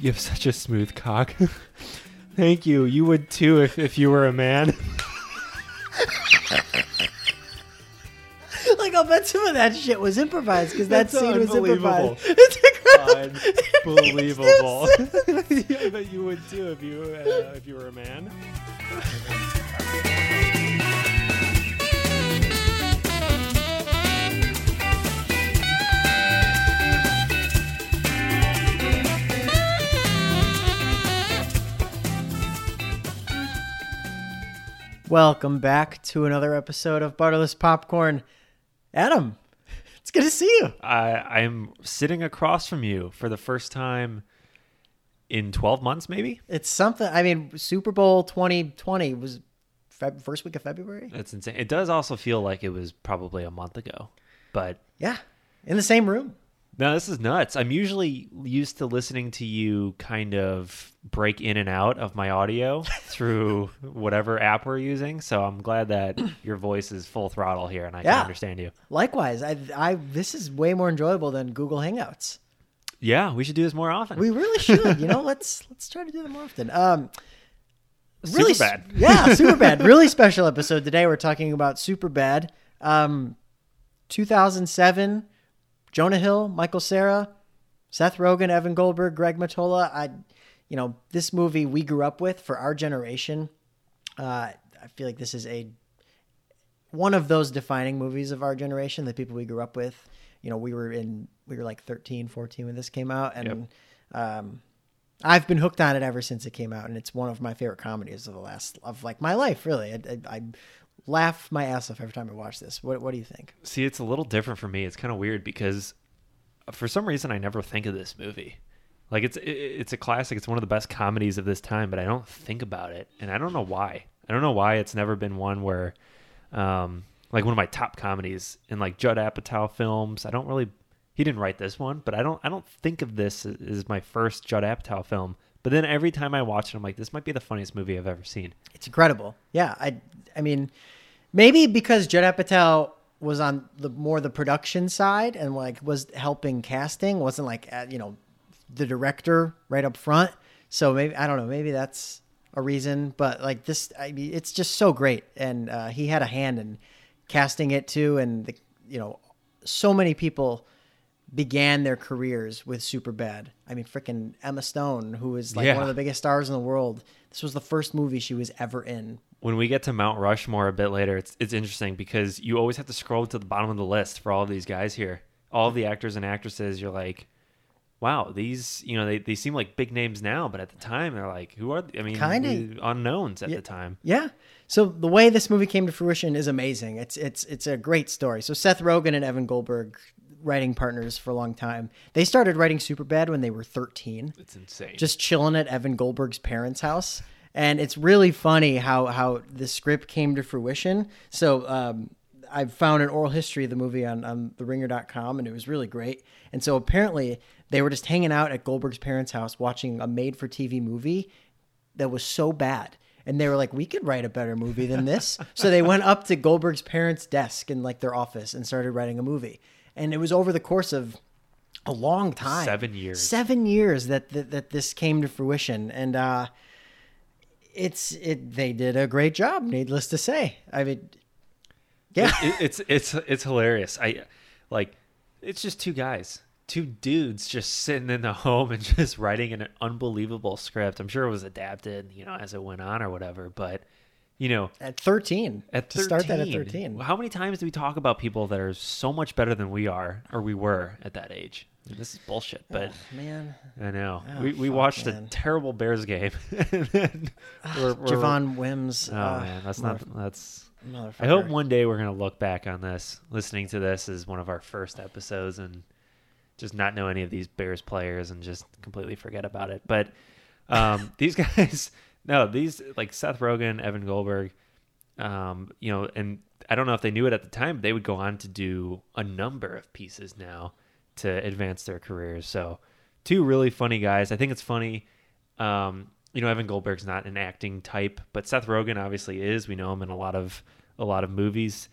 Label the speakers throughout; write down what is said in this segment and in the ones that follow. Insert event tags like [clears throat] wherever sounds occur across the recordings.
Speaker 1: You have such a smooth cock. [laughs] Thank you. You would too if, if you were a man. [laughs]
Speaker 2: [laughs] like I'll bet some of that shit was improvised because that
Speaker 1: That's
Speaker 2: scene was
Speaker 1: unbelievable.
Speaker 2: improvised. [laughs] It's
Speaker 1: Unbelievable. [laughs] yeah, but you would too if you uh, if you were a man.
Speaker 2: Welcome back to another episode of Butterless Popcorn. Adam, [laughs] it's good to see you.
Speaker 1: I I'm sitting across from you for the first time in 12 months, maybe.
Speaker 2: It's something. I mean, Super Bowl 2020 was Feb- first week of February.
Speaker 1: That's insane. It does also feel like it was probably a month ago, but
Speaker 2: Yeah, in the same room.
Speaker 1: No, this is nuts. I'm usually used to listening to you kind of break in and out of my audio through whatever app we're using. So I'm glad that your voice is full throttle here and I
Speaker 2: Yeah.
Speaker 1: can understand you.
Speaker 2: Likewise, I, I this is way more enjoyable than Google Hangouts.
Speaker 1: Yeah, we should do this more often.
Speaker 2: We really should,
Speaker 1: [laughs]
Speaker 2: you know. Let's let's try to do them more often. Um, really, s-
Speaker 1: Superbad.
Speaker 2: yeah, super bad. Really special episode today. We're talking about super bad. Um, 2007, Jonah Hill, Michael Sarah, Seth Rogen, Evan Goldberg, Greg Matola. I, you know, this movie we grew up with for our generation. Uh, I feel like this is a one of those defining movies of our generation, the people we grew up with. You know, we were in we were like 13, 14 when this came out and um I've been hooked on it ever since it came out and it's one of my favorite comedies of the last of like my life, really. I, I, I laugh my ass off every time I watch this. What what do you think?
Speaker 1: See, it's a little different for me. It's kind of weird because uh, for some reason I never think of this movie. Like it's it- it's a classic. It's one of the best comedies of this time, but I don't think about it, and I don't know why. I don't know why it's never been one where, um, like one of my top comedies in like Judd Apatow films. I don't really. He didn't write this one, but I don't. I don't think of this as- as my first Judd Apatow film. But then every time I watch it, I'm like, this might be the funniest movie I've ever seen.
Speaker 2: It's incredible. Yeah, I I mean, maybe because Judd Apatow was on the more the production side and like was helping casting, wasn't like at, you know the director right up front. So maybe I don't know. Maybe that's a reason. But like this, I mean, it's just so great, and uh, he had a hand in casting it too, and the you know so many people began their careers with Superbad. I mean, freaking Emma Stone, who is like one
Speaker 1: Yeah.
Speaker 2: of the biggest stars in the world. This was the first movie she was ever in.
Speaker 1: when we get to Mount Rushmore a bit later, it's it's interesting because you always have to scroll to the bottom of the list for all of these guys here. All of the actors and actresses, you're like, wow, these you know they, they seem like big names now, but at the time they're like, who are th- I mean,
Speaker 2: Kinda.
Speaker 1: uh, unknowns at the time.
Speaker 2: Yeah. So the way this movie came to fruition is amazing. It's it's it's a great story. So Seth Rogen and Evan Goldberg, writing partners for a long time. They started writing Superbad when they were 13.
Speaker 1: It's insane.
Speaker 2: just chilling at Evan Goldberg's parents' house. And it's really funny how how the script came to fruition. So um, I found an oral history of the movie on, on theringer.com and it was really great. And so apparently they were just hanging out at Goldberg's parents' house watching a made for TV movie that was so bad. And they were like, we could write a better movie
Speaker 1: [laughs]
Speaker 2: than this. so they went up to Goldberg's parents' desk in like their office and started writing a movie. And it was over the course of a long time
Speaker 1: Seven years.
Speaker 2: seven years that that, that this came to fruition and uh it's it they did a great job needless to say i mean yeah
Speaker 1: it, it's it's it's hilarious. I like it's just two guys, two dudes just sitting in the home and [laughs] just writing an unbelievable script. I'm sure it was adapted, you know, as it went on or whatever, but you know,
Speaker 2: at 13
Speaker 1: at
Speaker 2: to
Speaker 1: 13.
Speaker 2: start that at 13
Speaker 1: How many times do we talk about people that are so much better than we are or we were at that age? This is bullshit, but
Speaker 2: man
Speaker 1: I know. we we
Speaker 2: Oh, fuck,
Speaker 1: watched
Speaker 2: man. Ah,
Speaker 1: a terrible Bears game. [laughs] and then we're, we're-
Speaker 2: javon wims
Speaker 1: Oh
Speaker 2: uh,
Speaker 1: man, that's not that's
Speaker 2: motherfucker.
Speaker 1: I hope one day we're gonna look back on this, listening to this as one of our first episodes, and just not know any of these Bears players and just completely forget about it. But um, [laughs] these guys, no, these like Seth Rogen, Evan Goldberg, um, you know, and I don't know if they knew it at the time, but they would go on to do a number of pieces now to advance their careers. So, two really funny guys. I think it's funny. Um, you know, Evan Goldberg's not an acting type, but Seth Rogen obviously is. We know him in a lot of a lot of movies.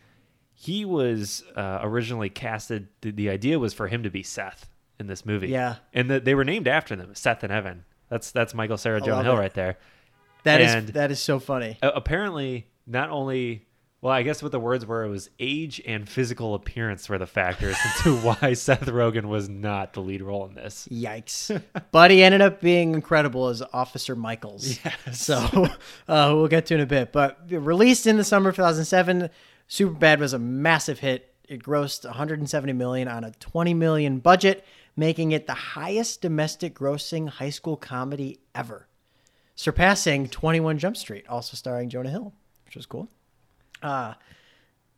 Speaker 1: He was uh, originally casted. The, the idea was for him to be Seth in this movie.
Speaker 2: Yeah.
Speaker 1: and that they were named after them, Seth and Evan. That's that's Michael Sarah
Speaker 2: I
Speaker 1: Jonah
Speaker 2: love
Speaker 1: Hill
Speaker 2: it.
Speaker 1: right there.
Speaker 2: That is
Speaker 1: And-
Speaker 2: that is so funny.
Speaker 1: A- apparently, not only well, I guess what the words were it was age and physical appearance were the factors [laughs] into why Seth Rogen was not the lead role in this.
Speaker 2: Yikes. but he ended up being incredible as Officer Michaels. So uh, we'll get to in a bit. But released in the summer of 2007, Superbad was a massive hit. It grossed 170 million on a 20 million budget, making it the highest domestic grossing high school comedy ever, surpassing 21 Jump Street, also starring Jonah Hill, which was cool. Uh,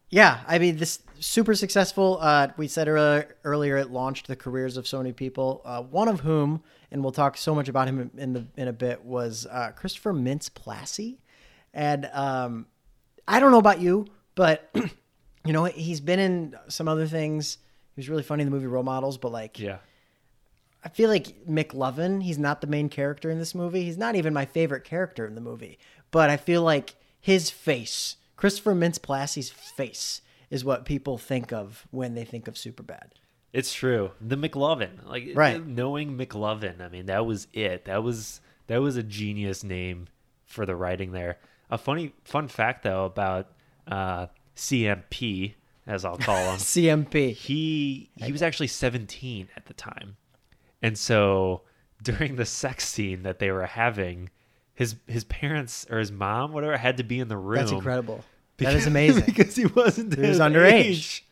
Speaker 2: Yeah, I mean this super successful. Uh, we said earlier, earlier it launched the careers of so many people. Uh, one of whom, and we'll talk so much about him in the in a bit, was uh, Christopher Mintz Plasse. And um, I don't know about you, but [clears throat] you know he's been in some other things. He was really funny in the movie Role Models, but like
Speaker 1: Yeah.
Speaker 2: I feel like McLovin, he's not the main character in this movie. He's not even my favorite character in the movie. But I feel like his face, Christopher Mintz Plasse's face, is what people think of when they think of Superbad.
Speaker 1: It's true. The McLovin, like
Speaker 2: Right.
Speaker 1: knowing McLovin, I mean that was it. That was that was a genius name for the writing there. A funny fun fact though about uh, CMP, as I'll call him,
Speaker 2: CMP.
Speaker 1: he he was actually 17 at the time, and so [laughs] during the sex scene that they were having, his his parents or his mom, whatever, had to be in the room.
Speaker 2: That's incredible. that
Speaker 1: because- [laughs]
Speaker 2: is amazing.
Speaker 1: because he wasn't
Speaker 2: He was
Speaker 1: of
Speaker 2: underage.
Speaker 1: age.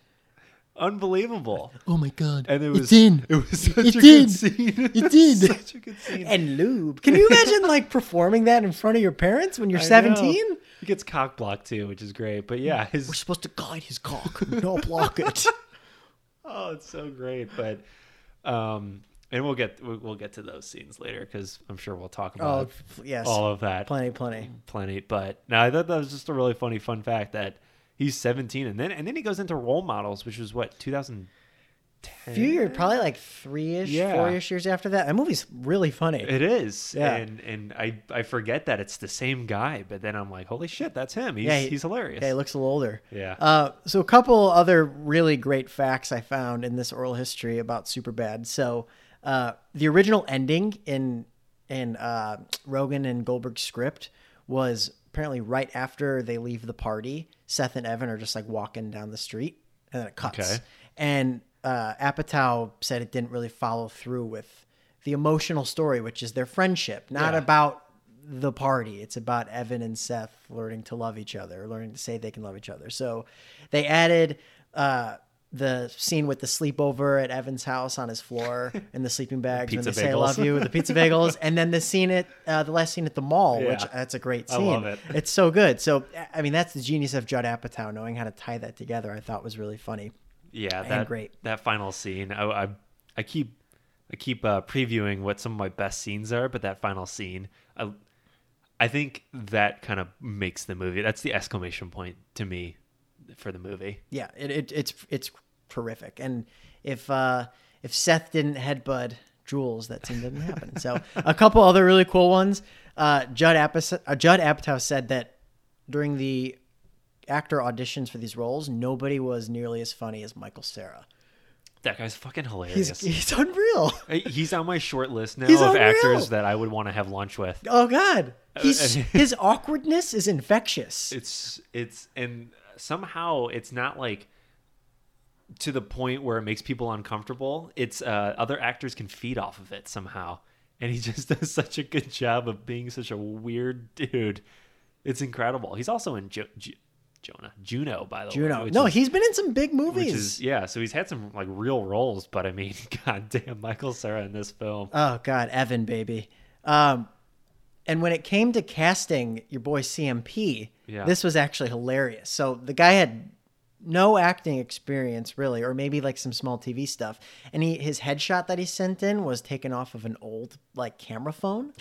Speaker 1: Unbelievable.
Speaker 2: [laughs] Oh my god.
Speaker 1: And it was
Speaker 2: in.
Speaker 1: It was such
Speaker 2: It
Speaker 1: a
Speaker 2: did.
Speaker 1: good scene.
Speaker 2: It
Speaker 1: [laughs]
Speaker 2: did.
Speaker 1: such a good scene.
Speaker 2: And lube. Can you imagine like performing that in front of your parents when you're
Speaker 1: I know.
Speaker 2: 17?
Speaker 1: He gets cock blocked too, which is great. But yeah, his
Speaker 2: supposed to guide his cock, not block it.
Speaker 1: oh, it's so great. But um, and we'll get we- we'll get to those scenes later because I'm sure we'll talk
Speaker 2: [laughs] Oh,
Speaker 1: about
Speaker 2: f- yes.
Speaker 1: all of that
Speaker 2: plenty, plenty.
Speaker 1: plenty. But no, I thought that was just a really funny fun fact that he's 17 and then and then he goes into role models, which was what 2010.
Speaker 2: few years, probably like three ish,
Speaker 1: Yeah.
Speaker 2: four ish years after that. That movie's really funny.
Speaker 1: It is,
Speaker 2: Yeah.
Speaker 1: and and I I forget that it's the same guy, but then I'm like, holy shit, that's him. He's
Speaker 2: Yeah, he-
Speaker 1: he's hilarious.
Speaker 2: yeah, he looks a little older.
Speaker 1: Yeah.
Speaker 2: Uh, so a couple other really great facts I found in this oral history about Superbad. So uh, the original ending in in uh, Rogan and Goldberg's script was apparently right after they leave the party. Seth and Evan are just like walking down the street, and then it cuts.
Speaker 1: Okay.
Speaker 2: And uh, Apatow said it didn't really follow through with the emotional story, which is their friendship, not
Speaker 1: Yeah.
Speaker 2: about the party. It's about Evan and Seth learning to love each other, learning to say they can love each other. So they added uh, the scene with the sleepover at Evan's house on his
Speaker 1: [laughs]
Speaker 2: floor in the sleeping bags when
Speaker 1: Pizza
Speaker 2: they say "I
Speaker 1: bagels.
Speaker 2: love you" with the
Speaker 1: [laughs]
Speaker 2: pizza bagels, and then the scene at uh, the last scene at the mall, which
Speaker 1: Yeah.
Speaker 2: that's a great
Speaker 1: I
Speaker 2: scene.
Speaker 1: love it.
Speaker 2: It's so good. So I mean, that's the genius of Judd Apatow knowing how to tie that together. I thought was really funny.
Speaker 1: Yeah, that
Speaker 2: great.
Speaker 1: that final scene. I I, I keep I keep uh, previewing what some of my best scenes are, but that final scene, I, I think that kind of makes the movie. That's the exclamation point to me for the movie.
Speaker 2: Yeah, it, it it's it's terrific. And if uh if Seth didn't headbutt Jules, that scene didn't happen. So a couple other really cool ones. Uh, Judd Apatow, uh, Judd Apatow said that during the actor auditions for these roles, nobody was nearly as funny as Michael Sarah.
Speaker 1: That guy's fucking hilarious.
Speaker 2: He's
Speaker 1: He's,
Speaker 2: he's unreal.
Speaker 1: on my short list now
Speaker 2: He's
Speaker 1: of
Speaker 2: unreal.
Speaker 1: actors that I would want to have lunch with.
Speaker 2: Oh God, he's
Speaker 1: Uh, and- [laughs]
Speaker 2: his awkwardness is infectious.
Speaker 1: it's it's and somehow it's not like to the point where it makes people uncomfortable it's uh other actors can feed off of it somehow and he [laughs] just does such a good job of being such a weird dude it's incredible he's also in jo- Ju- jonah juno by the way
Speaker 2: Juno.
Speaker 1: which
Speaker 2: No,
Speaker 1: is-
Speaker 2: he's been in some big
Speaker 1: which
Speaker 2: movies.
Speaker 1: is yeah so he's had some like real roles but i mean [laughs] goddamn michael sarah in this film
Speaker 2: Oh God, Evan, baby. Um, and when it came to casting your boy CMP,
Speaker 1: Yeah.
Speaker 2: this was actually hilarious. So the guy had no acting experience really, or maybe like some small TV stuff. And he his headshot that he sent in was taken off of an old like
Speaker 1: [laughs]
Speaker 2: camera phone.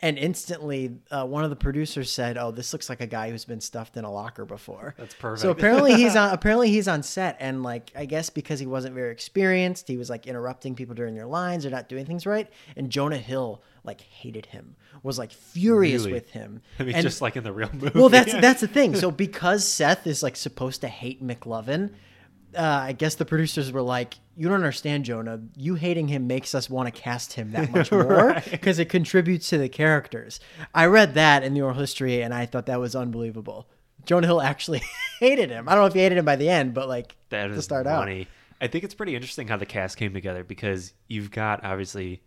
Speaker 2: And instantly, uh, one of the producers said, "Oh, this looks like a guy who's been stuffed in a locker before."
Speaker 1: That's perfect.
Speaker 2: So apparently he's on. Apparently he's on set, and like I guess because he wasn't very experienced, he was like interrupting people during their lines or not doing things right. And Jonah Hill like hated him, was like furious
Speaker 1: Really?
Speaker 2: with
Speaker 1: [laughs]
Speaker 2: him.
Speaker 1: i mean
Speaker 2: and,
Speaker 1: just like in the real movie
Speaker 2: well, that's that's the thing. So because Seth is like supposed to hate McLovin, uh, I guess the producers were like, "You don't understand, Jonah. You hating him makes us want to cast him that much more because it contributes to the characters." I read that in the oral history, and I thought that was unbelievable. Jonah Hill actually [laughs] hated him. I don't know if he hated him by the end, but like
Speaker 1: That
Speaker 2: to
Speaker 1: is
Speaker 2: start out,
Speaker 1: funny. I think it's pretty interesting how the cast came together because you've got obviously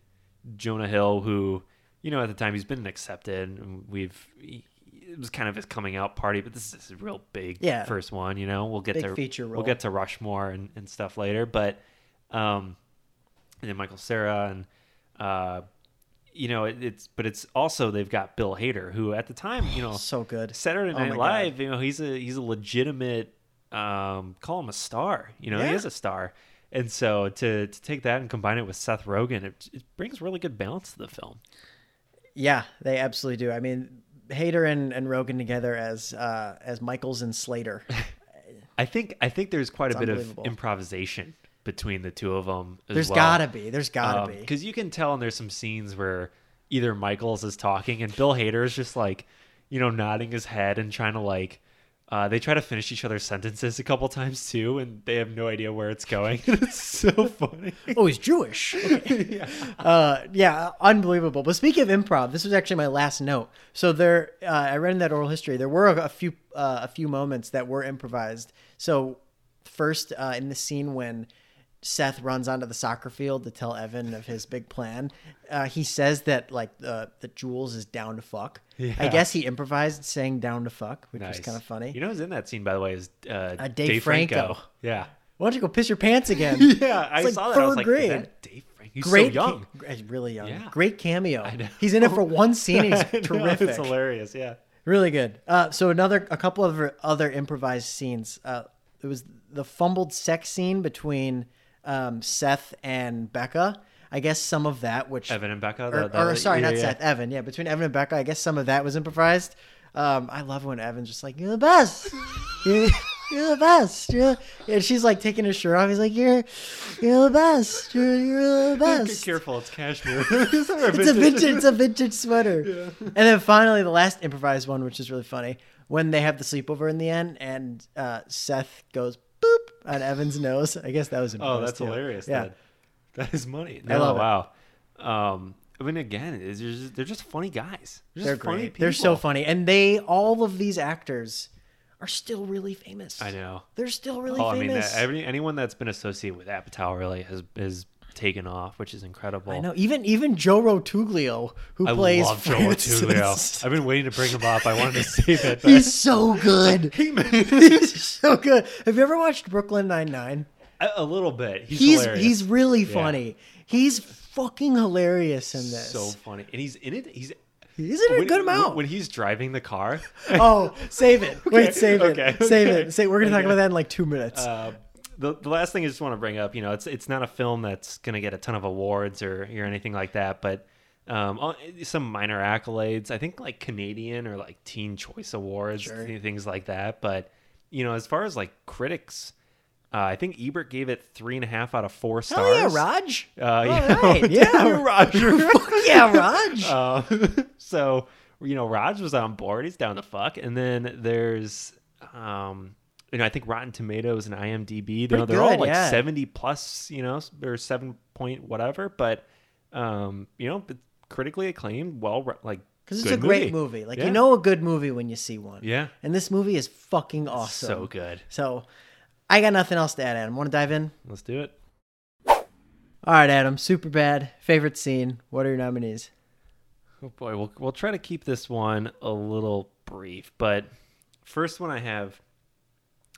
Speaker 1: Jonah Hill, who you know at the time he's been accepted. And we've he- it was kind of his coming out party, but this is his real big
Speaker 2: Yeah.
Speaker 1: first one. You know, we'll get
Speaker 2: Big
Speaker 1: to
Speaker 2: feature role.
Speaker 1: we'll get to Rushmore and, and stuff later, but um, and then Michael Sarah and uh, you know it, it's but it's also they've got Bill Hader, who at the time you know
Speaker 2: so good.
Speaker 1: Saturday
Speaker 2: Oh
Speaker 1: Night
Speaker 2: my God.
Speaker 1: Live, you know, he's a he's a legitimate um call him a star. You know,
Speaker 2: Yeah.
Speaker 1: he is a star. And so to to take that and combine it with Seth Rogen, it, it brings really good balance to the film.
Speaker 2: Yeah, they absolutely do. I mean, Hader and, and Rogan together as uh, as Michaels and Slater.
Speaker 1: I think I think there's quite a bit of
Speaker 2: unbelievable.
Speaker 1: improvisation between the two of them. As
Speaker 2: There's
Speaker 1: well.
Speaker 2: gotta be. There's gotta be.
Speaker 1: because Um, you can tell, and there's some scenes where either Michaels is talking and Bill Hader is just like, you know, nodding his head and trying to like. Uh, they try to finish each other's sentences a couple times too, and they have no idea where it's going. [laughs] it's so funny.
Speaker 2: Oh,
Speaker 1: [laughs]
Speaker 2: he's Jewish. Okay. Uh, yeah, unbelievable. But speaking of improv, this was actually my last note. So there, uh, I read in that oral history there were a, a few uh, a few moments that were improvised. So first, uh, in the scene when Seth runs onto the soccer field to tell Evan of his big plan, uh, he says that like uh, that Jules is down to fuck. I
Speaker 1: Yeah.
Speaker 2: guess he improvised saying down to fuck, which was kind of funny.
Speaker 1: You know who's in that scene by the way is uh,
Speaker 2: Dave
Speaker 1: Dave,
Speaker 2: Franco.
Speaker 1: Franco. Yeah,
Speaker 2: Why don't you go piss your pants again?
Speaker 1: [laughs] yeah. I
Speaker 2: It's like
Speaker 1: saw that. I was
Speaker 2: third
Speaker 1: like,
Speaker 2: grade.
Speaker 1: Is that Dave Franco. He's so [laughs]
Speaker 2: Great,
Speaker 1: young.
Speaker 2: ca- uh, really young.
Speaker 1: Yeah.
Speaker 2: Great cameo.
Speaker 1: know.
Speaker 2: He's in
Speaker 1: [laughs]
Speaker 2: it for one scene. And
Speaker 1: I
Speaker 2: he's
Speaker 1: know, it's
Speaker 2: terrific.
Speaker 1: hilarious. Yeah.
Speaker 2: really good. Uh, so another, a couple of other improvised scenes. Uh, it was the fumbled sex scene between um, Seth and Becca. I guess some of that, which
Speaker 1: Evan and Becca.
Speaker 2: or,
Speaker 1: the- the-
Speaker 2: or, sorry,
Speaker 1: yeah,
Speaker 2: not
Speaker 1: yeah.
Speaker 2: Seth, Evan. Yeah, between Evan and Becca, I guess some of that was improvised. Um, I love when Evan's just like, "You're the best. You're, you're the best." You're... And she's like taking her shirt off. He's like, "You're, you're the best. You're, you're the
Speaker 1: Be
Speaker 2: best."
Speaker 1: careful, it's cashmere. [laughs] Is there a
Speaker 2: [laughs] It's
Speaker 1: vintage-
Speaker 2: a vintage, it's a
Speaker 1: [laughs]
Speaker 2: vintage sweater. And then finally, the last improvised one, which is really funny, when they have the sleepover in the end, and uh, Seth goes boop on Evan's nose. I guess that was
Speaker 1: Oh,
Speaker 2: improvised
Speaker 1: that's
Speaker 2: too.
Speaker 1: hilarious.
Speaker 2: Yeah,
Speaker 1: That, that is money.
Speaker 2: I
Speaker 1: No,
Speaker 2: love
Speaker 1: wow. Um, I mean, again, it's just, they're just funny guys. They're, just
Speaker 2: they're
Speaker 1: funny
Speaker 2: great. They're so
Speaker 1: people.
Speaker 2: funny, and they all of these actors are still really famous.
Speaker 1: I know.
Speaker 2: They're still really
Speaker 1: oh,
Speaker 2: famous.
Speaker 1: I mean, every, anyone that's been associated with Apatow really has has taken off, which is incredible.
Speaker 2: I know. Even even Joe Rotuglio, who
Speaker 1: I
Speaker 2: plays
Speaker 1: love Joel
Speaker 2: Francis. [laughs]
Speaker 1: Tuglio. I've been waiting to bring him up. I wanted to save it, but
Speaker 2: He's
Speaker 1: [laughs]
Speaker 2: so good. [laughs] He's so good. Have you ever watched Brooklyn Nine Nine?
Speaker 1: a, a little bit. He's
Speaker 2: He's
Speaker 1: hilarious.
Speaker 2: he's really funny. He's fucking hilarious in this.
Speaker 1: so funny, and he's in it. He's
Speaker 2: He's in a
Speaker 1: when-
Speaker 2: good amount.
Speaker 1: when he's driving the car.
Speaker 2: oh, save it. Wait, save it.
Speaker 1: okay,
Speaker 2: Save
Speaker 1: okay.
Speaker 2: it. Say we're gonna talk about that in like two minutes.
Speaker 1: Uh, the, the last thing I just want to bring up, you know, it's it's not a film that's going to get a ton of awards or or anything like that, but um, all- some minor accolades. I think like Canadian or like Teen Choice Awards,
Speaker 2: Sure.
Speaker 1: th- things like that. But you know, as far as like critics, uh, I think Ebert gave it three and a half out of four stars.
Speaker 2: Hell yeah,
Speaker 1: [laughs]
Speaker 2: Raj.
Speaker 1: Uh,
Speaker 2: right, yeah.
Speaker 1: Damn you, Roger.
Speaker 2: [laughs] Fuck yeah, Raj.
Speaker 1: Uh, [laughs] so you know, Raj was on board. He's down to fuck. And then there's, um, you know, I think Rotten Tomatoes and IMDb. They're,
Speaker 2: Pretty
Speaker 1: they're all
Speaker 2: good,
Speaker 1: like
Speaker 2: yeah.
Speaker 1: seventy plus. You know, or seven point whatever. But um, you know, but critically acclaimed. Well, re- like
Speaker 2: Because it's
Speaker 1: good
Speaker 2: a great movie. Like you
Speaker 1: Yeah.
Speaker 2: know a good movie when you see one.
Speaker 1: Yeah.
Speaker 2: And this movie is fucking awesome.
Speaker 1: So good.
Speaker 2: So I got nothing else to add, Adam. Wanna dive in?
Speaker 1: Let's do it.
Speaker 2: All right, Adam. Super bad. Favorite scene. What are your nominees?
Speaker 1: Oh boy, we'll we'll try to keep this one a little brief, but first one I have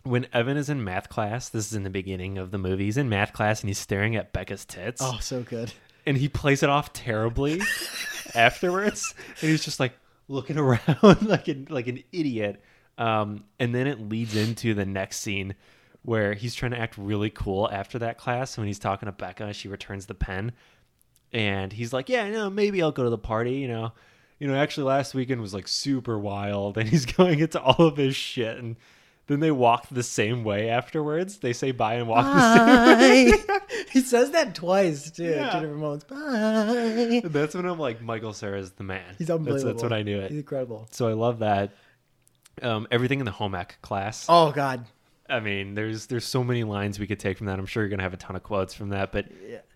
Speaker 1: when Evan is in math class, this is in the beginning of the movie. He's in math class and he's staring at Becca's tits,
Speaker 2: Oh, so good.
Speaker 1: and he plays it off terribly afterwards, and he's just like looking [laughs] around like an like an idiot. Um, and then it leads into the next scene where he's trying to act really cool after that class. When he's talking to Becca, she returns the pen and he's like, "Yeah, no, maybe I'll go to the party." You know, you know. Actually, last weekend was like super wild, [laughs] and he's going into all of his shit, and then they walk the same way afterwards. They say bye and walk
Speaker 2: Ah.
Speaker 1: the same.
Speaker 2: Bye. [laughs] he says that twice too.
Speaker 1: Yeah.
Speaker 2: Two different moments. Bye.
Speaker 1: That's when I'm like, Michael Sarah is the man.
Speaker 2: He's
Speaker 1: That's-
Speaker 2: unbelievable.
Speaker 1: That's, when I knew it.
Speaker 2: He's incredible.
Speaker 1: So I love that. Um, everything in the home ec class.
Speaker 2: Oh God.
Speaker 1: I mean, there's there's so many lines we could take from that. I'm sure you're gonna have a ton of quotes from that, but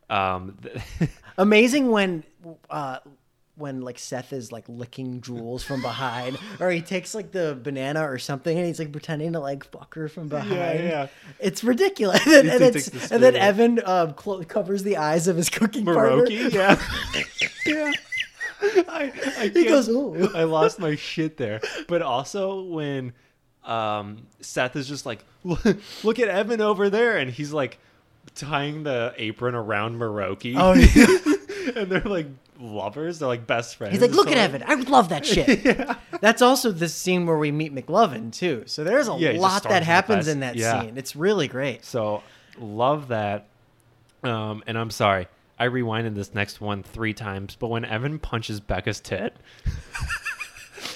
Speaker 1: um, [laughs] th-
Speaker 2: Amazing when uh when like Seth is like licking jewels
Speaker 1: [laughs]
Speaker 2: from behind, or he takes like the banana or something, and he's like pretending to like fuck her from behind.
Speaker 1: yeah.
Speaker 2: It's ridiculous. [laughs] and,
Speaker 1: He
Speaker 2: it's,
Speaker 1: takes the
Speaker 2: and then
Speaker 1: spoon.
Speaker 2: Evan um, clo- covers the eyes of his cooking partner.
Speaker 1: Maroki, [laughs] yeah,
Speaker 2: [laughs]
Speaker 1: yeah. [laughs] I, I
Speaker 2: He
Speaker 1: can't-
Speaker 2: goes, "Ooh."
Speaker 1: I lost my shit there. But also when um, Seth is just like, [laughs] "Look- look at Evan over there, and he's like tying the apron around Maroki.
Speaker 2: Oh, yeah.
Speaker 1: [laughs] and they're like lovers. They're like best friends.
Speaker 2: He's like,
Speaker 1: It's
Speaker 2: look at
Speaker 1: all-
Speaker 2: Evan. I would love that shit.
Speaker 1: [laughs]
Speaker 2: That's also the scene where we meet McLovin too. So there's
Speaker 1: Yeah,
Speaker 2: a
Speaker 1: he just
Speaker 2: lot
Speaker 1: storms
Speaker 2: that
Speaker 1: the
Speaker 2: happens
Speaker 1: bus.
Speaker 2: in that
Speaker 1: Yeah.
Speaker 2: scene. It's
Speaker 1: [laughs]
Speaker 2: really great.
Speaker 1: So love that. Um, and I'm sorry, I rewinded this next one three times, but when Evan punches Becca's tit, [laughs]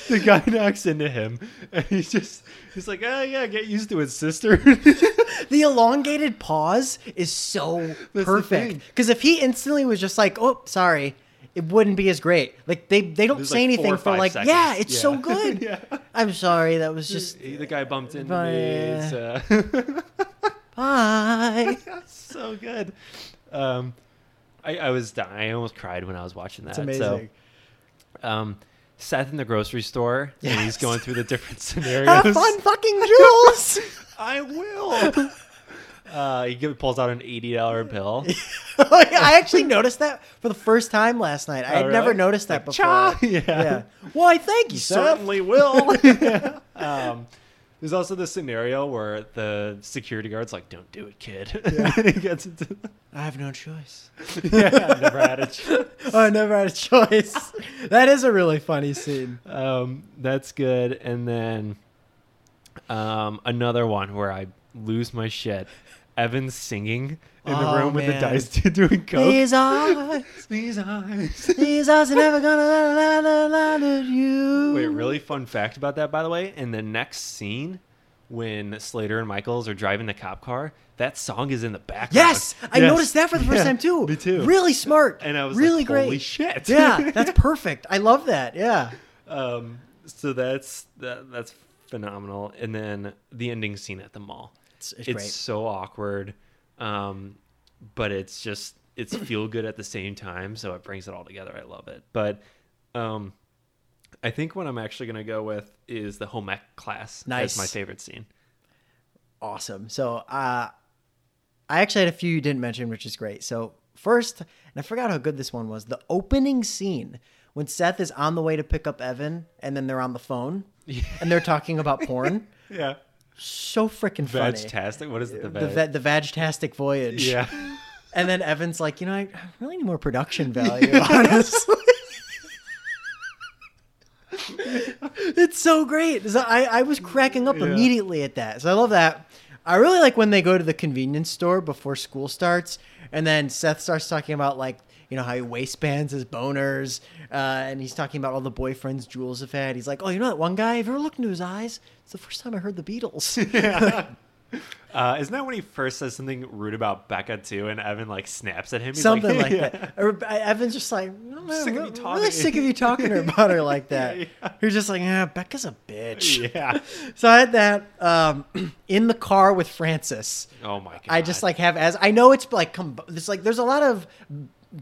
Speaker 1: the guy knocks into him, and he's just he's like, oh yeah, get used to it, sister. [laughs]
Speaker 2: The elongated pause is so
Speaker 1: the
Speaker 2: perfect
Speaker 1: thing.
Speaker 2: because if he instantly was just like, "Oh, sorry," it wouldn't be as great. Like they they don't
Speaker 1: There's
Speaker 2: say
Speaker 1: like four
Speaker 2: anything
Speaker 1: or
Speaker 2: for
Speaker 1: five
Speaker 2: like,
Speaker 1: seconds.
Speaker 2: "Yeah, it's so
Speaker 1: Yeah. [laughs]
Speaker 2: good."
Speaker 1: Yeah.
Speaker 2: I'm sorry, that was
Speaker 1: [laughs]
Speaker 2: just
Speaker 1: the guy bumped into
Speaker 2: But-
Speaker 1: me. It's, uh,
Speaker 2: bye.
Speaker 1: [laughs] so good. Um, I, I was dying. I almost cried when I was watching that.
Speaker 2: It's
Speaker 1: [laughs]
Speaker 2: amazing.
Speaker 1: So, um, Seth in the grocery store, and he's
Speaker 2: Yes.
Speaker 1: going through the different [laughs]
Speaker 2: Have
Speaker 1: scenarios.
Speaker 2: fun, fucking
Speaker 1: [laughs]
Speaker 2: Jules.
Speaker 1: I
Speaker 2: [laughs]
Speaker 1: will. uh, he give, pulls out an eighty dollar bill.
Speaker 2: [laughs] I actually noticed that for the first time last night. I had
Speaker 1: Oh,
Speaker 2: never
Speaker 1: really?
Speaker 2: noticed that
Speaker 1: Like,
Speaker 2: before.
Speaker 1: cha!
Speaker 2: [laughs]
Speaker 1: Yeah.
Speaker 2: Why? Thank you, sir.
Speaker 1: Certainly
Speaker 2: [laughs]
Speaker 1: will. [laughs] um, there's also the scenario where the security guard's like, "Don't do it, kid." [laughs] and he gets
Speaker 2: [laughs]
Speaker 1: into.
Speaker 2: I have no choice.
Speaker 1: yeah, I never had a chance.
Speaker 2: I never had a choice. [laughs] that is a really funny scene.
Speaker 1: Um, that's good. And then um, another one where I lose my shit. Evan's singing in the
Speaker 2: Oh,
Speaker 1: room with the
Speaker 2: man.
Speaker 1: dice [laughs] doing coke.
Speaker 2: These eyes,
Speaker 1: These eyes.
Speaker 2: these eyes are never gonna la la la la you.
Speaker 1: Wait, really fun fact about that, by the way. In the next scene, when Slater and Michaels are driving the cop car, that song is in the background.
Speaker 2: Yes, I noticed that for the first
Speaker 1: Yeah,
Speaker 2: time too.
Speaker 1: Me too.
Speaker 2: Really smart.
Speaker 1: And I was
Speaker 2: really
Speaker 1: like,
Speaker 2: great.
Speaker 1: holy shit.
Speaker 2: yeah,
Speaker 1: [laughs]
Speaker 2: that's perfect. I love that. Yeah.
Speaker 1: um, so that's that, that's phenomenal. And then the ending scene at the mall.
Speaker 2: It's,
Speaker 1: it's so awkward um but it's just
Speaker 2: [clears throat]
Speaker 1: it's feel good at the same time so it brings it all together i love it but um i think what i'm actually going to go with is the home ec class
Speaker 2: Nice.
Speaker 1: as my favorite scene
Speaker 2: awesome. So uh, I actually had a few you didn't mention, which is great. So first, and I forgot how good this one was. The opening scene when Seth is on the way to pick up Evan, and then they're on the phone and they're talking about porn.
Speaker 1: yeah
Speaker 2: So freaking funny.
Speaker 1: vegtastic what is it the,
Speaker 2: the
Speaker 1: veg?
Speaker 2: ve- the Vagtastic voyage. [laughs]
Speaker 1: yeah
Speaker 2: And then Evan's like, you know, I I really need more production value, [laughs] honestly. it's so great. So I, I was cracking up
Speaker 1: Yeah.
Speaker 2: immediately at that. So I love that. I really like when they go to the convenience store before school starts, and then Seth starts talking about like you know how he waistbands his boners, uh, and he's talking about all the boyfriends Jules have had. He's like, oh, you know that one guy? Have you ever looked into his eyes? It's the first time I heard the Beatles. [laughs]
Speaker 1: uh isn't that when he first says something rude about becca too and evan like snaps at him He's
Speaker 2: something
Speaker 1: [laughs]
Speaker 2: like
Speaker 1: yeah.
Speaker 2: that. Or uh, Evan's just like, "No, man,
Speaker 1: Sick of
Speaker 2: re-
Speaker 1: you
Speaker 2: really
Speaker 1: talking."
Speaker 2: sick of you talking to her about her like
Speaker 1: [laughs]
Speaker 2: that.
Speaker 1: Yeah, yeah.
Speaker 2: You're just like, ah, Becca's a bitch. [laughs]
Speaker 1: yeah
Speaker 2: So I had that um, [clears throat] in the car with Francis.
Speaker 1: oh my god
Speaker 2: I just like have as I know it's like com- it's like there's a lot of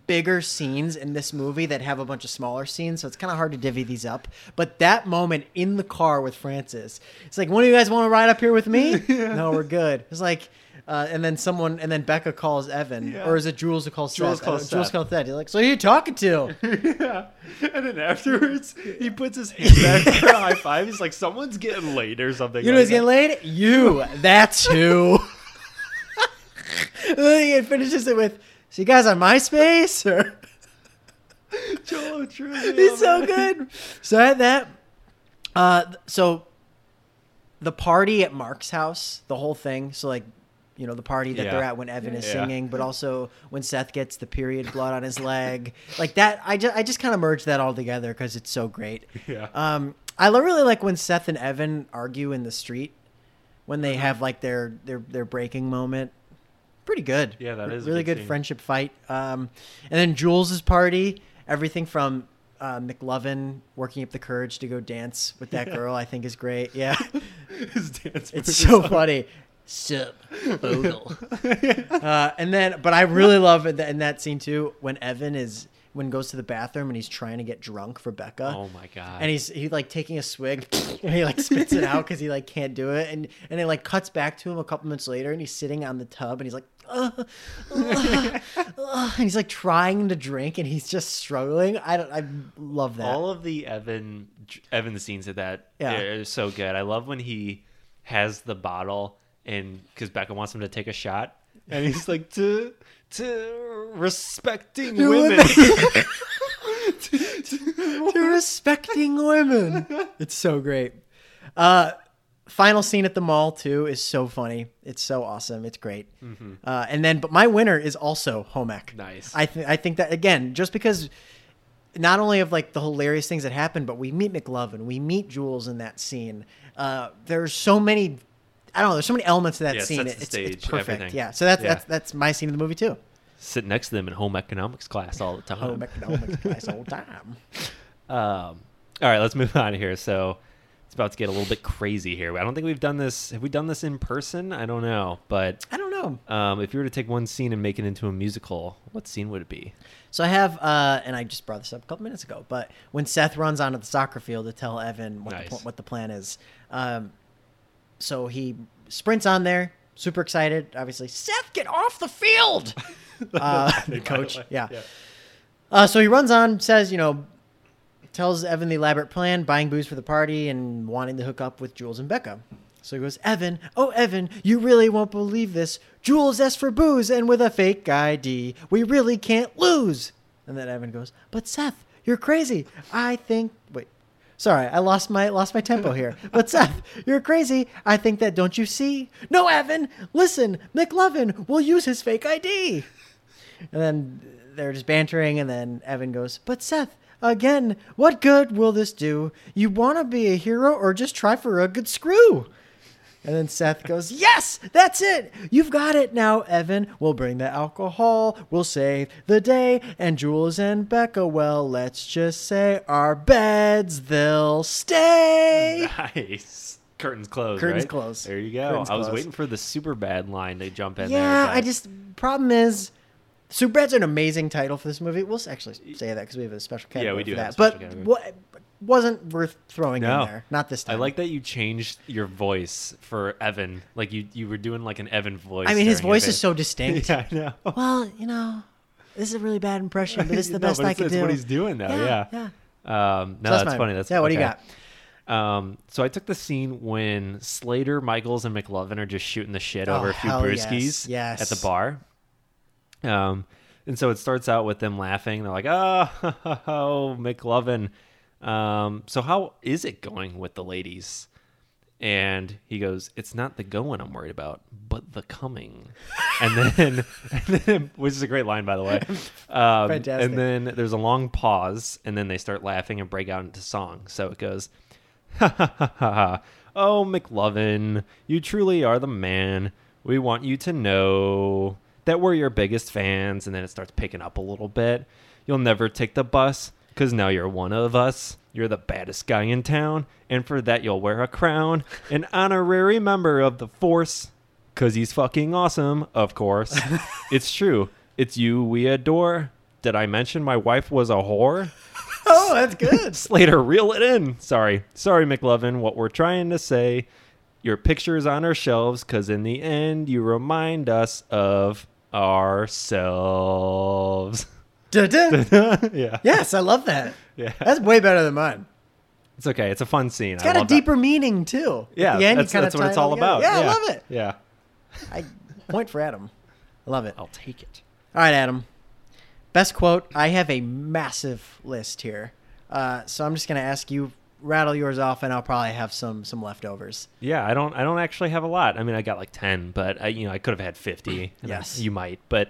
Speaker 2: bigger scenes in this movie that have a bunch of smaller scenes, so it's kind of hard to divvy these up. But that moment in the car with Francis, it's like one of you guys want to ride up here
Speaker 1: [laughs]
Speaker 2: with me? No, we're good. It's like. Uh, and then someone, and then Becca calls Evan,
Speaker 1: Yeah.
Speaker 2: or is it Jules who calls
Speaker 1: Jules
Speaker 2: Seth? I don't-
Speaker 1: calls
Speaker 2: Jules
Speaker 1: Seth.
Speaker 2: calls Seth. He's like, so who you talking to?
Speaker 1: [laughs] Yeah. And then afterwards, he puts his hand
Speaker 2: [laughs]
Speaker 1: back for a high five. He's like, someone's getting laid or something.
Speaker 2: You know
Speaker 1: like
Speaker 2: who's getting laid? You. That's who. [laughs] and then he finishes it with, so you guys on MySpace? Or
Speaker 1: that. Joel Trujillo,
Speaker 2: He's so
Speaker 1: man.
Speaker 2: good. So I had that. Uh, th- so the party at Mark's house, the whole thing. So like, you know, the party that
Speaker 1: Yeah.
Speaker 2: they're at when Evan is
Speaker 1: Yeah.
Speaker 2: singing, but also when Seth gets the period blood on his leg, like that. I just I just kind of merged that all together because it's so great.
Speaker 1: [laughs] Yeah.
Speaker 2: Um, I lo- really like when Seth and Evan argue in the street when they have like their their their breaking moment. Pretty good.
Speaker 1: Yeah, that
Speaker 2: R-
Speaker 1: is a
Speaker 2: really
Speaker 1: good
Speaker 2: good
Speaker 1: scene.
Speaker 2: friendship fight. Um, and then Jules's party, everything from uh, McLovin working up
Speaker 1: [laughs]
Speaker 2: the courage to go dance with that girl, I think is great. Yeah,
Speaker 1: His dance
Speaker 2: it's [laughs]
Speaker 1: moves
Speaker 2: so
Speaker 1: are-
Speaker 2: funny. Sub Bogle. uh, and then, but I really love it that- in that scene too when Evan is when goes to the bathroom and he's trying to get drunk for Becca.
Speaker 1: Oh my god.
Speaker 2: And he's he like taking a swig [laughs] and he like spits it out because he like can't do it and and it like cuts back to him a couple minutes later and he's sitting on the tub and he's like "Ugh, ugh, ugh," [laughs] and he's like trying to drink and he's just struggling. I don't I love that.
Speaker 1: all of the Evan Evan scenes of that
Speaker 2: Yeah.
Speaker 1: are so good. I love when he has the bottle and because Becca wants him to take a shot, and
Speaker 2: [laughs]
Speaker 1: he's like to to respecting women.
Speaker 2: You're respecting women. It's so great. Uh, final scene at the mall too is so funny. It's so awesome. It's great. Uh, and then, but my winner is also home ec.
Speaker 1: Mm-hmm. Nice.
Speaker 2: I think I think that again, just because not only of like the hilarious things that happen, but we meet McLovin, we meet Jules in that scene. Uh, there's so many. I don't know. There's so many elements to that
Speaker 1: Yeah, it
Speaker 2: scene.
Speaker 1: sets the
Speaker 2: it's,
Speaker 1: stage,
Speaker 2: it's perfect.
Speaker 1: everything.
Speaker 2: Yeah. So that's
Speaker 1: Yeah.
Speaker 2: that's that's my scene in the movie too.
Speaker 1: [laughs] Sit next to them in home economics class all the time.
Speaker 2: Home economics class all time.
Speaker 1: Um, all right, let's move [laughs] on here. So it's about to get a little bit crazy here. I don't think we've done this. Have we done this in person? I don't know. But
Speaker 2: I don't know.
Speaker 1: um, if you were to take one scene and make it into a musical, what scene would it be?
Speaker 2: So I have, uh, and I just brought this up a couple minutes ago, but when Seth runs onto the soccer field to tell Evan what,
Speaker 1: Nice.
Speaker 2: the, pl- what the plan is, um, so he sprints on there, super excited, obviously. Seth, get off the [laughs] field! uh, the coach, yeah. Uh, so he runs on, says, you know, tells Evan the elaborate plan, buying booze for the party and wanting to hook up with Jules and Becca. So he goes, Evan, oh Evan, you really won't believe this. Jules asked for booze and with a fake ID. We really can't lose. And then Evan goes, But Seth, you're crazy. I think wait. Sorry, I lost my lost my tempo here. But Seth, you're crazy. I think that don't you see? No, Evan, listen, McLovin will use his fake ID. And then they're just bantering, and then Evan goes, But Seth, again, what good will this do? You want to be a hero or just try for a good screw? And then Seth goes, Yes, that's it. You've got it now, Evan. We'll bring the alcohol. We'll save the day. And Jules and Becca, well, let's just say our beds, they'll [laughs] stay.
Speaker 1: Nice. Curtains closed.
Speaker 2: Curtains
Speaker 1: right?
Speaker 2: closed.
Speaker 1: There you go.
Speaker 2: Curtains
Speaker 1: I was
Speaker 2: closed.
Speaker 1: waiting for the super bad line to jump in there.
Speaker 2: Yeah, I
Speaker 1: but-
Speaker 2: just problem is, Superbad's an amazing title for this movie. We'll actually say that because we have a special
Speaker 1: Yeah,
Speaker 2: category.
Speaker 1: we do
Speaker 2: for
Speaker 1: have a
Speaker 2: that.
Speaker 1: special
Speaker 2: But
Speaker 1: category.
Speaker 2: what wasn't worth throwing
Speaker 1: No.
Speaker 2: in there? Not this
Speaker 1: I
Speaker 2: time.
Speaker 1: like that you changed your voice for Evan. Like you, you were doing like an Evan voice.
Speaker 2: I mean, his
Speaker 1: during it.
Speaker 2: voice is so distinct.
Speaker 1: [laughs] Yeah, I know.
Speaker 2: Well, you know, this is a really bad impression, but it's
Speaker 1: [laughs]
Speaker 2: the
Speaker 1: No,
Speaker 2: best
Speaker 1: but
Speaker 2: I
Speaker 1: it's-
Speaker 2: could
Speaker 1: it's
Speaker 2: do.
Speaker 1: what he's doing though. Yeah.
Speaker 2: yeah.
Speaker 1: Um, no,
Speaker 2: So
Speaker 1: that's,
Speaker 2: mine.
Speaker 1: funny. That's
Speaker 2: yeah. What do you
Speaker 1: okay.
Speaker 2: got?
Speaker 1: Um, so I took the scene when Slater, Michaels, and McLovin are just shooting the shit
Speaker 2: Oh,
Speaker 1: over a few
Speaker 2: hell
Speaker 1: brewskis
Speaker 2: yes, yes.
Speaker 1: at the bar. Um, and so it starts out with them laughing. They're like, "Oh, [laughs] McLovin." Um, so how is it going with the ladies? And he goes, "It's not the going I'm worried about, but the
Speaker 2: [laughs]
Speaker 1: coming." and then, and then which is a great line, by the way. Um,
Speaker 2: Fantastic.
Speaker 1: And then there's a long pause, and then they start laughing and break out into song. So it goes, "Ha ha ha ha ha! [laughs] Oh, McLovin, you truly are the man. We want you to know that we're your biggest fans." And then it starts picking up a little bit. You'll never take the bus because now you're one of us. You're the baddest guy in town, and for that you'll wear a crown, an honorary member of the force. Cause he's fucking awesome, of course. it's true. It's you we adore. Did I mention my wife was a whore?
Speaker 2: Oh, that's
Speaker 1: [laughs]
Speaker 2: good.
Speaker 1: Slater, reel it in. Sorry. Sorry, McLovin. What we're trying to say, your picture's on our shelves, cause in the end you remind us of ourselves. [laughs]
Speaker 2: Dun-dun.
Speaker 1: yeah.
Speaker 2: yes, I love that.
Speaker 1: Yeah.
Speaker 2: That's way better than mine.
Speaker 1: It's okay. It's a fun scene.
Speaker 2: It's got a deeper meaning too. At
Speaker 1: Yeah,
Speaker 2: the end, you
Speaker 1: that's,
Speaker 2: kinda
Speaker 1: that's what
Speaker 2: tie
Speaker 1: it's
Speaker 2: it
Speaker 1: all
Speaker 2: together.
Speaker 1: about.
Speaker 2: Yeah, I love it.
Speaker 1: Yeah.
Speaker 2: I point for Adam. I love it.
Speaker 1: I'll take it.
Speaker 2: All right, Adam. Best quote. I have a massive list here, uh, so I'm just gonna ask you rattle yours off, and I'll probably have some some
Speaker 1: [laughs]
Speaker 2: leftovers. [laughs]
Speaker 1: Yeah, I don't. I don't actually have a lot. I mean, I got like ten, but I, you know, I could have had
Speaker 2: [clears throat]
Speaker 1: fifty. and I-
Speaker 2: Yes.
Speaker 1: you might, but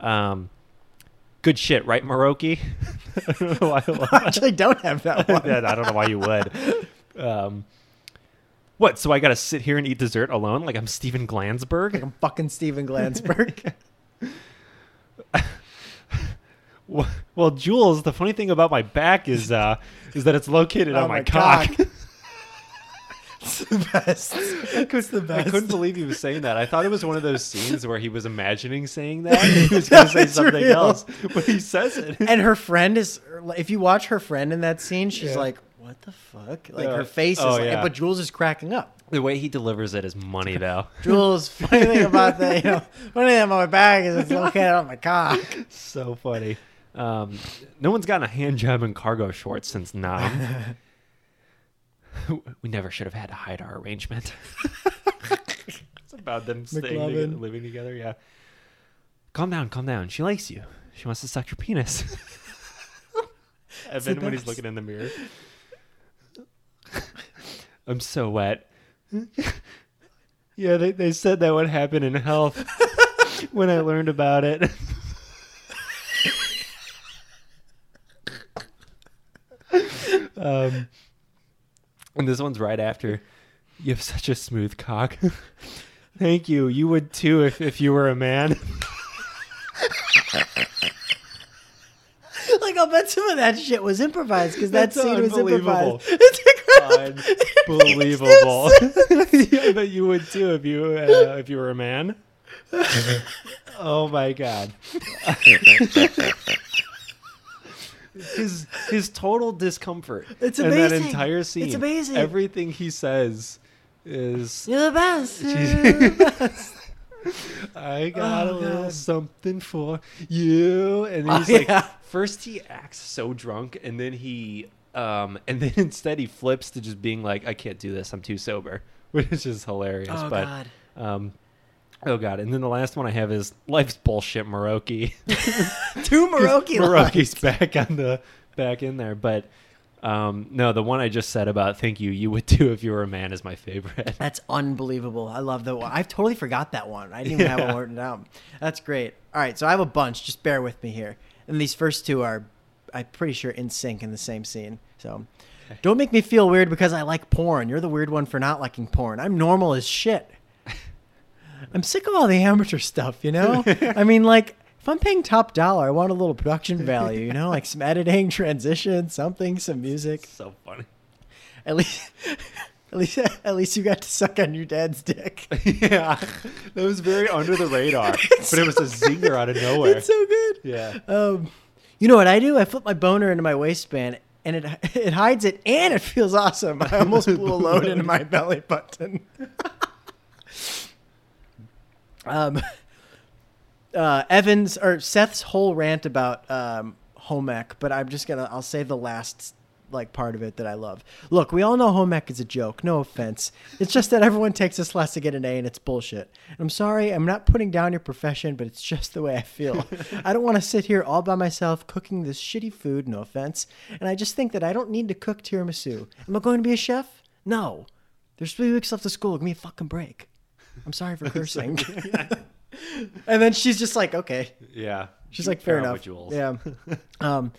Speaker 1: um, good shit, right,
Speaker 2: [laughs]
Speaker 1: Maroki? [laughs] I don't know why I love
Speaker 2: I actually don't have
Speaker 1: [laughs]
Speaker 2: that one.
Speaker 1: that. I don't know why you would. Um, what? So I got to sit here and eat dessert alone, like I'm Steven
Speaker 2: [laughs] Like
Speaker 1: Glansberg?
Speaker 2: I'm fucking
Speaker 1: [laughs]
Speaker 2: Steven Glansberg.
Speaker 1: Wh- [laughs] Well, Jules, the funny thing about my back is uh, is that it's located [laughs]
Speaker 2: Oh,
Speaker 1: on my,
Speaker 2: my
Speaker 1: cock.
Speaker 2: cock. the best. It's the
Speaker 1: I
Speaker 2: best.
Speaker 1: couldn't believe he was saying that. I thought it was one of those scenes where he was imagining saying [laughs] that. and He was going to say
Speaker 2: It's
Speaker 1: something
Speaker 2: real.
Speaker 1: else, but he says it.
Speaker 2: and her friend is if you watch her friend in that scene she's
Speaker 1: Yeah.
Speaker 2: like what the fuck like
Speaker 1: Yeah.
Speaker 2: her face
Speaker 1: Oh,
Speaker 2: is like,
Speaker 1: yeah.
Speaker 2: but jules is cracking up
Speaker 1: The way he delivers it is money, though.
Speaker 2: jules [laughs] funny thing about that you know funny thing about my bag
Speaker 1: [laughs]
Speaker 2: is it's located on my cock
Speaker 1: so funny. Um, no one's gotten a hand job in cargo shorts since nine. [laughs] we never should have had to hide our arrangement. [laughs] it's about them staying together,
Speaker 2: McLovin.
Speaker 1: living together. Yeah. Calm down, calm down. She likes you. She wants to suck your [laughs] penis. and
Speaker 2: the
Speaker 1: then when he's
Speaker 2: best.
Speaker 1: looking in the mirror, [laughs] I'm so wet. [laughs] yeah, they, they said that would happen in [laughs] health when I learned about it. [laughs] um, and this one's right after. You have such a smooth cock. [laughs] Thank you. You would too if, if you were a man.
Speaker 2: [laughs] like i'll bet some of that shit was improvised because that
Speaker 1: That's
Speaker 2: scene was
Speaker 1: unbelievable.
Speaker 2: improvised [laughs] it's [laughs]
Speaker 1: Unbelievable. [laughs] yeah, but you would too if you uh, if you were a
Speaker 2: [laughs]
Speaker 1: man. oh my god. his his total discomfort.
Speaker 2: It's
Speaker 1: In that
Speaker 2: amazing.
Speaker 1: entire
Speaker 2: It's
Speaker 1: scene.
Speaker 2: amazing.
Speaker 1: Everything he says is
Speaker 2: you're
Speaker 1: [laughs]
Speaker 2: the best
Speaker 1: She's- [laughs] I got a
Speaker 2: Oh,
Speaker 1: little
Speaker 2: God.
Speaker 1: something for you. And
Speaker 2: Oh,
Speaker 1: he's
Speaker 2: yeah.
Speaker 1: like, first he acts so drunk, and then he, um, and then [laughs] instead he flips to just being like, I can't do this. I'm too sober, [laughs] which is just hilarious.
Speaker 2: Oh,
Speaker 1: but,
Speaker 2: God.
Speaker 1: um, oh God. And then the last one I have is life's bullshit, Maroki. [laughs]
Speaker 2: [laughs] two Maroki
Speaker 1: Maroki's
Speaker 2: lines.
Speaker 1: back on the back in there, but. Um, no, the one I just said about thank you, you would too if you were a man is my favorite. [laughs]
Speaker 2: That's unbelievable. I love that one. I totally forgot that one. I didn't even have
Speaker 1: Yeah.
Speaker 2: it written down. That's great. All right, so I have a bunch. Just bear with me here. And these first two are, I'm pretty sure, in sync in the same scene. So don't make me feel weird because I like porn. You're the weird one for not liking porn. I'm normal as shit. I'm sick of all the amateur stuff, you know? I mean, like, if I'm paying top dollar, I want a little production value, you know? Like some editing, transition, something, some music.
Speaker 1: so funny.
Speaker 2: At least, [laughs] at least, at least you got to suck on your dad's dick.
Speaker 1: yeah, that was very [laughs] under the radar,
Speaker 2: [laughs] It's
Speaker 1: but it was a
Speaker 2: so
Speaker 1: zinger out of nowhere.
Speaker 2: It's so good.
Speaker 1: yeah,
Speaker 2: Um, you know what I do? I flip my boner into my waistband, and it it hides it, and it feels awesome. I almost blew a load
Speaker 1: [laughs]
Speaker 2: into my belly button. [laughs] um, uh, Evans or Seth's whole rant about um, home ec, but I'm just gonna I'll say the last like part of it that I love. Look, we all know home ec is a joke. No offense. It's just that everyone takes us less to get an A, and it's bullshit. I'm sorry. I'm not putting down your profession, but it's just the way I [laughs] feel. I don't want to sit here all by myself cooking this shitty food. No offense. And I just think that I don't need to cook tiramisu. Am I going to be a chef? No. There's three weeks left of school. Give me a fucking break. [laughs] I'm sorry for cursing. and then she's just like, okay.
Speaker 1: yeah.
Speaker 2: She's like, fair enough.
Speaker 1: [laughs]
Speaker 2: Yeah. Um,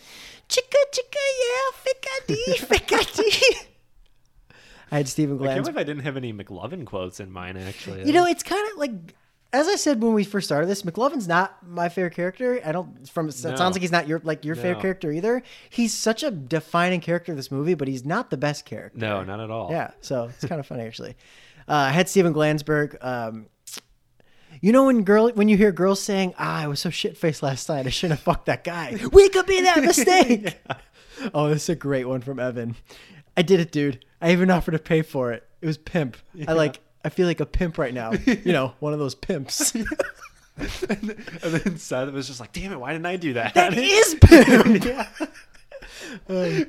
Speaker 2: chicka chicka yeah,
Speaker 1: [laughs]
Speaker 2: ficadi ficadi. I had Stephen
Speaker 1: I can't
Speaker 2: Glenn's.
Speaker 1: believe I didn't have any McLovin quotes in mine. Actually,
Speaker 2: You know, it's kind of like, as I said when we first started this, McLovin's not my favorite character. I don't. From it
Speaker 1: No.
Speaker 2: sounds like he's not your like your favorite
Speaker 1: No.
Speaker 2: character either. He's such a defining character of this movie, but he's not the best character.
Speaker 1: no, not at all.
Speaker 2: Yeah, so it's kind of funny actually. Uh, I had Steven Glansberg. Um, you know when girl when you hear girls saying, "Ah, I was so shit faced last night. I shouldn't have fucked that guy." [laughs] We could be that mistake. Oh, this is a great one from Evan. I did it, dude. I even offered to pay for it. It was pimp. I like. I feel like a pimp right now. You know, one of those pimps.
Speaker 1: [laughs] and then Seth was just like, "Damn it, why didn't I do that?"
Speaker 2: [laughs] [laughs] that is pimp.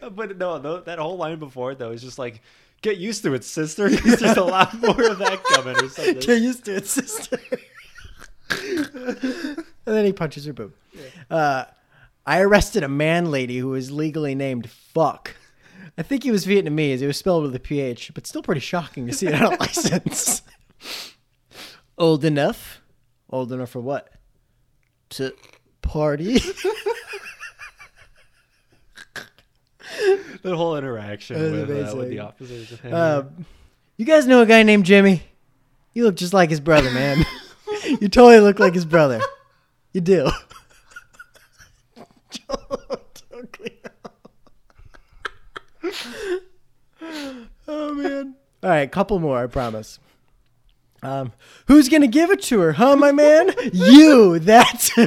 Speaker 1: [laughs] but no, no, that whole line before it, though is just like, "Get used to it, sister." [laughs] There's just a lot more of that coming, or
Speaker 2: [laughs]
Speaker 1: something.
Speaker 2: Get used to it, sister. and then he punches her boob. Uh, I arrested a man lady who was legally named Fuck. I think he was Vietnamese. It was spelled with a PH, but still pretty shocking to see it on a license. Old enough? Old enough for what? To [laughs] party?
Speaker 1: The whole interaction
Speaker 2: That was
Speaker 1: with, uh, with
Speaker 2: amazing.
Speaker 1: the officers. and him.
Speaker 2: Um, you guys know a guy named Jimmy? You look just like his brother, man. [laughs] you totally look like his brother. You do. oh man. All right, couple more, I promise. Um, who's gonna give it to her, huh, my [laughs] man? you, that's who.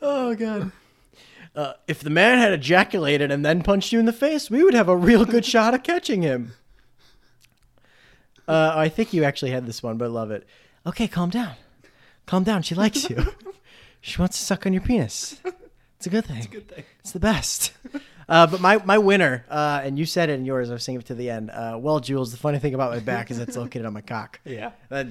Speaker 2: oh god. Uh, if the man had ejaculated and then punched you in the face, we would have a real [laughs] good shot of catching him. Uh, I think you actually had this one, but I love it. Okay, calm down. Calm down. She likes you. [laughs] she wants to suck on your penis. It's a good thing. It's, the best. [laughs] Uh, but my, my winner, uh, and you said it in yours, I was saying it to the end. Uh, well, Jules, the funny thing about my back is it's located on my cock.
Speaker 1: [laughs] Yeah.
Speaker 2: That,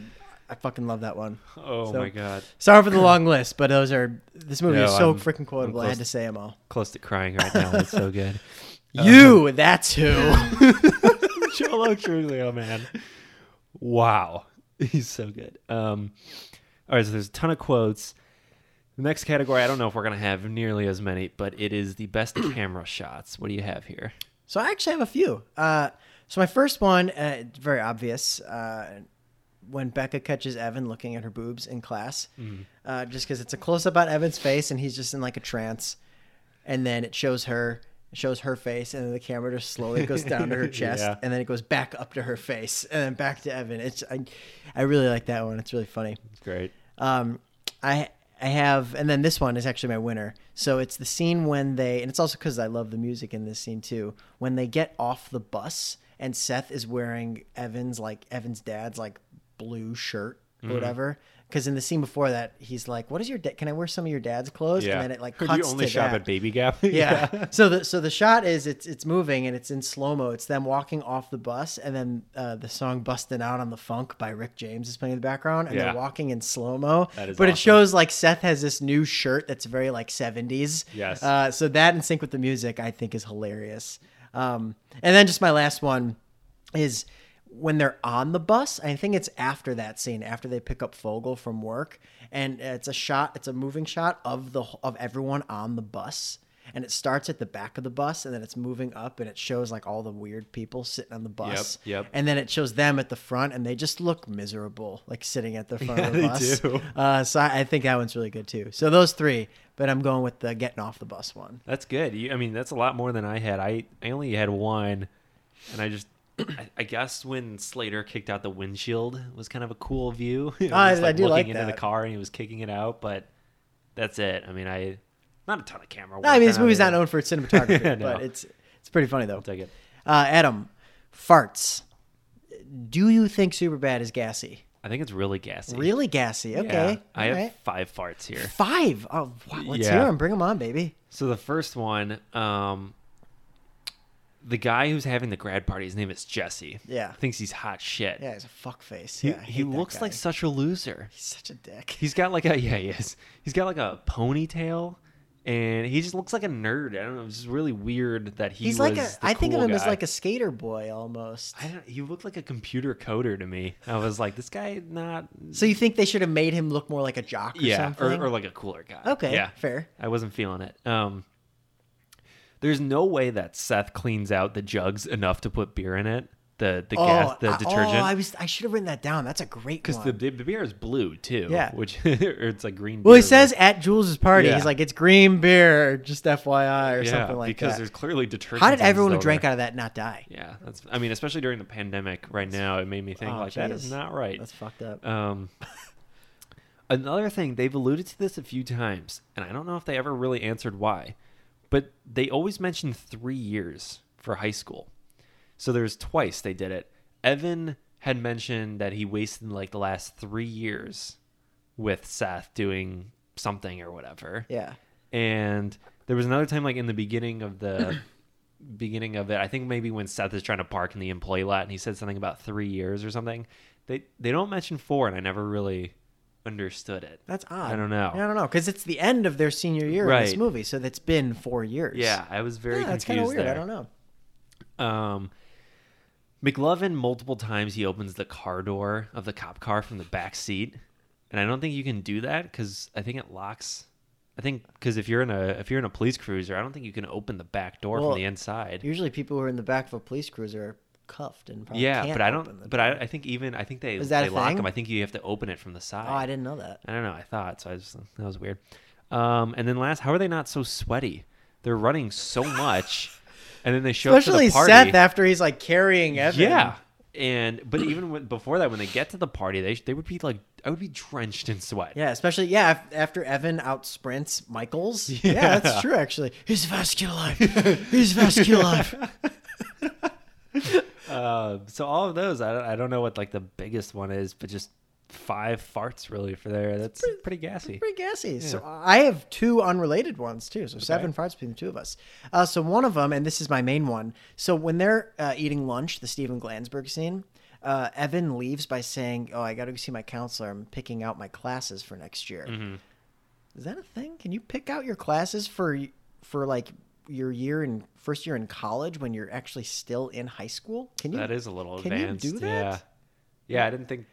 Speaker 2: I fucking love that one.
Speaker 1: Oh
Speaker 2: So-
Speaker 1: my god.
Speaker 2: Sorry for the long list, but those are, this movie is
Speaker 1: No,
Speaker 2: so
Speaker 1: I'm-
Speaker 2: freaking quotable. I
Speaker 1: close. Uh,
Speaker 2: had to say them all.
Speaker 1: Close to crying right now. It's
Speaker 2: [laughs]
Speaker 1: so good.
Speaker 2: You, that's who. [laughs]
Speaker 1: [laughs] Cholo Truglio, man. Wow. [laughs] He's so good. Um, all right, so there's a ton of quotes. The next category, I don't know if we're going to have nearly as many, but it is the [clears throat] best camera shots. What do you have here?
Speaker 2: So I actually have a few. Uh, so my first one, uh, it's very obvious, uh, when Becca catches Evan looking at her boobs in class, uh, just because it's a close up on Evan's face and he's just in like a trance, and then it shows her, it shows her face, and then the camera just slowly goes down to her chest,
Speaker 1: Yeah.
Speaker 2: and then it goes back up to her face, and then back to Evan. It's I, I really like that one. It's really funny.
Speaker 1: It's great.
Speaker 2: Um, I I have, and then this one is actually my winner. So it's the scene when they, and it's also because I love the music in this scene too. When they get off the bus, and Seth is wearing Evan's like Evan's dad's like blue shirt or whatever. Because in the scene before that, he's like, "What is your dad? Can I wear some of your dad's clothes?" And then it like
Speaker 1: Or
Speaker 2: cuts
Speaker 1: do you only
Speaker 2: to
Speaker 1: shop
Speaker 2: that
Speaker 1: at Baby
Speaker 2: [laughs]
Speaker 1: Gap? [laughs]
Speaker 2: yeah. So the so the shot is it's it's moving and it's in slow mo. It's them walking off the bus, and then uh, the song "Bustin' Out on the Funk" by Rick James is playing in the background, and
Speaker 1: Yeah.
Speaker 2: they're walking in slow mo. But
Speaker 1: That is awesome.
Speaker 2: it shows like Seth has this new shirt that's very like seventies.
Speaker 1: Yes.
Speaker 2: Uh, so that in sync with the music, I think is hilarious. Um, and then just my last one is when they're on the bus. I think it's after that scene, after they pick up Fogel from work, and it's a shot. It's a moving shot of the of everyone on the bus, and it starts at the back of the bus, and then it's moving up, and it shows like all the weird people sitting on the bus.
Speaker 1: Yep, yep.
Speaker 2: And then it shows them at the front, and they just look miserable, like sitting at the front of the
Speaker 1: Yeah, they
Speaker 2: bus.
Speaker 1: do.
Speaker 2: Uh, so I, I think that one's really good too. So those three, but I'm going with the getting off the bus one.
Speaker 1: That's good. You, I mean, that's a lot more than I had. I, I only had one, and I just, I, I guess when Slater kicked out the windshield it was kind of a cool view. [laughs] It was
Speaker 2: I-
Speaker 1: just,
Speaker 2: I do
Speaker 1: looking
Speaker 2: like
Speaker 1: into the
Speaker 2: that.
Speaker 1: car and he was kicking it out, but that's it. I mean, I not a ton of camera.
Speaker 2: No, I mean
Speaker 1: work
Speaker 2: this
Speaker 1: on
Speaker 2: movie's
Speaker 1: it.
Speaker 2: not known for its
Speaker 1: [laughs]
Speaker 2: cinematography,
Speaker 1: Yeah, no.
Speaker 2: but it's it's pretty funny though.
Speaker 1: I'll take it.
Speaker 2: Uh, Adam, farts. Do you think Superbad is gassy?
Speaker 1: I think it's really gassy.
Speaker 2: Really gassy. Okay.
Speaker 1: Yeah. I
Speaker 2: All
Speaker 1: have
Speaker 2: right.
Speaker 1: five farts here.
Speaker 2: five. Oh, wow. let's
Speaker 1: Yeah.
Speaker 2: hear 'em. hear them. Bring them on, baby.
Speaker 1: So the first one, um, the guy who's having the grad party, his name is Jesse.
Speaker 2: Yeah.
Speaker 1: Thinks he's hot shit.
Speaker 2: Yeah, he's a fuck face.
Speaker 1: He,
Speaker 2: Yeah, I
Speaker 1: he
Speaker 2: hate that
Speaker 1: looks
Speaker 2: guy.
Speaker 1: like such a loser.
Speaker 2: he's such a dick.
Speaker 1: He's got like a [laughs] yeah, he is. He's got like a ponytail, and he just looks like a nerd. I don't know. It's just really weird that he was
Speaker 2: he's like a.
Speaker 1: the
Speaker 2: I think of
Speaker 1: cool
Speaker 2: him as
Speaker 1: guy.
Speaker 2: like a skater boy almost.
Speaker 1: I don't, he looked like a computer coder to me. I was like, this guy
Speaker 2: [laughs]
Speaker 1: not.
Speaker 2: So you think they should have made him look more like a jock or
Speaker 1: yeah, or,
Speaker 2: something?
Speaker 1: or like a cooler guy.
Speaker 2: okay,
Speaker 1: Yeah.
Speaker 2: fair.
Speaker 1: I wasn't feeling it. Um, there's no way that Seth cleans out the jugs enough to put beer in it. The the gas, the
Speaker 2: I-
Speaker 1: detergent.
Speaker 2: Oh, I was. I should have written that down. That's a great
Speaker 1: because
Speaker 2: one.
Speaker 1: the, the beer is blue too,
Speaker 2: Yeah.
Speaker 1: Which [laughs] or it's like green.
Speaker 2: well,
Speaker 1: beer,
Speaker 2: he says at Jules's party,
Speaker 1: Yeah.
Speaker 2: he's like, "It's green beer, just FYI, or
Speaker 1: yeah,
Speaker 2: something like
Speaker 1: because
Speaker 2: that."
Speaker 1: there's clearly detergent.
Speaker 2: How did everyone who
Speaker 1: over.
Speaker 2: drank out of that not die?
Speaker 1: Yeah, that's. I mean, especially during the pandemic right now, it made me think
Speaker 2: Oh,
Speaker 1: like that is
Speaker 2: geez.
Speaker 1: not right.
Speaker 2: That's fucked up.
Speaker 1: Um, [laughs] another thing they've alluded to this a few times, and I don't know if they ever really answered why, but they always mention three years for high school. So there's twice they did it. Evan had mentioned that he wasted like the last three years with Seth doing something or whatever
Speaker 2: yeah.
Speaker 1: and there was another time like in the beginning of the [coughs] beginning of it i think maybe when seth is trying to park in the employee lot and he said something about three years or something they they don't mention four and i never really understood it
Speaker 2: That's odd.
Speaker 1: I don't know.
Speaker 2: I don't know because it's the end of their senior year in
Speaker 1: Right.
Speaker 2: this movie, so that's been four years.
Speaker 1: yeah i was very
Speaker 2: yeah, that's kind of
Speaker 1: confused
Speaker 2: weird.
Speaker 1: there.
Speaker 2: I don't know.
Speaker 1: Um, McLovin multiple times he opens the car door of the cop car from the back seat, and I don't think you can do that because I think it locks. I think because if you're in a if you're in a police cruiser, I don't think you can open the back door
Speaker 2: Well,
Speaker 1: from the inside.
Speaker 2: Usually, people who are in the back of a police cruiser are cuffed and probably
Speaker 1: yeah,
Speaker 2: can't
Speaker 1: but I
Speaker 2: open the
Speaker 1: don't. But I, I think even I think they
Speaker 2: Is that
Speaker 1: they
Speaker 2: a
Speaker 1: lock
Speaker 2: thing?
Speaker 1: them. I think you have to open it from the side.
Speaker 2: Oh, I didn't know that.
Speaker 1: I don't know. I thought so. I just that was weird. Um, and then last, how are they not so sweaty? They're running so
Speaker 2: [laughs]
Speaker 1: much, and then they show
Speaker 2: Especially
Speaker 1: up to the party.
Speaker 2: Seth after he's like carrying Evan.
Speaker 1: Yeah. And but even when, before that, when they get to the party, they they would be like, I would be drenched in sweat.
Speaker 2: Yeah, especially yeah af- after Evan out sprints Michaels. Yeah.
Speaker 1: Yeah.
Speaker 2: that's true. Actually, he's vascular life. he's vascular life.
Speaker 1: Uh, so all of those, I don't, I don't know what like the biggest one is, but just five farts really for there. That's pretty, gassy.
Speaker 2: Pretty gassy. So I have two unrelated ones too. So seven farts between the two of us. Uh, so one of them, and this is my main one. So when they're uh, eating lunch, the Steven Glansberg scene, uh, Evan leaves by saying, "Oh, I got to go see my counselor. I'm picking out my classes for next year."
Speaker 1: Mm-hmm.
Speaker 2: Is that a thing? Can you pick out your classes for for like your year in first year in college when you're actually still in high school? Can you?
Speaker 1: that is a little
Speaker 2: can you
Speaker 1: advanced.
Speaker 2: do that?
Speaker 1: Yeah. Yeah, I didn't think.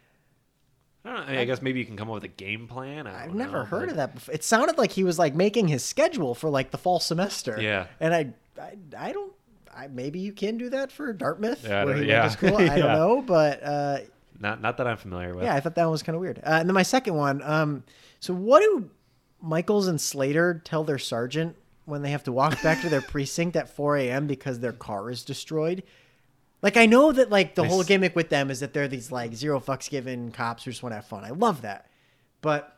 Speaker 1: I don't know. I, mean, I guess maybe you can come up with a game plan. I
Speaker 2: I've
Speaker 1: don't
Speaker 2: never
Speaker 1: know,
Speaker 2: heard
Speaker 1: Oh, but-
Speaker 2: of that before. It sounded like he was like making his schedule for like the fall semester.
Speaker 1: Yeah.
Speaker 2: And I, I, I don't. I, maybe you can do that for Dartmouth,
Speaker 1: Yeah, I
Speaker 2: where
Speaker 1: don't-
Speaker 2: he
Speaker 1: yeah.
Speaker 2: went
Speaker 1: [laughs]
Speaker 2: to school. I don't
Speaker 1: Yeah.
Speaker 2: know, but uh,
Speaker 1: Not not that I'm familiar with.
Speaker 2: yeah, I thought that one was kind of weird. Uh, and then my second one. Um, so what do Michaels and Slater tell their sergeant when they have to walk
Speaker 1: [laughs]
Speaker 2: back to their precinct at 4 a.m. because their car is destroyed? Like I know that like the
Speaker 1: They
Speaker 2: whole
Speaker 1: s-
Speaker 2: gimmick with them is that they're these like zero fucks given cops who just want to have fun. I love that, but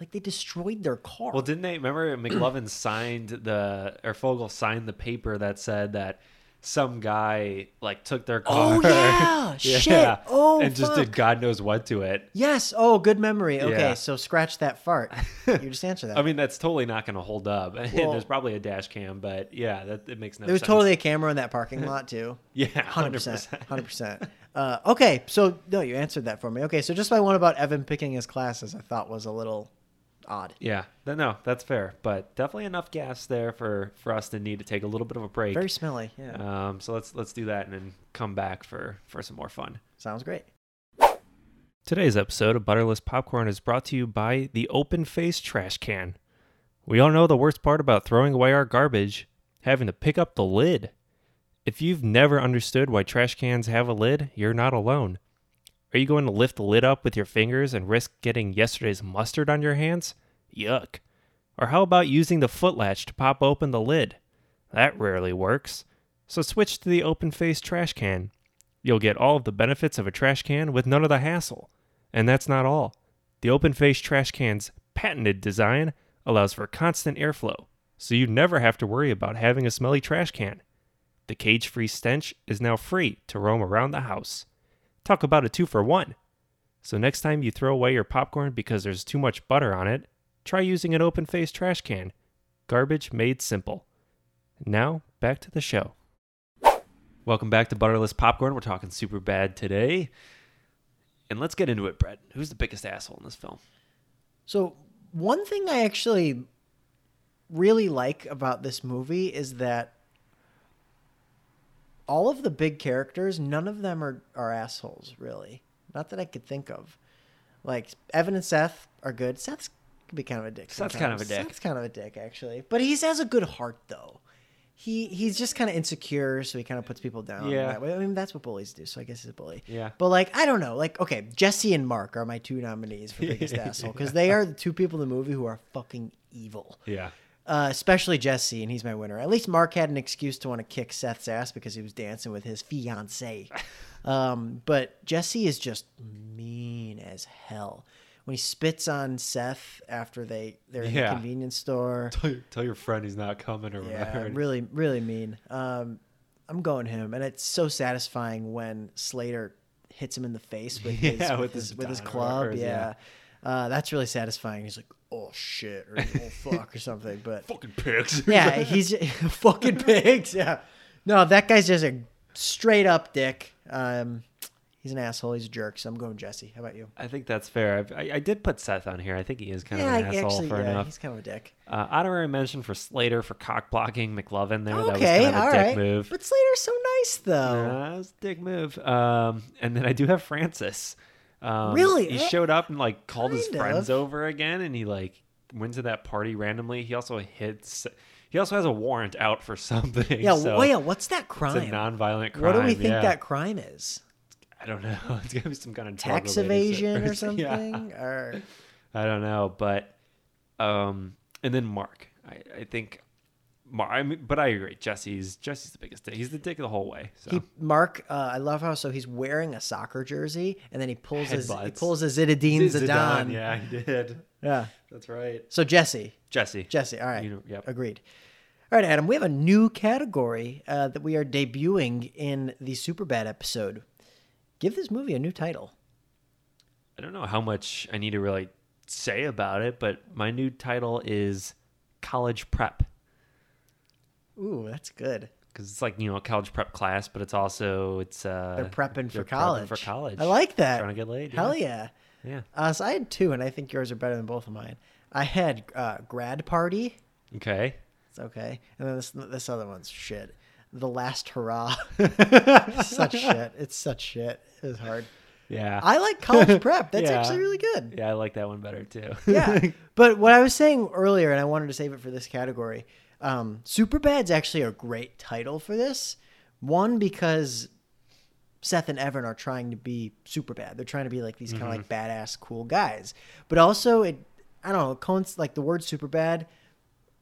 Speaker 2: like they destroyed their car.
Speaker 1: Well, didn't they remember McLovin [clears throat] signed the or Fogel signed the paper that said that some guy like took their car.
Speaker 2: Oh,
Speaker 1: [laughs]
Speaker 2: yeah. Shit. Oh,
Speaker 1: and just did
Speaker 2: fuck.
Speaker 1: God knows what to it.
Speaker 2: yes. Oh, good memory. Okay,
Speaker 1: Yeah.
Speaker 2: so scratch that
Speaker 1: [laughs]
Speaker 2: fart. you just answer that.
Speaker 1: I mean, that's totally not going to hold up. [laughs] And
Speaker 2: Well-
Speaker 1: there's probably a dash cam, but yeah, that it makes no.
Speaker 2: there was
Speaker 1: sense.
Speaker 2: totally a camera in that parking lot too.
Speaker 1: [laughs] yeah,
Speaker 2: hundred percent, hundred percent. Uh, Okay, so no, you answered that for me. Okay, so just my one about Evan picking his classes, I thought was a little odd.
Speaker 1: Yeah, Th- no, that's fair, but definitely enough gas there for for us to need to take a little bit of a break.
Speaker 2: Very smelly. Yeah,
Speaker 1: um, so let's let's do that and then come back for for some more fun.
Speaker 2: sounds great.
Speaker 1: Today's episode of Butterless Popcorn is brought to you by the Open Face Trash Can. We all know the worst part about throwing away our garbage having to pick up the lid. If you've never understood why trash cans have a lid, you're not alone. Are you going to lift the lid up with your fingers and risk getting yesterday's mustard on your hands? Yuck. Or how about using the footlatch to pop open the lid? That rarely works. So switch to the open face trash can. You'll get all of the benefits of a trash can with none of the hassle. And that's not all. The open face trash can's patented design allows for constant airflow, so you never have to worry about having a smelly trash can. The cage free stench is now free to roam around the house. Talk about a two for one. So next time you throw away your popcorn because there's too much butter on it, try using an open face trash can. Garbage made simple. Now, back to the show. Welcome back to Butterless Popcorn. We're talking super bad today. And let's get into it, Brett. Who's the biggest asshole in this film?
Speaker 2: So one thing I actually really like about this movie is that all of the big characters, none of them are, are assholes, really. Not that I could think of. Like Evan and Seth are good. Seth's can be kind of a dick.
Speaker 1: Seth's kind of a
Speaker 2: sometimes.
Speaker 1: dick.
Speaker 2: Seth's kind of a dick, actually. But he has a good heart, though. He he's just kind of insecure, so he kind of puts people down.
Speaker 1: Yeah.
Speaker 2: that way. I mean that's what bullies do. So I guess he's a bully.
Speaker 1: Yeah.
Speaker 2: But like I don't know. Like okay, Jesse and Mark are my two nominees
Speaker 1: [laughs]
Speaker 2: for biggest asshole because they are the two people in the movie who are fucking evil.
Speaker 1: Yeah.
Speaker 2: Uh, especially Jesse, and he's my winner. At least Mark had an excuse to want to kick Seth's ass because he was dancing with his
Speaker 1: [laughs]
Speaker 2: fiance. Um, but Jesse is just mean as hell. When he spits on Seth after they they're in
Speaker 1: Yeah.
Speaker 2: the convenience store,
Speaker 1: Tell your, tell your friend he's not coming or
Speaker 2: yeah, really, really mean. Um, I'm going him, and it's so satisfying when Slater hits him in the face
Speaker 1: [laughs]
Speaker 2: with his
Speaker 1: Yeah,
Speaker 2: with
Speaker 1: with
Speaker 2: his
Speaker 1: his
Speaker 2: with his
Speaker 1: baton or
Speaker 2: club.
Speaker 1: whatever,
Speaker 2: Yeah, Uh, that's really satisfying. He's like, "Oh shit," or
Speaker 1: [laughs]
Speaker 2: "Oh fuck," or something. But
Speaker 1: [laughs] Fucking [laughs] pigs.
Speaker 2: yeah, he's [laughs] fucking pigs. Yeah, no, that guy's just a straight up dick. Um, he's an asshole. He's a jerk. So I'm going Jesse. How about you?
Speaker 1: I think that's fair. I've- I, I did put Seth on here. I think he is kind
Speaker 2: yeah,
Speaker 1: of an
Speaker 2: I-
Speaker 1: asshole for
Speaker 2: yeah,
Speaker 1: enough.
Speaker 2: he's kind of a dick.
Speaker 1: Uh, honorary mention for Slater for cock blocking McLovin there. that was
Speaker 2: okay,
Speaker 1: kind of a
Speaker 2: all
Speaker 1: dick
Speaker 2: right.
Speaker 1: move.
Speaker 2: But Slater's so nice though.
Speaker 1: Yeah, that was a dick move. Um, and then I do have Francis. Um,
Speaker 2: Really?
Speaker 1: He
Speaker 2: Eh,
Speaker 1: showed up and like called his
Speaker 2: kind
Speaker 1: friends
Speaker 2: of.
Speaker 1: over again, and he like went to that party randomly. He also hits. He also has a warrant out for [laughs] something.
Speaker 2: Yeah,
Speaker 1: so
Speaker 2: well, yeah. What's that
Speaker 1: It's a
Speaker 2: crime?
Speaker 1: nonviolent crime.
Speaker 2: what do we think
Speaker 1: yeah.
Speaker 2: that crime is?
Speaker 1: [laughs] I don't know. [laughs] It's gonna be some kind of drug
Speaker 2: Tax
Speaker 1: related
Speaker 2: evasion or
Speaker 1: shit.
Speaker 2: something?
Speaker 1: [laughs] Yeah.
Speaker 2: Or
Speaker 1: I don't know, but um, and then Mark. I, I think Mar- I mean, but I agree. Jesse's Jesse's the biggest dick. He's the dick of the whole way. So [laughs]
Speaker 2: He Mark, uh, I love how so he's wearing a soccer jersey and then he pulls his he
Speaker 1: Headbutts.
Speaker 2: pulls a Zidane Zidane.
Speaker 1: Yeah, he did. [laughs]
Speaker 2: Yeah.
Speaker 1: That's right.
Speaker 2: So Jesse,
Speaker 1: Jesse.
Speaker 2: Jesse, all right,
Speaker 1: You know- yep.
Speaker 2: agreed. All right, Adam, we have a new category uh, that we are debuting in the Superbad episode. Give this movie a new title.
Speaker 1: I don't know how much I need to really say about it, but my new title is college prep
Speaker 2: Ooh, that's good.
Speaker 1: because it's like you know a college prep class, but it's also it's uh
Speaker 2: They're prepping
Speaker 1: they're
Speaker 2: for college.
Speaker 1: for college.
Speaker 2: I like that.
Speaker 1: Trying to get laid,
Speaker 2: Hell
Speaker 1: yeah.
Speaker 2: yeah.
Speaker 1: yeah.
Speaker 2: Uh, so I had two, and I think yours are better than both of mine. I had uh, grad party.
Speaker 1: Okay.
Speaker 2: It's okay. And then this this other one's shit. The last hurrah. [laughs] such shit. It's such shit. It was hard.
Speaker 1: Yeah.
Speaker 2: I like college prep. That's
Speaker 1: Yeah.
Speaker 2: actually really good.
Speaker 1: yeah, I like that one better too.
Speaker 2: Yeah. but what I was saying earlier, and I wanted to save it for this category, um, Superbad's actually a great title for this. One because Seth and Evan are trying to be super bad. They're trying to be like these kind of like badass, cool guys. But also, it I don't know, it coinc- like the word super bad.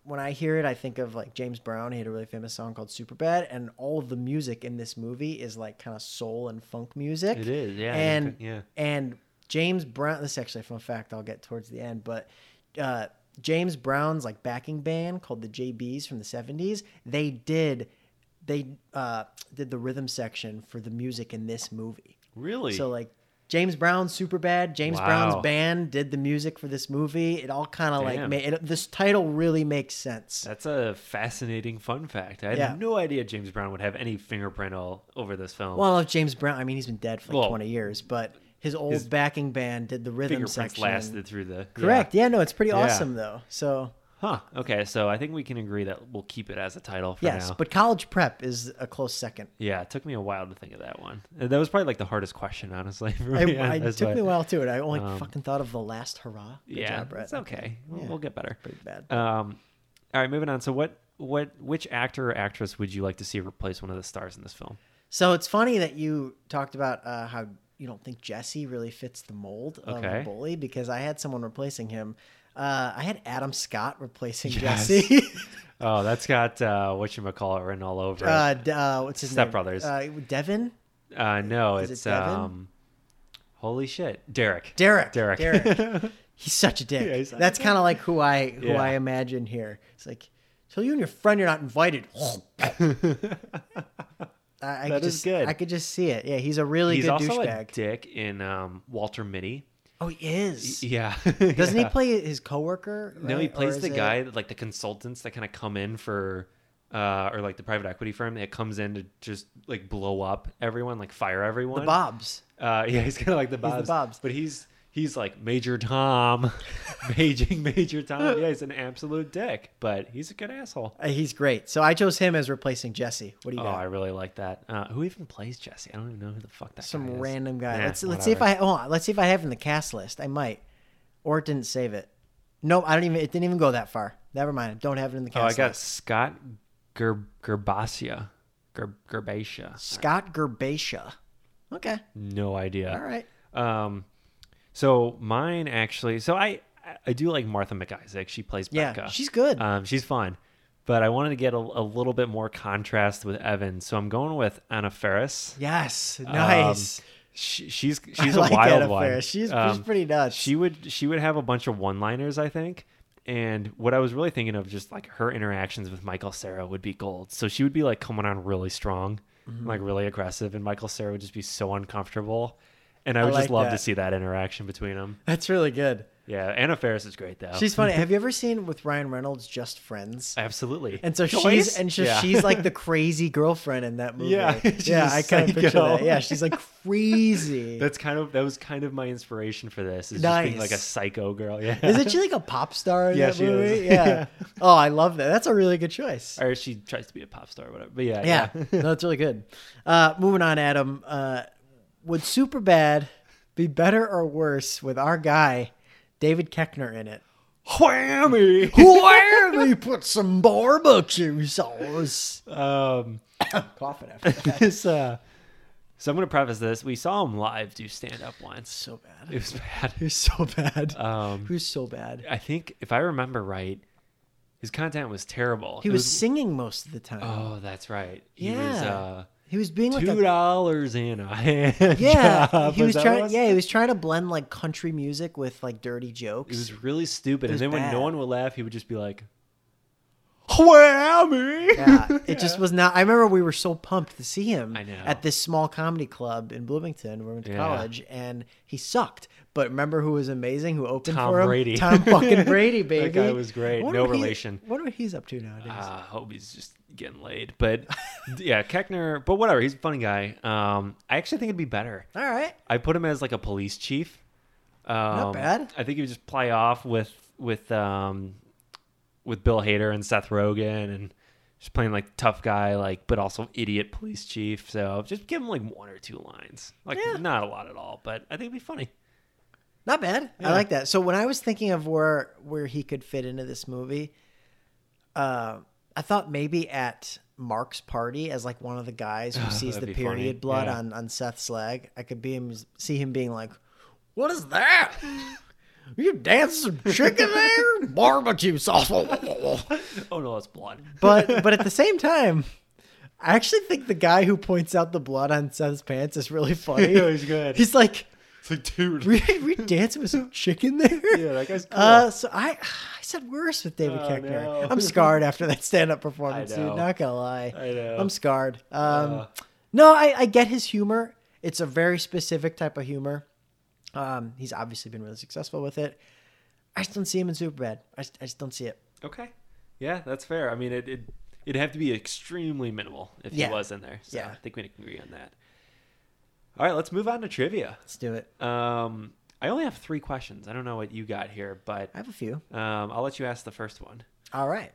Speaker 2: When I hear it, I think of like James Brown. He had a really famous song called Superbad, and all of the music in this movie is like kind of soul and funk music.
Speaker 1: It is, yeah, you
Speaker 2: And
Speaker 1: could- yeah.
Speaker 2: and James Brown. This is actually a fun fact. I'll get towards the end, but uh, James Brown's like backing band called the JBs from the '70s. They did they uh, did the rhythm section for the music in this movie.
Speaker 1: [laughs] really?
Speaker 2: So like James Brown's super bad. James
Speaker 1: Wow.
Speaker 2: Brown's band did the music for this movie. It all kind of like
Speaker 1: Damn.
Speaker 2: made it, this title really makes sense.
Speaker 1: That's a fascinating fun fact. I had
Speaker 2: Yeah.
Speaker 1: no idea James Brown would have any fingerprint all over this film.
Speaker 2: Well, if James Brown, I mean, he's been dead for like
Speaker 1: Well,
Speaker 2: 20 years, but his old backing band did the rhythm
Speaker 1: fingerprints
Speaker 2: section.
Speaker 1: lasted through the
Speaker 2: Correct. Yeah. no, it's pretty
Speaker 1: Yeah.
Speaker 2: awesome though. So
Speaker 1: Huh. Okay, so I think we can agree that we'll keep it as a title for
Speaker 2: yes,
Speaker 1: now.
Speaker 2: but college prep is a
Speaker 1: [laughs]
Speaker 2: close second.
Speaker 1: yeah, it took me a while to think of that one. And that was probably like the hardest question, honestly. [laughs] for me,
Speaker 2: I, I- it
Speaker 1: that's
Speaker 2: took
Speaker 1: why-
Speaker 2: me a while too, and I only fucking thought of the last hurrah. Good
Speaker 1: yeah,
Speaker 2: job, Brett.
Speaker 1: it's okay. We'll,
Speaker 2: Yeah.
Speaker 1: we'll get better.
Speaker 2: Pretty bad.
Speaker 1: Um, all right, moving on. So, what, what, which actor or actress would you like to see replace one of the stars in this film?
Speaker 2: So it's funny that you talked about uh, how you don't think Jesse really fits the mold of
Speaker 1: Okay.
Speaker 2: a bully because I had someone replacing him. Uh, I had Adam Scott replacing
Speaker 1: Yes. [laughs]
Speaker 2: Jesse.
Speaker 1: Oh, that's got uh, what you call it written all over. it.
Speaker 2: [laughs] uh, d- uh, what's his
Speaker 1: Step
Speaker 2: name?
Speaker 1: Brothers.
Speaker 2: Uh, Devin.
Speaker 1: Uh, no,
Speaker 2: Is it
Speaker 1: it's
Speaker 2: Devin?
Speaker 1: um, holy shit, Derek.
Speaker 2: Derek.
Speaker 1: Derek. [laughs]
Speaker 2: Derek. he's such a dick.
Speaker 1: Yeah, he's such
Speaker 2: That's
Speaker 1: a
Speaker 2: kind of like who I who
Speaker 1: Yeah.
Speaker 2: I imagine here. It's like, so you and your friend are not
Speaker 1: [laughs]
Speaker 2: invited. I,
Speaker 1: That
Speaker 2: I could
Speaker 1: is
Speaker 2: just,
Speaker 1: good.
Speaker 2: I could just see it. Yeah, he's a really
Speaker 1: He's
Speaker 2: good
Speaker 1: also a
Speaker 2: douchebag.
Speaker 1: dick in um, Walter Mitty.
Speaker 2: oh, he is. [laughs]
Speaker 1: Yeah, [laughs]
Speaker 2: Doesn't
Speaker 1: Yeah.
Speaker 2: he play his coworker?
Speaker 1: No, he
Speaker 2: right? Or
Speaker 1: plays
Speaker 2: is
Speaker 1: the
Speaker 2: it-
Speaker 1: guy that, like the consultants that kind of come in for, uh, or like the private equity firm that comes in to just like blow up everyone, like fire everyone.
Speaker 2: the Bob's.
Speaker 1: Uh, [laughs] yeah, he's kind of like the Bob's,
Speaker 2: Bob's.
Speaker 1: but he's he's like Major Tom, [laughs] Major Major Tom. Yeah, he's an absolute dick, but he's a good asshole.
Speaker 2: Uh, He's great. So I chose him as replacing Jesse. What do you
Speaker 1: Oh,
Speaker 2: got?
Speaker 1: I really like that. Uh, who even plays Jesse? I don't even know who the fuck that guy
Speaker 2: Some
Speaker 1: is.
Speaker 2: random guy.
Speaker 1: Nah,
Speaker 2: let's let's see if
Speaker 1: whatever.
Speaker 2: I oh let's see if I have in the cast list. I might, or it didn't save it. Nope, I don't even. It didn't even go that far. Never mind. Don't have it in the
Speaker 1: Oh, I
Speaker 2: cast.
Speaker 1: got
Speaker 2: list.
Speaker 1: Scott Ger- Gerbacia. Ger- Gerbacia.
Speaker 2: Scott Gerbatia. Okay.
Speaker 1: No idea.
Speaker 2: All right.
Speaker 1: Um, so mine actually. So I I do like Martha McIsaac. She plays
Speaker 2: Yeah,
Speaker 1: Becca.
Speaker 2: she's good.
Speaker 1: Um, she's fun. But I wanted to get a, a little bit more contrast with Evan, so I'm going with Anna Ferris.
Speaker 2: Yes.
Speaker 1: Um,
Speaker 2: Nice. [laughs]
Speaker 1: she, she's she's
Speaker 2: I
Speaker 1: a
Speaker 2: like
Speaker 1: wild
Speaker 2: Anna
Speaker 1: one.
Speaker 2: Faris. She's,
Speaker 1: Um,
Speaker 2: she's pretty nuts.
Speaker 1: she would she would have a bunch of one liners i think and what i was really thinking of just like her interactions with michael sarah would be gold so she would be like coming on really strong
Speaker 2: Mm-hmm.
Speaker 1: like really aggressive and michael sarah would just be so uncomfortable and i would
Speaker 2: like
Speaker 1: just love
Speaker 2: that.
Speaker 1: to see that interaction between them
Speaker 2: That's really good.
Speaker 1: yeah anna Faris is great though [laughs]
Speaker 2: She's funny. have you ever seen with Ryan Reynolds Just Friends?
Speaker 1: absolutely
Speaker 2: And so she's
Speaker 1: Joyce?
Speaker 2: and so
Speaker 1: Yeah.
Speaker 2: she's like the crazy girlfriend in that movie.
Speaker 1: Yeah, she's
Speaker 2: yeah,
Speaker 1: a
Speaker 2: I kind of picture
Speaker 1: psycho.
Speaker 2: that. Yeah, she's like
Speaker 1: [laughs] [laughs]
Speaker 2: crazy.
Speaker 1: that's kind of that was kind of my inspiration for this is just being
Speaker 2: Nice.
Speaker 1: like a psycho girl [laughs] yeah
Speaker 2: Isn't she like a pop star in
Speaker 1: Yeah,
Speaker 2: that
Speaker 1: she
Speaker 2: movie?
Speaker 1: is.
Speaker 2: Yeah. Oh, I love that. That's a really good choice.
Speaker 1: or she tries to be a pop star or whatever but yeah
Speaker 2: Yeah, no, that's really good. Uh, moving on, Adam. Uh, would Superbad be better or worse with our guy, David Keckner, in it? [laughs]
Speaker 1: whammy
Speaker 2: Where [laughs] we put some barbecue sauce?
Speaker 1: um
Speaker 2: [laughs] Coughing after that.
Speaker 1: this uh so i'm gonna preface this we saw him live do stand up once
Speaker 2: So bad.
Speaker 1: it was [laughs] bad
Speaker 2: You're so bad.
Speaker 1: um
Speaker 2: Who's so bad?
Speaker 1: i think if i remember right His content was terrible.
Speaker 2: He
Speaker 1: It
Speaker 2: was, singing most of the time.
Speaker 1: Oh, that's right. He
Speaker 2: yeah.
Speaker 1: was uh
Speaker 2: he was being like
Speaker 1: two
Speaker 2: a,
Speaker 1: dollars in a [laughs] hand
Speaker 2: yeah.
Speaker 1: job.
Speaker 2: he was
Speaker 1: Is that what it
Speaker 2: trying yeah, he was trying to blend like country music with like dirty
Speaker 1: [laughs] It
Speaker 2: jokes.
Speaker 1: was really stupid.
Speaker 2: It was
Speaker 1: and then when
Speaker 2: bad.
Speaker 1: no one would laugh, he would just be like, "Whammy!"
Speaker 2: [laughs] yeah, it just was not. I remember we were so pumped to see him
Speaker 1: I know.
Speaker 2: at this small comedy club in Bloomington where we went to
Speaker 1: Yeah.
Speaker 2: college, and he sucked. But remember who was amazing? Who opened
Speaker 1: Tom
Speaker 2: for him?
Speaker 1: Brady. [laughs]
Speaker 2: Tom fucking Brady, baby.
Speaker 1: That guy was great.
Speaker 2: I wonder
Speaker 1: No
Speaker 2: what he-
Speaker 1: relation. Uh,
Speaker 2: I wonder what he's up to nowadays.
Speaker 1: I hope he's just getting laid. But [laughs] yeah, Keckner. But whatever. He's a funny guy. Um, I actually think it'd be better.
Speaker 2: All right.
Speaker 1: I put him as like a police chief. Um,
Speaker 2: bad.
Speaker 1: I think he would just play off with with um, with Bill Hader and Seth Rogen and just playing like tough guy, like but also idiot police chief. So just give him like one or two lines, like
Speaker 2: Yeah.
Speaker 1: not a lot at all, but I think it'd be funny.
Speaker 2: Not bad. I
Speaker 1: Yeah.
Speaker 2: like that. So when I was thinking of where where he could fit into this movie, uh, I thought maybe at Mark's party as like one of the guys who sees
Speaker 1: [laughs]
Speaker 2: the
Speaker 1: that'd be funny.
Speaker 2: period blood
Speaker 1: Yeah.
Speaker 2: on on Seth's leg. I could be him see him being like, "What is that? You dance some chicken
Speaker 1: [laughs]
Speaker 2: there? Barbecue sauce."
Speaker 1: Oh no, that's blood.
Speaker 2: but but at the same time, I actually think the guy who points out the blood on Seth's pants is really funny.
Speaker 1: [laughs] he's good.
Speaker 2: He's like,
Speaker 1: It's like dude.
Speaker 2: [laughs] "We we dancing with some chicken
Speaker 1: [laughs]
Speaker 2: there?"
Speaker 1: yeah, that guy's cool.
Speaker 2: Uh, so I, I said worse with David
Speaker 1: Oh,
Speaker 2: Koechner.
Speaker 1: no.
Speaker 2: I'm scarred after that stand-up performance, dude.
Speaker 1: know.
Speaker 2: Not gonna lie,
Speaker 1: I know.
Speaker 2: I'm scarred. Um,
Speaker 1: Uh.
Speaker 2: no, I, I get his humor. It's a very specific type of humor. Um, he's obviously been really successful with it. I just don't see him in Superbad. I just, I just don't see it.
Speaker 1: okay. Yeah, that's fair. I mean, it, it it'd have to be extremely minimal if
Speaker 2: Yeah.
Speaker 1: he was in there. So
Speaker 2: Yeah.
Speaker 1: I think we can agree on that. All right, let's move on to trivia.
Speaker 2: Let's do it.
Speaker 1: Um, I only have three questions. I don't know what you got here, but
Speaker 2: I have a few.
Speaker 1: um, I'll let you ask the first one.
Speaker 2: All right.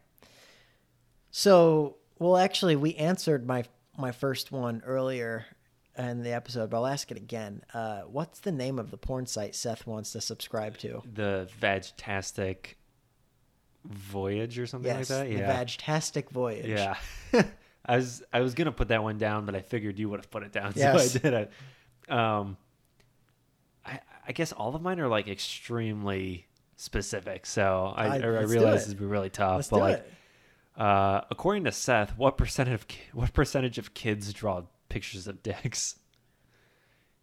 Speaker 2: So, well, actually, we answered my my first one earlier in the episode, but I'll ask it again. Uh, what's the name of the porn site Seth wants to subscribe to?
Speaker 1: The Vegtastic Voyage or something
Speaker 2: Yes,
Speaker 1: like that.
Speaker 2: the
Speaker 1: Yeah,
Speaker 2: Vagtastic Voyage.
Speaker 1: yeah. [laughs] I was I was gonna put that one down, but I figured you would have put it down, [laughs]
Speaker 2: Yes.
Speaker 1: so I did it. Um, I I guess all of mine are like extremely specific, so I I,
Speaker 2: Alright,
Speaker 1: I
Speaker 2: let's do
Speaker 1: realize
Speaker 2: it.
Speaker 1: this would be really tough.
Speaker 2: Let's
Speaker 1: but
Speaker 2: do
Speaker 1: like,
Speaker 2: it.
Speaker 1: Uh, according to Seth, what percent of ki- what percentage of kids draw pictures of dicks?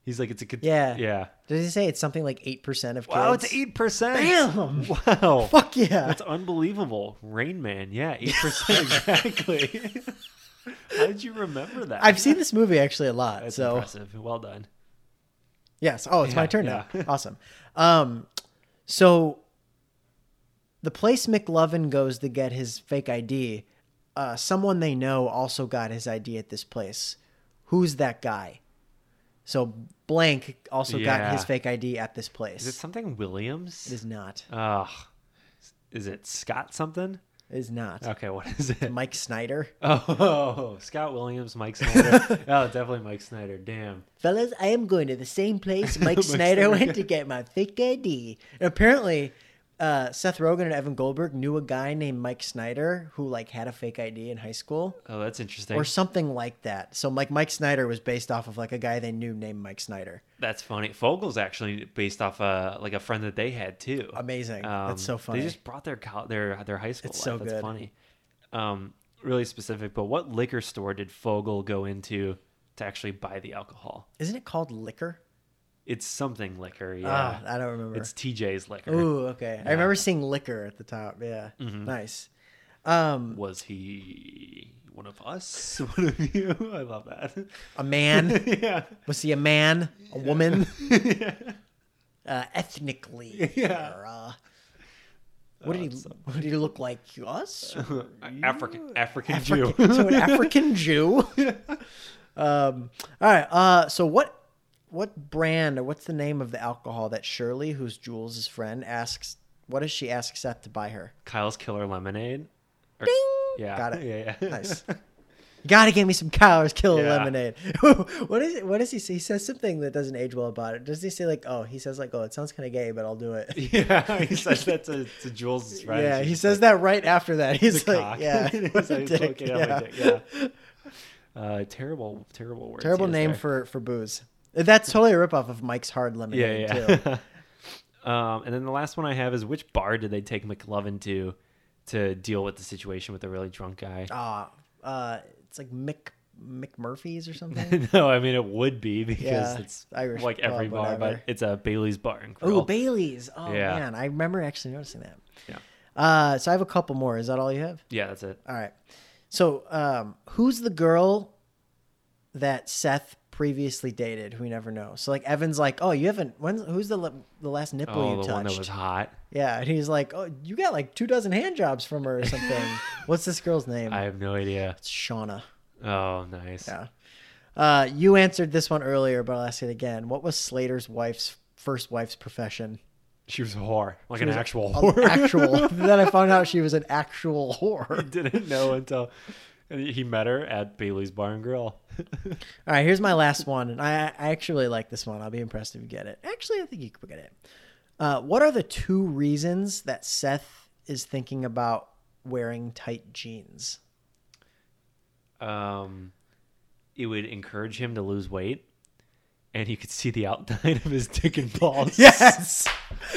Speaker 1: He's like, it's a kid.
Speaker 2: Yeah.
Speaker 1: yeah.
Speaker 2: Did he say it's something like eight percent of kids?
Speaker 1: Wow, it's eight percent.
Speaker 2: Damn! [laughs]
Speaker 1: Wow,
Speaker 2: Fuck yeah!
Speaker 1: that's unbelievable. Rain Man, yeah, eight
Speaker 2: [laughs]
Speaker 1: percent exactly. How did you remember that?
Speaker 2: I've seen this movie actually a lot.
Speaker 1: That's
Speaker 2: so
Speaker 1: impressive. Well done.
Speaker 2: yes. Oh, it's my
Speaker 1: Yeah,
Speaker 2: turn now.
Speaker 1: yeah. [laughs]
Speaker 2: awesome. Um, so the place McLovin goes to get his fake ID, uh, someone they know also got his ID at this place. Who's that guy? So blank also got
Speaker 1: Yeah.
Speaker 2: his fake ID at this place.
Speaker 1: Is it something Williams?
Speaker 2: it is not.
Speaker 1: Ugh. is it Scott something?
Speaker 2: It is not.
Speaker 1: Okay, what is
Speaker 2: [laughs]
Speaker 1: it?
Speaker 2: Mike Snyder.
Speaker 1: Oh, Scott Williams, Mike
Speaker 2: [laughs]
Speaker 1: Snyder. oh, definitely Mike Snyder. Damn.
Speaker 2: Fellas, I am going to the
Speaker 1: [laughs]
Speaker 2: same place Mike
Speaker 1: Mike
Speaker 2: Snyder
Speaker 1: Snyder,
Speaker 2: went
Speaker 1: yeah.
Speaker 2: to get my fake ID. And apparently, uh, Seth Rogen and Evan Goldberg knew a guy named Mike Snyder who like had a fake ID in high school
Speaker 1: Oh, that's interesting.
Speaker 2: or something like that. So like Mike Snyder was based off of like a guy they knew named Mike Snyder.
Speaker 1: That's funny. Fogel's actually based off uh, like a friend that they had too.
Speaker 2: Amazing.
Speaker 1: Um,
Speaker 2: That's so funny.
Speaker 1: They just brought their col- their their high school.
Speaker 2: It's
Speaker 1: life.
Speaker 2: so
Speaker 1: That's
Speaker 2: good.
Speaker 1: funny. Um, really specific. But what liquor store did Fogel go into to actually buy the alcohol?
Speaker 2: Isn't it called liquor?
Speaker 1: It's something liquor.
Speaker 2: Ah,
Speaker 1: Yeah,
Speaker 2: I don't remember.
Speaker 1: it's TJ's liquor.
Speaker 2: Ooh, okay. I remember seeing liquor at the top. Yeah.
Speaker 1: Mm-hmm.
Speaker 2: Nice. Um,
Speaker 1: Was he one of
Speaker 2: [laughs]
Speaker 1: us? One of you? I love that. [laughs]
Speaker 2: a man.
Speaker 1: yeah.
Speaker 2: Was he a man?
Speaker 1: [laughs]
Speaker 2: A woman? uh, ethnically?
Speaker 1: Yeah.
Speaker 2: or, uh, what did he?
Speaker 1: that's so-
Speaker 2: What did he look like? Us?
Speaker 1: African African, Jew.
Speaker 2: African, so an African Jew. um, all right. Uh, so what? What brand or what's the name of the alcohol that Shirley, who's Jules' friend, asks? What does she ask Seth to buy her?
Speaker 1: [laughs] Kyle's Killer Lemonade. Or- Yeah.
Speaker 2: Got it.
Speaker 1: Yeah. yeah.
Speaker 2: Nice. Gotta get me some Kyler's Killer
Speaker 1: Yeah.
Speaker 2: Lemonade. [laughs] what is it? What does he say? He says something that doesn't age well about it. Does he say like, oh, he says like, oh, it sounds kind of gay, but I'll do it.
Speaker 1: [laughs] Yeah,
Speaker 2: [laughs]
Speaker 1: he says that to, to Jules. Right?
Speaker 2: yeah,
Speaker 1: She's
Speaker 2: he
Speaker 1: just
Speaker 2: says that right after that. [laughs] He's
Speaker 1: like,
Speaker 2: like,
Speaker 1: "Cock." [laughs]
Speaker 2: yeah,
Speaker 1: He's
Speaker 2: what a
Speaker 1: like,
Speaker 2: dick.
Speaker 1: "Okay, I'm
Speaker 2: Yeah.
Speaker 1: a dick," yeah. Uh, terrible, terrible words.
Speaker 2: [laughs] Terrible
Speaker 1: he has
Speaker 2: name
Speaker 1: there.
Speaker 2: for for booze. That's totally a ripoff of Mike's Hard
Speaker 1: [laughs]
Speaker 2: Lemonade
Speaker 1: Yeah,
Speaker 2: too.
Speaker 1: [laughs] yeah. um, and then the last one I have is which bar did they take McLovin to to deal with the situation with a really drunk guy.
Speaker 2: Ah, uh, it's like Mick McMurphy's
Speaker 1: [laughs]
Speaker 2: or something.
Speaker 1: [laughs] no, I mean it would be because
Speaker 2: Yeah,
Speaker 1: it's
Speaker 2: Irish
Speaker 1: like every
Speaker 2: pub,
Speaker 1: bar,
Speaker 2: whatever.
Speaker 1: but it's a Bailey's bar and grill.
Speaker 2: Oh, Bailey's. Oh
Speaker 1: Yeah.
Speaker 2: man, I remember actually noticing that.
Speaker 1: Yeah.
Speaker 2: Uh, so I have a couple more. Is that all you have?
Speaker 1: yeah, that's it.
Speaker 2: All right. So, um, who's the girl that Seth previously dated? Who we never know. So, like Evan's like, oh, you haven't. When's who's the li- the last nipple
Speaker 1: Oh,
Speaker 2: you
Speaker 1: the
Speaker 2: touched?
Speaker 1: one that was hot.
Speaker 2: Yeah, and he's like, oh, you got like two dozen hand jobs from her
Speaker 1: [laughs]
Speaker 2: or something. What's this girl's name?
Speaker 1: I have no idea.
Speaker 2: It's Shauna.
Speaker 1: Oh, nice.
Speaker 2: Hmm. Yeah. Uh, you answered this one earlier, but I'll ask it again. What was Slater's wife's first wife's profession?
Speaker 1: She was a whore, like an
Speaker 2: was a-
Speaker 1: actual
Speaker 2: An
Speaker 1: whore. [laughs]
Speaker 2: actual. then I found out she was an actual whore.
Speaker 1: Didn't know until he met her at Bailey's Bar and [laughs] Grill.
Speaker 2: All right, here's my last one, and I, I actually like this one. I'll be impressed if you get it. Actually, I think you could get it. Uh, what are the two reasons that Seth is thinking about wearing tight jeans?
Speaker 1: um, it would encourage him to lose weight, and you could see the outline of his dick and balls.
Speaker 2: [laughs] Yes,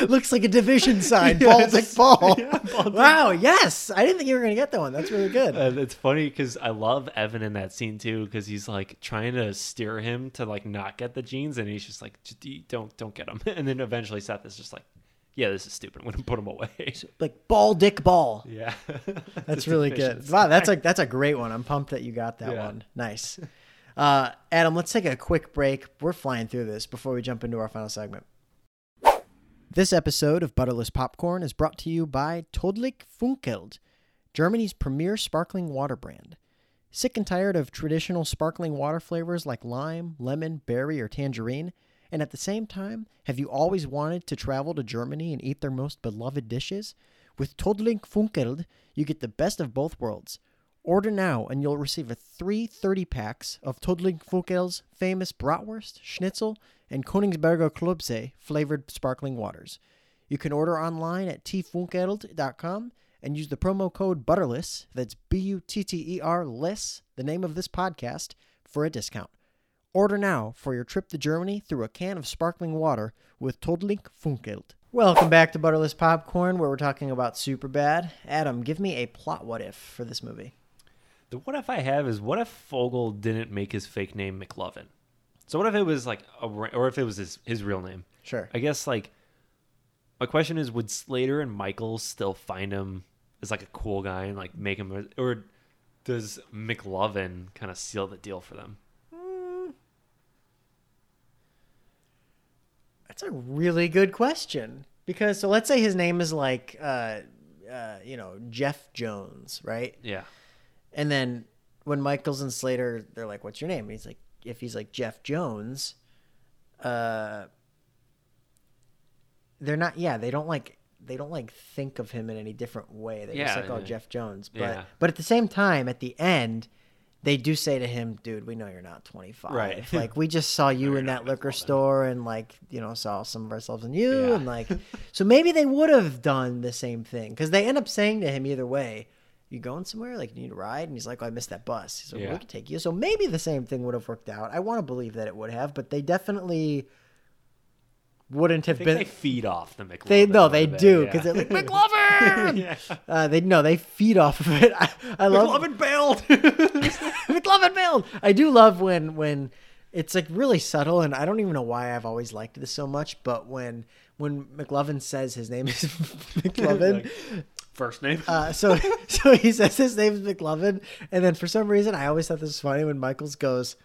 Speaker 2: looks like
Speaker 1: [laughs]
Speaker 2: a division sign.
Speaker 1: Yes.
Speaker 2: Baltic ball.
Speaker 1: [laughs] Yeah, Baltic-
Speaker 2: Wow. Yes, I didn't think you were gonna get that one. That's really good.
Speaker 1: Uh, it's funny because I love Evan in that scene too because he's like trying to steer him to like not get the jeans and he's just like "Just eat- don't don't get them [laughs] and then eventually Seth is just like yeah this is stupid I'm gonna put them
Speaker 2: [laughs]
Speaker 1: away
Speaker 2: like ball, dick, ball.
Speaker 1: yeah
Speaker 2: That's
Speaker 1: Just
Speaker 2: really
Speaker 1: efficient.
Speaker 2: good. Wow,
Speaker 1: [laughs]
Speaker 2: that's like that's a great one. I'm pumped that you got that
Speaker 1: Yeah.
Speaker 2: one. Nice. Uh, Adam, let's take a quick break. We're flying through this before we jump into our final segment. This episode of Butterless Popcorn is brought to you by Todlich Funkeld, Germany's premier sparkling water brand. Sick and tired of traditional sparkling water flavors like lime, lemon, berry, or tangerine? And at the same time, have you always wanted to travel to Germany and eat their most beloved dishes? With Todling Funkeld, you get the best of both worlds. Order now and you'll receive a three 30 packs of Todling Funkeld's famous Bratwurst, Schnitzel, and Königsberger Klubse flavored sparkling waters. You can order online at tfunkeld.com and use the promo code BUTTERLESS, that's B U T T E R LESS, the name of this podcast, for a discount. Order now for your trip to Germany through a can of sparkling water with Todlink Funkeld. Welcome back to Butterless Popcorn, where we're talking about Superbad. Adam, give me a plot what if for this movie.
Speaker 1: the what if I have is what if Fogel didn't make his fake name McLovin so what if it was like a, ra- or if it was his his real name
Speaker 2: Sure.
Speaker 1: I guess like my question is would Slater and Michael still find him as like a cool guy and like make him a- or does McLovin kind of seal the deal for them?
Speaker 2: That's a really good question. Because, so let's say his name is like, uh, uh, you know, Jeff Jones, right?
Speaker 1: Yeah.
Speaker 2: And then when Michaels and Slater, they're like, "What's your name?" And he's like, "If he's like Jeff Jones, uh, they're not. Yeah, they don't like they don't like think of him in any different way. They're just
Speaker 1: Yeah,
Speaker 2: like, oh,
Speaker 1: yeah.
Speaker 2: Jeff Jones. But
Speaker 1: Yeah.
Speaker 2: but at the same time, at the end, they do say to him, "Dude, we know you're not 25.
Speaker 1: Right.
Speaker 2: Like we just
Speaker 1: [laughs]
Speaker 2: saw you in
Speaker 1: you're not
Speaker 2: that liquor
Speaker 1: involved in it."
Speaker 2: store, and like you know saw some of ourselves in you,
Speaker 1: Yeah.
Speaker 2: and like so maybe they would have done the same thing because they end up saying to him either way." you going somewhere? Like, you need a ride? And he's like, oh, I missed that bus. He's like, well,
Speaker 1: Yeah.
Speaker 2: we could take you. So maybe the same thing would have worked out. I want to believe that it would have, but they definitely wouldn't have
Speaker 1: I think
Speaker 2: been.
Speaker 1: they feed off the McLovin.
Speaker 2: They, no,
Speaker 1: a
Speaker 2: they
Speaker 1: little bit,
Speaker 2: do
Speaker 1: yeah.
Speaker 2: because they're like McLovin.
Speaker 1: [laughs]
Speaker 2: [laughs]
Speaker 1: Yeah.
Speaker 2: uh, they no, they feed off of it. [laughs] I, I love
Speaker 1: McLovin bailed. [laughs]
Speaker 2: [laughs] McLovin Bailed. I do love when when it's like really subtle, and I don't even know why I've always liked this so much. But when when McLovin says his name is [laughs] McLovin,
Speaker 1: First name. [laughs]
Speaker 2: Uh, so [laughs] so he says his name's McLovin, and then for some reason I always thought this was funny when Michaels goes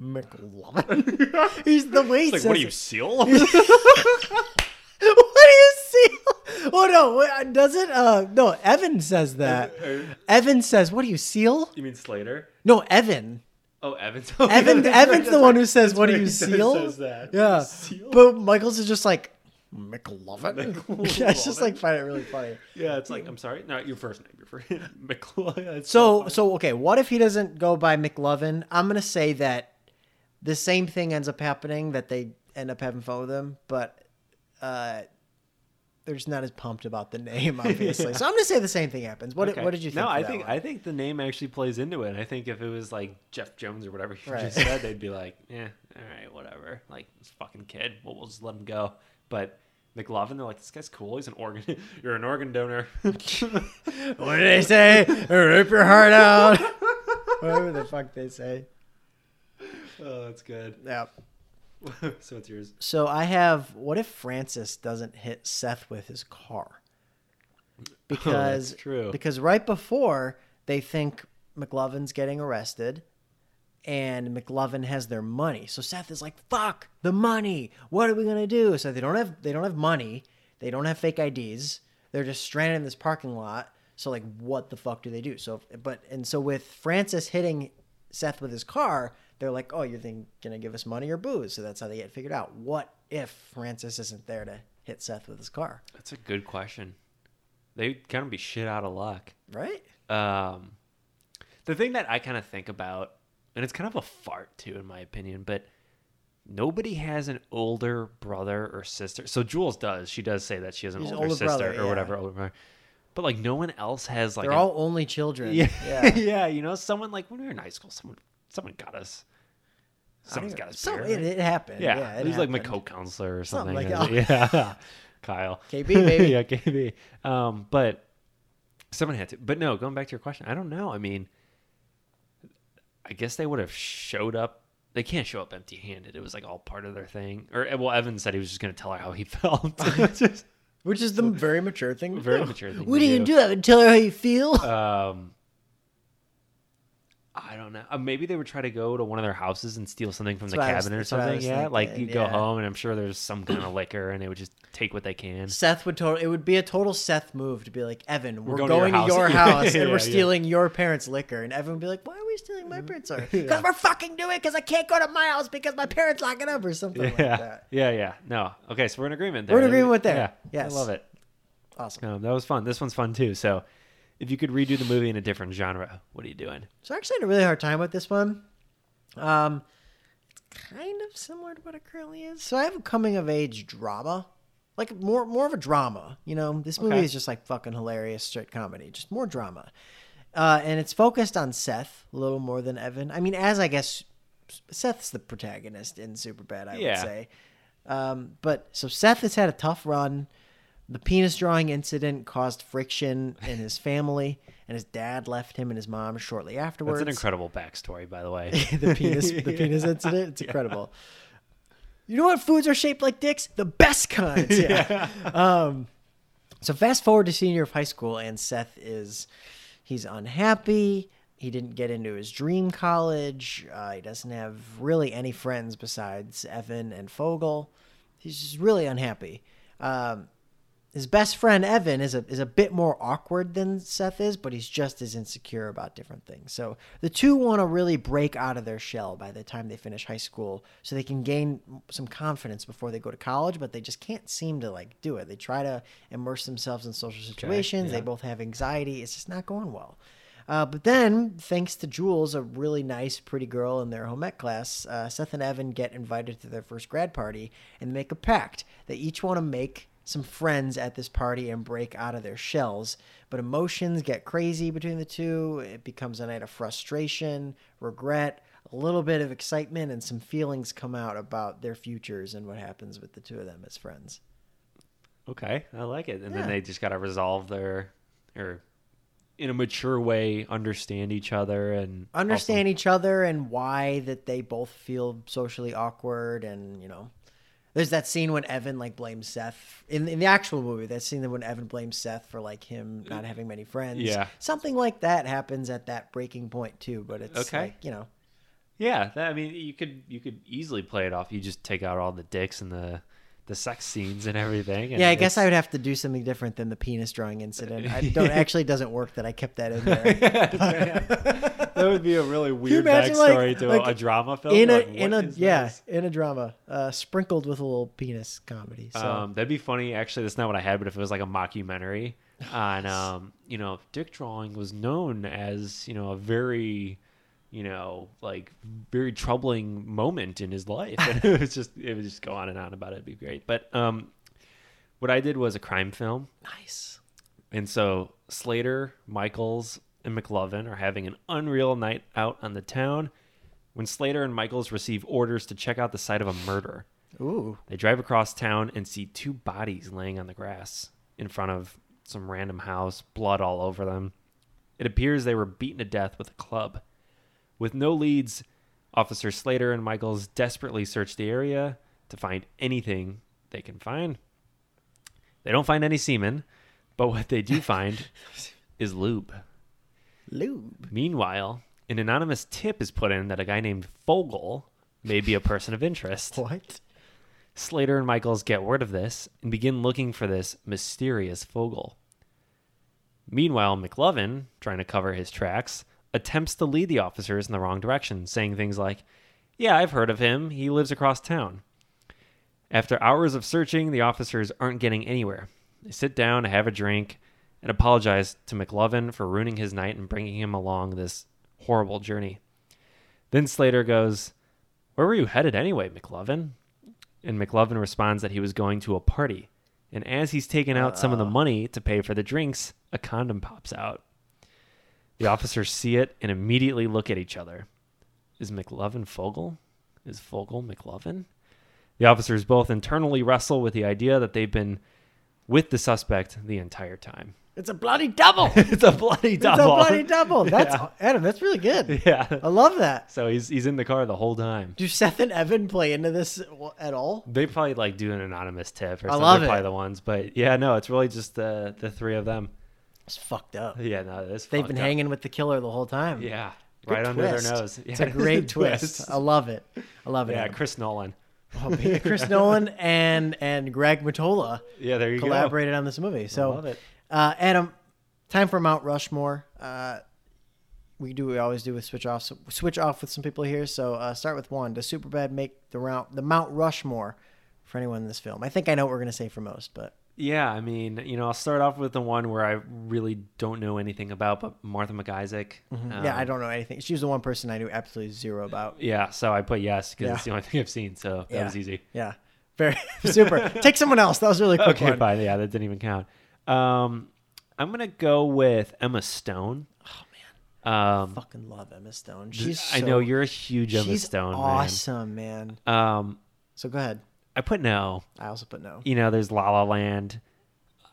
Speaker 2: McLovin. [laughs] He's the way he
Speaker 1: it's like,
Speaker 2: says.
Speaker 1: what are you,
Speaker 2: [laughs]
Speaker 1: seal?
Speaker 2: it. [laughs] What do you seal? Oh no! what- Doesn't uh no? Evan says that.
Speaker 1: Uh,
Speaker 2: Evan says, "What do you seal?"
Speaker 1: [laughs] you mean Slater?
Speaker 2: No, Evan.
Speaker 1: Oh, Evans.
Speaker 2: [laughs]
Speaker 1: [laughs]
Speaker 2: Evan.
Speaker 1: That's right,
Speaker 2: Evan's
Speaker 1: that's
Speaker 2: the one
Speaker 1: right.
Speaker 2: who says,
Speaker 1: That's
Speaker 2: "What do
Speaker 1: right,
Speaker 2: you
Speaker 1: he says-
Speaker 2: seal?"
Speaker 1: says that.
Speaker 2: [laughs] Yeah.
Speaker 1: Seal?
Speaker 2: But Michaels is just like McLovin. [laughs]
Speaker 1: McLovin.
Speaker 2: I just like find it really funny.
Speaker 1: yeah, it's like, I'm sorry. No, your first name. Your first [laughs] McLovin.
Speaker 2: So so okay, what if he doesn't go by McLovin? I'm gonna say that the same thing ends up happening that they end up having fun with him, but uh, they're just not as pumped about the name, [laughs] obviously. So I'm gonna say the same thing happens. What
Speaker 1: Okay.
Speaker 2: what did you think?
Speaker 1: No,
Speaker 2: for
Speaker 1: I
Speaker 2: that
Speaker 1: think
Speaker 2: one?
Speaker 1: I think the name actually plays into it. I think if it was like Jeff Jones or whatever you
Speaker 2: Right.
Speaker 1: just said, they'd be like, "Yeah, all right, whatever." Like this fucking kid, well, we'll just let him go. But McLovin. They're like, this guy's cool. He's an organ. [laughs] You're an organ donor. [laughs] Oh,
Speaker 2: What did they say? [laughs] Rip your heart [laughs] out. Whatever the fuck they say.
Speaker 1: oh, that's good. [laughs]
Speaker 2: Yeah.
Speaker 1: so it's yours.
Speaker 2: So I have. What if Francis doesn't hit Seth with his car? Because
Speaker 1: true.
Speaker 2: Because right before they think McLovin's getting arrested, and McLovin has their money. So Seth is like, "Fuck the money! What are we gonna do?" So they don't have they don't have money. They don't have fake IDs. They're just stranded in this parking lot. So like, what the fuck do they do? So but and so with Francis hitting Seth with his car, they're like, "Oh, you're then gonna give us money or booze?" So that's how they get figured out. What if Francis isn't there to hit Seth with his car?
Speaker 1: That's a good question. They'd kind of be shit out of luck.
Speaker 2: Right?
Speaker 1: Um, the thing that I kind of think about, and it's kind of a fart too, in my opinion, but nobody has an older brother or sister. So Jules does. She does say that she has an
Speaker 2: She's an
Speaker 1: older,
Speaker 2: older
Speaker 1: sister
Speaker 2: brother,
Speaker 1: or
Speaker 2: yeah.
Speaker 1: whatever. Older brother. But like no one else has like
Speaker 2: They're
Speaker 1: an- [laughs]
Speaker 2: all only children.
Speaker 1: yeah,
Speaker 2: yeah.
Speaker 1: yeah, You know, someone like when we were in high school, someone someone got us. [laughs] Someone's got us.
Speaker 2: So
Speaker 1: beer,
Speaker 2: it,
Speaker 1: right?
Speaker 2: it happened.
Speaker 1: Yeah,
Speaker 2: Yeah,
Speaker 1: it was like my
Speaker 2: happened.
Speaker 1: co-counselor or something.
Speaker 2: Something like
Speaker 1: yeah, [laughs] Kyle.
Speaker 2: KB,
Speaker 1: [laughs]
Speaker 2: baby.
Speaker 1: yeah, KB. Um, but someone had to. But no, going back to your question, I don't know. I mean, I guess they would have showed up. They can't show up empty-handed. It was like all part of their thing. Or eh, well, Evan said he was just going to tell her how he [laughs] felt.
Speaker 2: [laughs]
Speaker 1: Just
Speaker 2: Which is the very mature thing. to
Speaker 1: very
Speaker 2: do.
Speaker 1: mature thing
Speaker 2: What
Speaker 1: to
Speaker 2: do you
Speaker 1: do.
Speaker 2: do? Evan? Tell her how you feel.
Speaker 1: um, I don't know. Uh, Maybe they would try to go to one of their houses and steal something from
Speaker 2: That's
Speaker 1: the
Speaker 2: what I was-
Speaker 1: cabin or
Speaker 2: that's what I
Speaker 1: something.
Speaker 2: was
Speaker 1: Yeah,
Speaker 2: thinking,
Speaker 1: like you go
Speaker 2: yeah.
Speaker 1: home and I'm sure there's some kind of liquor, and they would just take what they can.
Speaker 2: Seth would total. It would be a total Seth move to be like, Evan, we're,
Speaker 1: going to your
Speaker 2: going to
Speaker 1: house." [laughs]
Speaker 2: your
Speaker 1: Yeah,
Speaker 2: house,
Speaker 1: yeah,
Speaker 2: and
Speaker 1: yeah.
Speaker 2: we're stealing your parents' liquor, and Evan would be like, Why are we stealing my
Speaker 1: [laughs]
Speaker 2: parents' liquor? Because we're fucking doing. Because I can't go to my house because my parents lock it up or something like
Speaker 1: yeah,
Speaker 2: that.
Speaker 1: yeah, yeah. No, okay, so we're in agreement. There.
Speaker 2: We're in agreement with there.
Speaker 1: Yeah,
Speaker 2: Yes.
Speaker 1: I love it.
Speaker 2: Awesome.
Speaker 1: Um, that was fun. This one's fun too. So, if you could redo the movie in a different genre, what are you doing?
Speaker 2: So I actually had a really hard time with this one. Um, it's kind of similar to what it currently is. So I have a coming of age drama, like more more of a drama. You know, this movie
Speaker 1: Okay.
Speaker 2: is just like fucking hilarious straight comedy, just more drama, uh, and it's focused on Seth a little more than Evan. I mean, as I guess Seth's the protagonist in Superbad, I would
Speaker 1: Yeah.
Speaker 2: say. Um, but so Seth has had a tough run. The penis drawing incident caused friction in his family, and his dad left him and his mom shortly afterwards.
Speaker 1: That's an incredible backstory, by the
Speaker 2: [laughs]
Speaker 1: way.
Speaker 2: the penis, the penis incident. It's incredible. You know what foods are shaped like dicks? The best kinds. Yeah. Um, so fast forward to senior year of high school, and Seth is he's unhappy. He didn't get into his dream college. Uh, he doesn't have really any friends besides Evan and Fogel. He's just really unhappy. Um, his best friend Evan is a is a bit more awkward than Seth is, but he's just as insecure about different things. So the two want to really break out of their shell by the time they finish high school, so they can gain some confidence before they go to college. But they just can't seem to like do it. They try to immerse themselves in social situations. They
Speaker 1: yeah.
Speaker 2: both have anxiety. It's just not going well. Uh, but then, thanks to Jules, a really nice, pretty girl in their home ec class, uh, Seth and Evan get invited to their first grad party and make a pact. They each want to make some friends at this party and break out of their shells. But emotions get crazy between the two. It becomes a night of frustration, regret, a little bit of excitement, and some feelings come out about their futures and what happens with the two of them as friends.
Speaker 1: Okay, I like it. And
Speaker 2: Yeah.
Speaker 1: then they just got to resolve their, or in a mature way, understand each other and also-
Speaker 2: understand each other and why that they both feel socially awkward and you know there's that scene when evan like blames seth in, in the actual movie that scene that when evan blames seth for like him not having many friends
Speaker 1: Yeah.
Speaker 2: something like that happens at that breaking point too but it's
Speaker 1: Okay.
Speaker 2: like you know
Speaker 1: Yeah, that, I mean, you could you could easily play it off. You just take out all the dicks and the the sex scenes and everything. and
Speaker 2: yeah i guess i
Speaker 1: it's-
Speaker 2: would have to do something different than the penis drawing incident
Speaker 1: [laughs]
Speaker 2: i don't actually doesn't work that i kept that in there
Speaker 1: that would be a really weird
Speaker 2: imagine, like-
Speaker 1: backstory to
Speaker 2: like,
Speaker 1: a drama film.
Speaker 2: in a
Speaker 1: Like, what
Speaker 2: in a
Speaker 1: is
Speaker 2: yeah
Speaker 1: this?
Speaker 2: in a drama uh sprinkled with a little penis comedy so
Speaker 1: Um, that'd be funny. Actually, that's not what I had, but if it was like a mockumentary
Speaker 2: [laughs]
Speaker 1: on, um, you know, dick drawing was known as, you know, a very, you know, like very troubling moment in his life. [laughs] And it was just, it would just go on and on about it. It'd be great. But um, what I did was a crime film.
Speaker 2: nice
Speaker 1: And so Slater, Michaels, and McLovin are having an unreal night out on the town when Slater and Michaels receive orders to check out the site of a murder.
Speaker 2: Ooh.
Speaker 1: They drive across town and see two bodies laying on the grass in front of some random house, blood all over them. It appears they were beaten to death with a club. With no leads, Officer Slater and Michaels desperately search the area to find anything they can find. They don't find any semen, but what they do find is lube.
Speaker 2: Lube.
Speaker 1: Meanwhile, an anonymous tip is put in that a guy named Fogel may be a person of interest.
Speaker 2: What?
Speaker 1: Slater and Michaels get word of this and begin looking for this mysterious Fogel. Meanwhile, McLovin, trying to cover his tracks, attempts to lead the officers in the wrong direction, saying things like, Yeah, I've heard of him. He lives across town. After hours of searching, the officers aren't getting anywhere. They sit down, have a drink, and apologize to McLovin for ruining his night and bringing him along this horrible journey. Then Slater goes, Where were you headed anyway, McLovin? And McLovin responds that he was going to a party. And as he's taking out some
Speaker 2: Ah.
Speaker 1: of the money to pay for the drinks, a condom pops out. The officers see it and immediately look at each other. Is McLovin Fogel? Is Fogel McLovin? The officers both internally wrestle with the idea that they've been with the suspect the entire time. [laughs]
Speaker 2: It's a bloody double. [laughs] it's
Speaker 1: It's a bloody
Speaker 2: a
Speaker 1: double.
Speaker 2: bloody double. That's
Speaker 1: Yeah.
Speaker 2: Adam. That's really good.
Speaker 1: [laughs] Yeah.
Speaker 2: I love that.
Speaker 1: So he's he's in the car the whole time.
Speaker 2: Do Seth and Evan play into this at all?
Speaker 1: They probably like do an anonymous tip or something.
Speaker 2: love
Speaker 1: They're
Speaker 2: it.
Speaker 1: Probably the ones, but yeah, no, it's really just the the three of them.
Speaker 2: It's fucked up.
Speaker 1: Yeah, no, this
Speaker 2: They've
Speaker 1: fucked
Speaker 2: been
Speaker 1: up.
Speaker 2: hanging with the killer the whole time.
Speaker 1: Yeah,
Speaker 2: Good
Speaker 1: right under their
Speaker 2: twist.
Speaker 1: nose.
Speaker 2: It's
Speaker 1: Yeah,
Speaker 2: a
Speaker 1: [laughs]
Speaker 2: great twist. I love it. I love it.
Speaker 1: Yeah,
Speaker 2: Adam.
Speaker 1: Chris Nolan.
Speaker 2: Oh, man. Chris Nolan and and Greg Matola
Speaker 1: Yeah, there you go.
Speaker 2: collaborated on this movie. So,
Speaker 1: love it.
Speaker 2: Uh, Adam, time for Mount Rushmore. Uh, we do what we always do with switch off. So switch off with some people here. So uh, start with one. Does Superbad make the round the Mount Rushmore for anyone in this film? I think I know what we're gonna say for most, but
Speaker 1: Yeah, I mean, you know, I'll start off with the one where I really don't know anything about, but Martha McIsaac. Um,
Speaker 2: Mm-hmm. yeah, I don't know anything. She was the one person I knew absolutely zero about.
Speaker 1: Yeah, so I put yes because
Speaker 2: Yeah.
Speaker 1: it's the only [laughs] thing I've seen, so that
Speaker 2: Yeah.
Speaker 1: was easy.
Speaker 2: Yeah, very [laughs] super. Take someone else. That was a really quick.
Speaker 1: Okay,
Speaker 2: one.
Speaker 1: fine. Yeah, that didn't even count. Um, I'm gonna go with Emma Stone.
Speaker 2: Oh man,
Speaker 1: Um,
Speaker 2: fucking love Emma Stone. She's
Speaker 1: I
Speaker 2: so-
Speaker 1: know you're a huge Emma
Speaker 2: she's
Speaker 1: Stone
Speaker 2: awesome, man.
Speaker 1: man. Um,
Speaker 2: So go ahead.
Speaker 1: I put no.
Speaker 2: I also put no.
Speaker 1: You know, there's La La Land.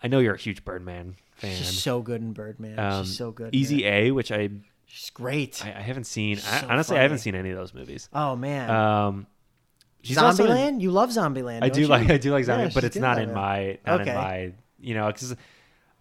Speaker 1: I know you're a huge Birdman fan.
Speaker 2: She's so good in Birdman.
Speaker 1: Um,
Speaker 2: She's so good.
Speaker 1: Easy
Speaker 2: man.
Speaker 1: A, which I
Speaker 2: She's great.
Speaker 1: I, I haven't seen.
Speaker 2: She's
Speaker 1: I,
Speaker 2: so
Speaker 1: honestly, I haven't
Speaker 2: funny.
Speaker 1: seen any of those movies.
Speaker 2: oh man,
Speaker 1: Um, she's also in-
Speaker 2: Zombieland. you love Zombieland.
Speaker 1: I
Speaker 2: don't
Speaker 1: do
Speaker 2: you?
Speaker 1: like I do like
Speaker 2: Yeah,
Speaker 1: Zombie,
Speaker 2: she's
Speaker 1: but it's
Speaker 2: good
Speaker 1: not
Speaker 2: at
Speaker 1: in
Speaker 2: it.
Speaker 1: my not
Speaker 2: Okay.
Speaker 1: in my you know because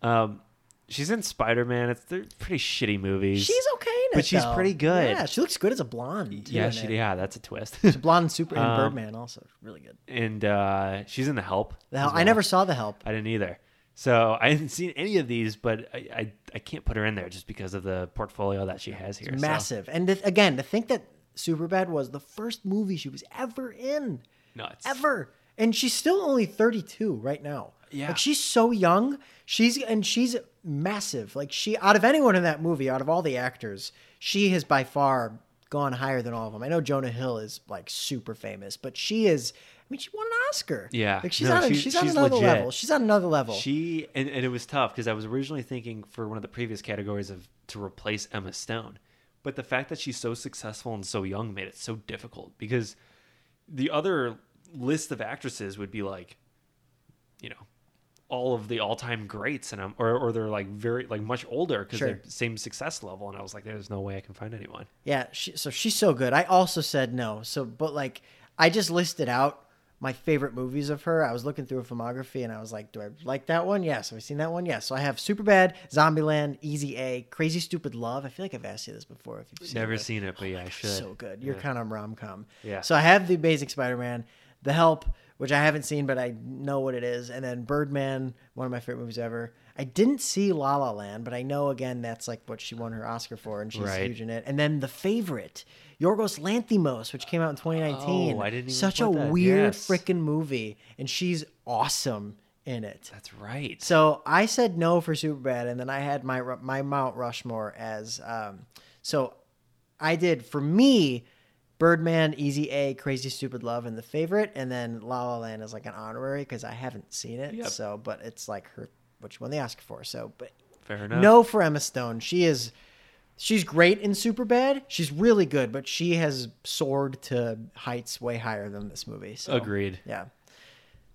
Speaker 1: um, she's in Spider Man. It's they're pretty shitty movies.
Speaker 2: She's okay in it,
Speaker 1: but she's
Speaker 2: though.
Speaker 1: pretty good.
Speaker 2: Yeah, she looks good as a blonde. Too,
Speaker 1: yeah,
Speaker 2: in
Speaker 1: she,
Speaker 2: it.
Speaker 1: yeah, that's a twist.
Speaker 2: She's a blonde and super in
Speaker 1: Um,
Speaker 2: Birdman also really good.
Speaker 1: [laughs] and uh, she's in The Help.
Speaker 2: The Help-
Speaker 1: as well.
Speaker 2: I never saw the help.
Speaker 1: I didn't either. So I hadn't seen any of these, but I, I I can't put her in there just because of the portfolio that she has here. so-
Speaker 2: Massive, and th- again, to think that Superbad was the first movie she was ever in,
Speaker 1: nuts.
Speaker 2: ever, and she's still only thirty-two right now.
Speaker 1: Yeah.
Speaker 2: like she's so young. She's and she's massive. Like she, out of anyone in that movie, out of all the actors, she has by far gone higher than all of them. I know Jonah Hill is like super famous, but she is. I mean, she won an Oscar.
Speaker 1: Yeah.
Speaker 2: like she's
Speaker 1: No,
Speaker 2: on a-
Speaker 1: she's-
Speaker 2: she's, on
Speaker 1: she's
Speaker 2: another
Speaker 1: legit.
Speaker 2: level. She's on another level.
Speaker 1: She and, and it was tough because I was originally thinking for one of the previous categories of to replace Emma Stone, but the fact that she's so successful and so young made it so difficult because the other list of actresses would be like, you know, all of the all-time greats and I'm, or or they're like very like much older because
Speaker 2: Sure.
Speaker 1: they're same success level and I was like, there's no way I can find anyone.
Speaker 2: Yeah, she, so she's so good. I also said no. So, but like, I just listed out my favorite movies of her. I was looking through her filmography and I was like, do I like that one? Yes. Have I seen that one? Yes. So I have Superbad, Zombieland, Easy A, Crazy Stupid Love. I feel like I've asked you this before. If you've seen
Speaker 1: Never
Speaker 2: it.
Speaker 1: seen it, but yeah, I should.
Speaker 2: Oh so good. You're kind of rom com.
Speaker 1: Yeah.
Speaker 2: So I have the Amazing Spider-Man, The Help, which I haven't seen, but I know what it is, and then Birdman, one of my favorite movies ever. I didn't see La La Land, but I know again that's like what she won her Oscar for, and she's
Speaker 1: Right.
Speaker 2: huge in it. And then The Favorite, Yorgos Lanthimos, which came out in 2019.
Speaker 1: Oh, I didn't even
Speaker 2: Such
Speaker 1: put
Speaker 2: a
Speaker 1: that.
Speaker 2: weird
Speaker 1: Yes.
Speaker 2: frickin' movie, and she's awesome in it.
Speaker 1: That's right.
Speaker 2: So I said no for Superbad, and then I had my my Mount Rushmore as um, so I did for me Birdman, Easy A, Crazy Stupid Love, and the favorite, and then La La Land is like an honorary because I haven't seen it.
Speaker 1: Yep.
Speaker 2: So, but it's like her which one they ask for. So, but
Speaker 1: Fair enough.
Speaker 2: no for Emma Stone. She is She's great in Superbad. She's really good, but she has soared to heights way higher than this movie. So
Speaker 1: Agreed.
Speaker 2: yeah.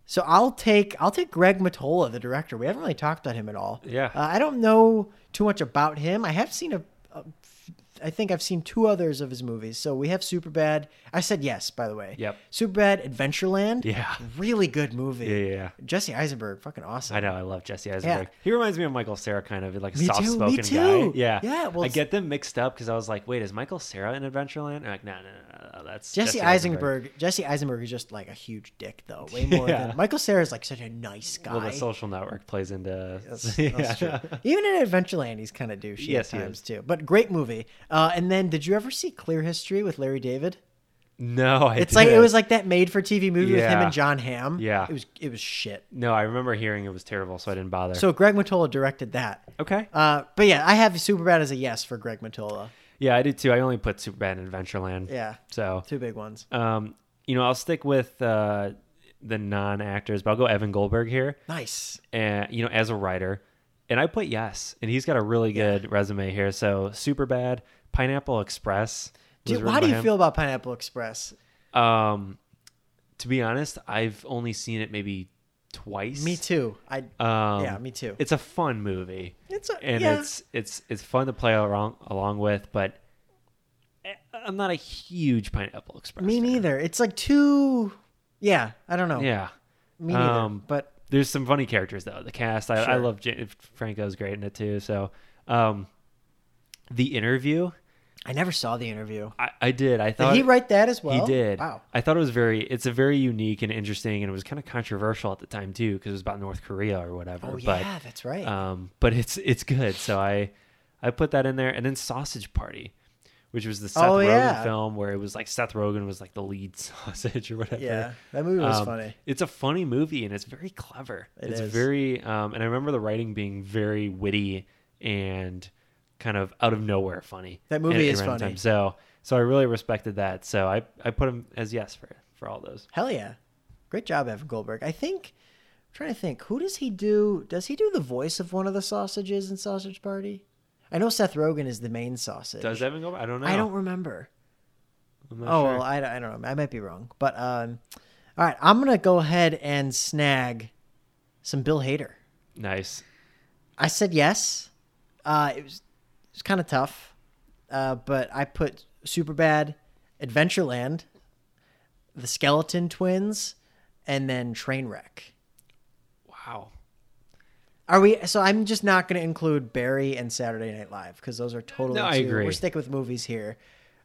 Speaker 2: So I'll take I'll take Greg Matola, the director. We haven't really talked about him at all.
Speaker 1: Yeah.
Speaker 2: Uh, I don't know too much about him. I have seen a, a, I think I've seen two others of his movies. So we have Superbad. I said yes, by the way.
Speaker 1: Yep.
Speaker 2: Superbad, Adventureland. [laughs]
Speaker 1: Yeah.
Speaker 2: Really good movie.
Speaker 1: Yeah, yeah, yeah.
Speaker 2: Jesse Eisenberg, fucking awesome.
Speaker 1: I know. I love Jesse Eisenberg.
Speaker 2: Yeah.
Speaker 1: He reminds me of Michael Sarah, kind of like a
Speaker 2: Me too,
Speaker 1: soft
Speaker 2: me
Speaker 1: spoken guy.
Speaker 2: too.
Speaker 1: Yeah.
Speaker 2: Yeah, well,
Speaker 1: I
Speaker 2: it's-
Speaker 1: get them mixed up because I was like, wait, is Michael Sarah in Adventureland? I'm like, no, no, no, no, no, that's
Speaker 2: Jesse, Eisenberg. Jesse Eisenberg is just like a huge dick, though. Way more
Speaker 1: [laughs] Yeah.
Speaker 2: than Michael Sarah is like such a nice guy.
Speaker 1: Well, the social network plays into. [laughs]
Speaker 2: That's,
Speaker 1: Yeah.
Speaker 2: that's true. Even in Adventureland, he's kind of douchey
Speaker 1: Yes, he
Speaker 2: at times too. But great movie. Uh, and then, did you ever see Clear History with Larry David?
Speaker 1: No, I
Speaker 2: It's like it
Speaker 1: didn't.
Speaker 2: was like that made-for-TV movie with him
Speaker 1: Yeah.
Speaker 2: and John Hamm.
Speaker 1: Yeah.
Speaker 2: it was it was shit.
Speaker 1: No, I remember hearing it was terrible, so I didn't bother.
Speaker 2: So Greg Matola directed that.
Speaker 1: okay.
Speaker 2: Uh, but yeah, I have Superbad as a yes for Greg Matola.
Speaker 1: Yeah, I did too. I only put Superbad and Adventureland.
Speaker 2: Yeah,
Speaker 1: So,
Speaker 2: two big ones.
Speaker 1: um, you know, I'll stick with uh, the non actors, but I'll go Evan Goldberg here.
Speaker 2: Nice.
Speaker 1: and you know as a writer and i put yes and he's got a really good resume here so super bad pineapple express
Speaker 2: Do,
Speaker 1: was
Speaker 2: you-
Speaker 1: written
Speaker 2: how do
Speaker 1: by
Speaker 2: you
Speaker 1: him.
Speaker 2: feel about Pineapple Express?
Speaker 1: um to be honest i've only seen it maybe twice
Speaker 2: Me too. I
Speaker 1: um
Speaker 2: yeah, me too.
Speaker 1: it's a fun movie
Speaker 2: It's a,
Speaker 1: and
Speaker 2: yeah.
Speaker 1: it's it's it's fun to play along along with but I- i'm not a huge pineapple express
Speaker 2: me
Speaker 1: fan.
Speaker 2: neither. It's like too. Yeah, I don't know.
Speaker 1: yeah
Speaker 2: me neither.
Speaker 1: um,
Speaker 2: but
Speaker 1: there's some funny characters though. The cast, I, I
Speaker 2: Sure.
Speaker 1: love J- Franco's great in it too. So, um, the interview,
Speaker 2: I never saw the interview.
Speaker 1: I, I did. I
Speaker 2: Did
Speaker 1: thought
Speaker 2: he write that as
Speaker 1: he
Speaker 2: well?
Speaker 1: did.
Speaker 2: Wow.
Speaker 1: I thought it was very. It's a very unique and interesting, and it was kind of controversial at the time too, because it was about North Korea or whatever.
Speaker 2: Oh
Speaker 1: but
Speaker 2: yeah, that's right.
Speaker 1: um, but it's it's good. So I I put that in there, and then Sausage Party, which was the Seth
Speaker 2: Oh,
Speaker 1: Rogen
Speaker 2: yeah.
Speaker 1: film where it was like Seth Rogen was like the lead [laughs] sausage or whatever.
Speaker 2: yeah, that movie was
Speaker 1: Um,
Speaker 2: funny.
Speaker 1: It's a funny movie and it's very clever.
Speaker 2: It
Speaker 1: it's
Speaker 2: is.
Speaker 1: very, um, and I remember the writing being very witty and kind of out of nowhere funny.
Speaker 2: That movie
Speaker 1: at- at
Speaker 2: is
Speaker 1: random
Speaker 2: funny.
Speaker 1: times. So, so I really respected that. So I, I put him as yes for for all those.
Speaker 2: Hell yeah, great job, Evan Goldberg. I think I'm trying to think. Who does he do? Does he do the voice of one of the sausages in Sausage Party? I know Seth Rogen is the main sausage.
Speaker 1: Does Evan go? I don't know.
Speaker 2: I don't remember.
Speaker 1: I'm not
Speaker 2: Oh
Speaker 1: sure.
Speaker 2: well, I, I don't know. I might be wrong. But um, all right, I'm gonna go ahead and snag some Bill Hader.
Speaker 1: nice.
Speaker 2: I said yes. Uh, it was it was kind of tough, uh, but I put Superbad, Adventureland, The Skeleton Twins, and then Trainwreck.
Speaker 1: Wow.
Speaker 2: Are we? So I'm just not going to include Barry and Saturday Night Live because those are totally.
Speaker 1: No, I
Speaker 2: two-
Speaker 1: agree.
Speaker 2: We're sticking with movies here.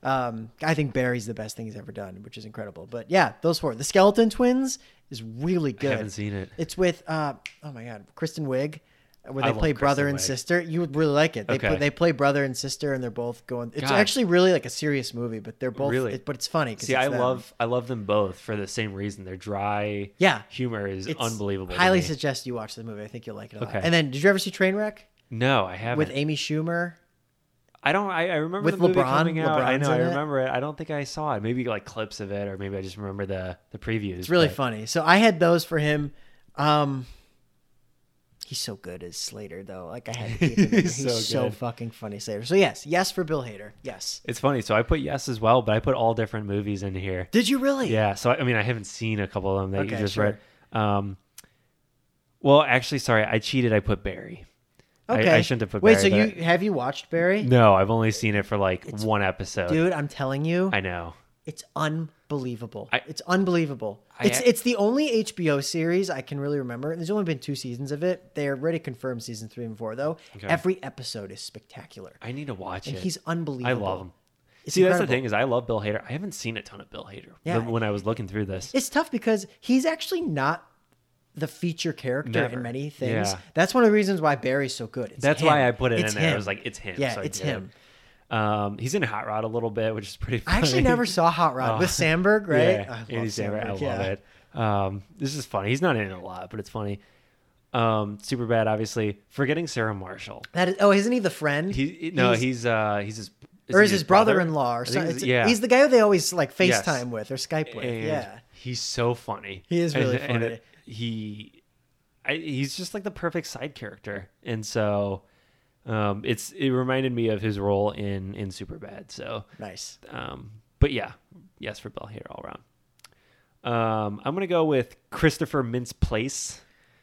Speaker 2: Um, I think Barry's the best thing he's ever done, which is incredible. But yeah, those four. The Skeleton Twins is really good.
Speaker 1: haven't seen it.
Speaker 2: It's with uh, oh my god, Kristen Wiig, where
Speaker 1: I
Speaker 2: they
Speaker 1: love
Speaker 2: play brother
Speaker 1: Kristen
Speaker 2: and
Speaker 1: Wiig.
Speaker 2: sister. You would really like it. They
Speaker 1: Okay.
Speaker 2: play, they play brother and sister, and they're both going. It's
Speaker 1: God.
Speaker 2: actually really like a serious movie, but they're both.
Speaker 1: Really?
Speaker 2: it- but it's funny. 'cause
Speaker 1: See,
Speaker 2: it's
Speaker 1: I
Speaker 2: them.
Speaker 1: love I love them both for the same reason. Their dry
Speaker 2: Yeah.
Speaker 1: humor is
Speaker 2: It's
Speaker 1: unbelievable. to
Speaker 2: Highly
Speaker 1: me.
Speaker 2: suggest you watch the movie. I think you'll like it a
Speaker 1: Okay.
Speaker 2: lot. And then, did you ever see Trainwreck
Speaker 1: no, I haven't.
Speaker 2: with Amy Schumer?
Speaker 1: I don't. I, I remember
Speaker 2: With
Speaker 1: the movie
Speaker 2: LeBron?
Speaker 1: coming out. I
Speaker 2: LeBron's
Speaker 1: know. I
Speaker 2: in it?
Speaker 1: remember it. I don't think I saw it. Maybe like clips of it, or maybe I just remember the the previews.
Speaker 2: It's really funny. So I had those for him. Um, he's so good as Slater, though. Like I had
Speaker 1: [laughs]
Speaker 2: to keep him. in there. he's
Speaker 1: He's
Speaker 2: so,
Speaker 1: so good.
Speaker 2: fucking funny, Slater. So yes, yes for Bill Hader. Yes.
Speaker 1: It's funny. So I put yes as well, but I put all different movies in here.
Speaker 2: Did you really?
Speaker 1: Yeah. So I, I mean, I haven't seen a couple of them that you
Speaker 2: Okay,
Speaker 1: just
Speaker 2: sure.
Speaker 1: read. Um, well, actually, sorry, I cheated. I put Barry. I-
Speaker 2: Okay.
Speaker 1: I, shouldn't have put
Speaker 2: Wait,
Speaker 1: Barry.
Speaker 2: so
Speaker 1: but
Speaker 2: you have you watched Barry?
Speaker 1: I- no, I've only seen it for like one episode.
Speaker 2: Dude, I'm telling you,
Speaker 1: I know.
Speaker 2: it's unbelievable.
Speaker 1: I-
Speaker 2: it's unbelievable.
Speaker 1: I-
Speaker 2: it's it's the only HBO series I can really remember. And there's only been two seasons of it. They already confirmed season three and four, though.
Speaker 1: Okay.
Speaker 2: Every episode is spectacular.
Speaker 1: I need to watch
Speaker 2: And
Speaker 1: it.
Speaker 2: he's unbelievable.
Speaker 1: I love him.
Speaker 2: It's
Speaker 1: See, that's the
Speaker 2: incredible.
Speaker 1: thing is, I love Bill Hader. I haven't seen a ton of Bill Hader
Speaker 2: Yeah.
Speaker 1: when I was looking through this.
Speaker 2: It's tough because he's actually not the feature character
Speaker 1: Never.
Speaker 2: in many things.
Speaker 1: Yeah.
Speaker 2: That's one of the reasons why Barry's so good. It's
Speaker 1: That's
Speaker 2: him.
Speaker 1: why I put it
Speaker 2: It's
Speaker 1: in there.
Speaker 2: him.
Speaker 1: I was like, it's him.
Speaker 2: Yeah,
Speaker 1: so I
Speaker 2: it's
Speaker 1: did it.
Speaker 2: him.
Speaker 1: Um, he's in Hot Rod a little bit, which is pretty. Funny. [laughs]
Speaker 2: I actually never saw Hot Rod
Speaker 1: Oh.
Speaker 2: with Sandberg, right?
Speaker 1: Yeah,
Speaker 2: I love
Speaker 1: Andy Samberg. I love
Speaker 2: yeah.
Speaker 1: it. Um, this is funny. He's not in it a lot, but it's funny. Um, super bad, obviously. Forgetting Sarah Marshall.
Speaker 2: That is, oh, isn't he the friend?
Speaker 1: He no, he's uh, he's his
Speaker 2: or
Speaker 1: he
Speaker 2: is his brother-in-law
Speaker 1: I
Speaker 2: or
Speaker 1: think
Speaker 2: something?
Speaker 1: he's-
Speaker 2: It's-
Speaker 1: yeah,
Speaker 2: he's the guy who they always like FaceTime
Speaker 1: Yes.
Speaker 2: with or Skype with.
Speaker 1: and
Speaker 2: yeah,
Speaker 1: he's so funny.
Speaker 2: He is really
Speaker 1: And- and
Speaker 2: funny.
Speaker 1: it- he, I, he's just like the perfect side character, and so Um, it's it reminded me of his role in in Superbad. So,
Speaker 2: Nice.
Speaker 1: um, but yeah, yes for Bell here all around. Um, I'm gonna go with Christopher Mintz Place,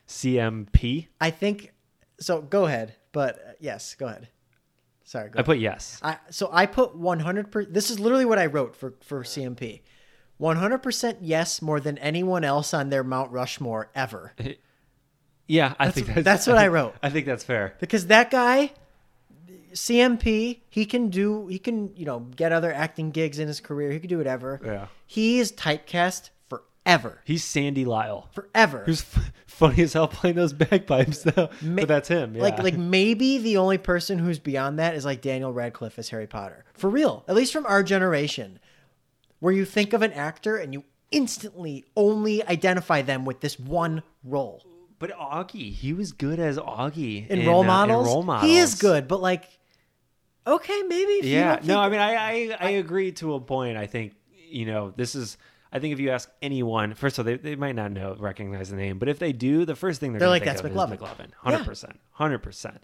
Speaker 1: CMP.
Speaker 2: I think so. Go ahead, but uh, yes, go ahead. Sorry. Go
Speaker 1: I put yes.
Speaker 2: I, so I put 100. Per, this is literally what I wrote for for CMP. 100 percent yes, more than anyone else on their Mount Rushmore ever,
Speaker 1: Yeah, [laughs] I think that's,
Speaker 2: that's what I wrote.
Speaker 1: I think that's fair.
Speaker 2: because that guy, CMP, he can do. He can you know get other acting gigs in his career. He can do whatever.
Speaker 1: Yeah.
Speaker 2: He is typecast forever,
Speaker 1: He's Sandy Lyle,
Speaker 2: forever.
Speaker 1: who's f- funny as hell playing those bagpipes though.
Speaker 2: Ma-
Speaker 1: but that's him. Yeah.
Speaker 2: Like like maybe the only person who's beyond that is like Daniel Radcliffe as Harry Potter. For real. At least from our generation. Where you think of an actor and you instantly only identify them with this one role.
Speaker 1: But Augie, he was good as Augie
Speaker 2: In role
Speaker 1: uh,
Speaker 2: models.
Speaker 1: role
Speaker 2: He is
Speaker 1: models.
Speaker 2: good, but like okay, maybe if you
Speaker 1: Yeah.
Speaker 2: don't
Speaker 1: No,
Speaker 2: think-
Speaker 1: I mean, I, I I agree to a point. I think you know this is. I think if you ask anyone, first of all, they, they might not know recognize the name, but if they do, the first thing they're,
Speaker 2: They're
Speaker 1: gonna
Speaker 2: like,
Speaker 1: think
Speaker 2: "That's
Speaker 1: of
Speaker 2: McLovin."
Speaker 1: is McLovin, hundred percent, hundred percent.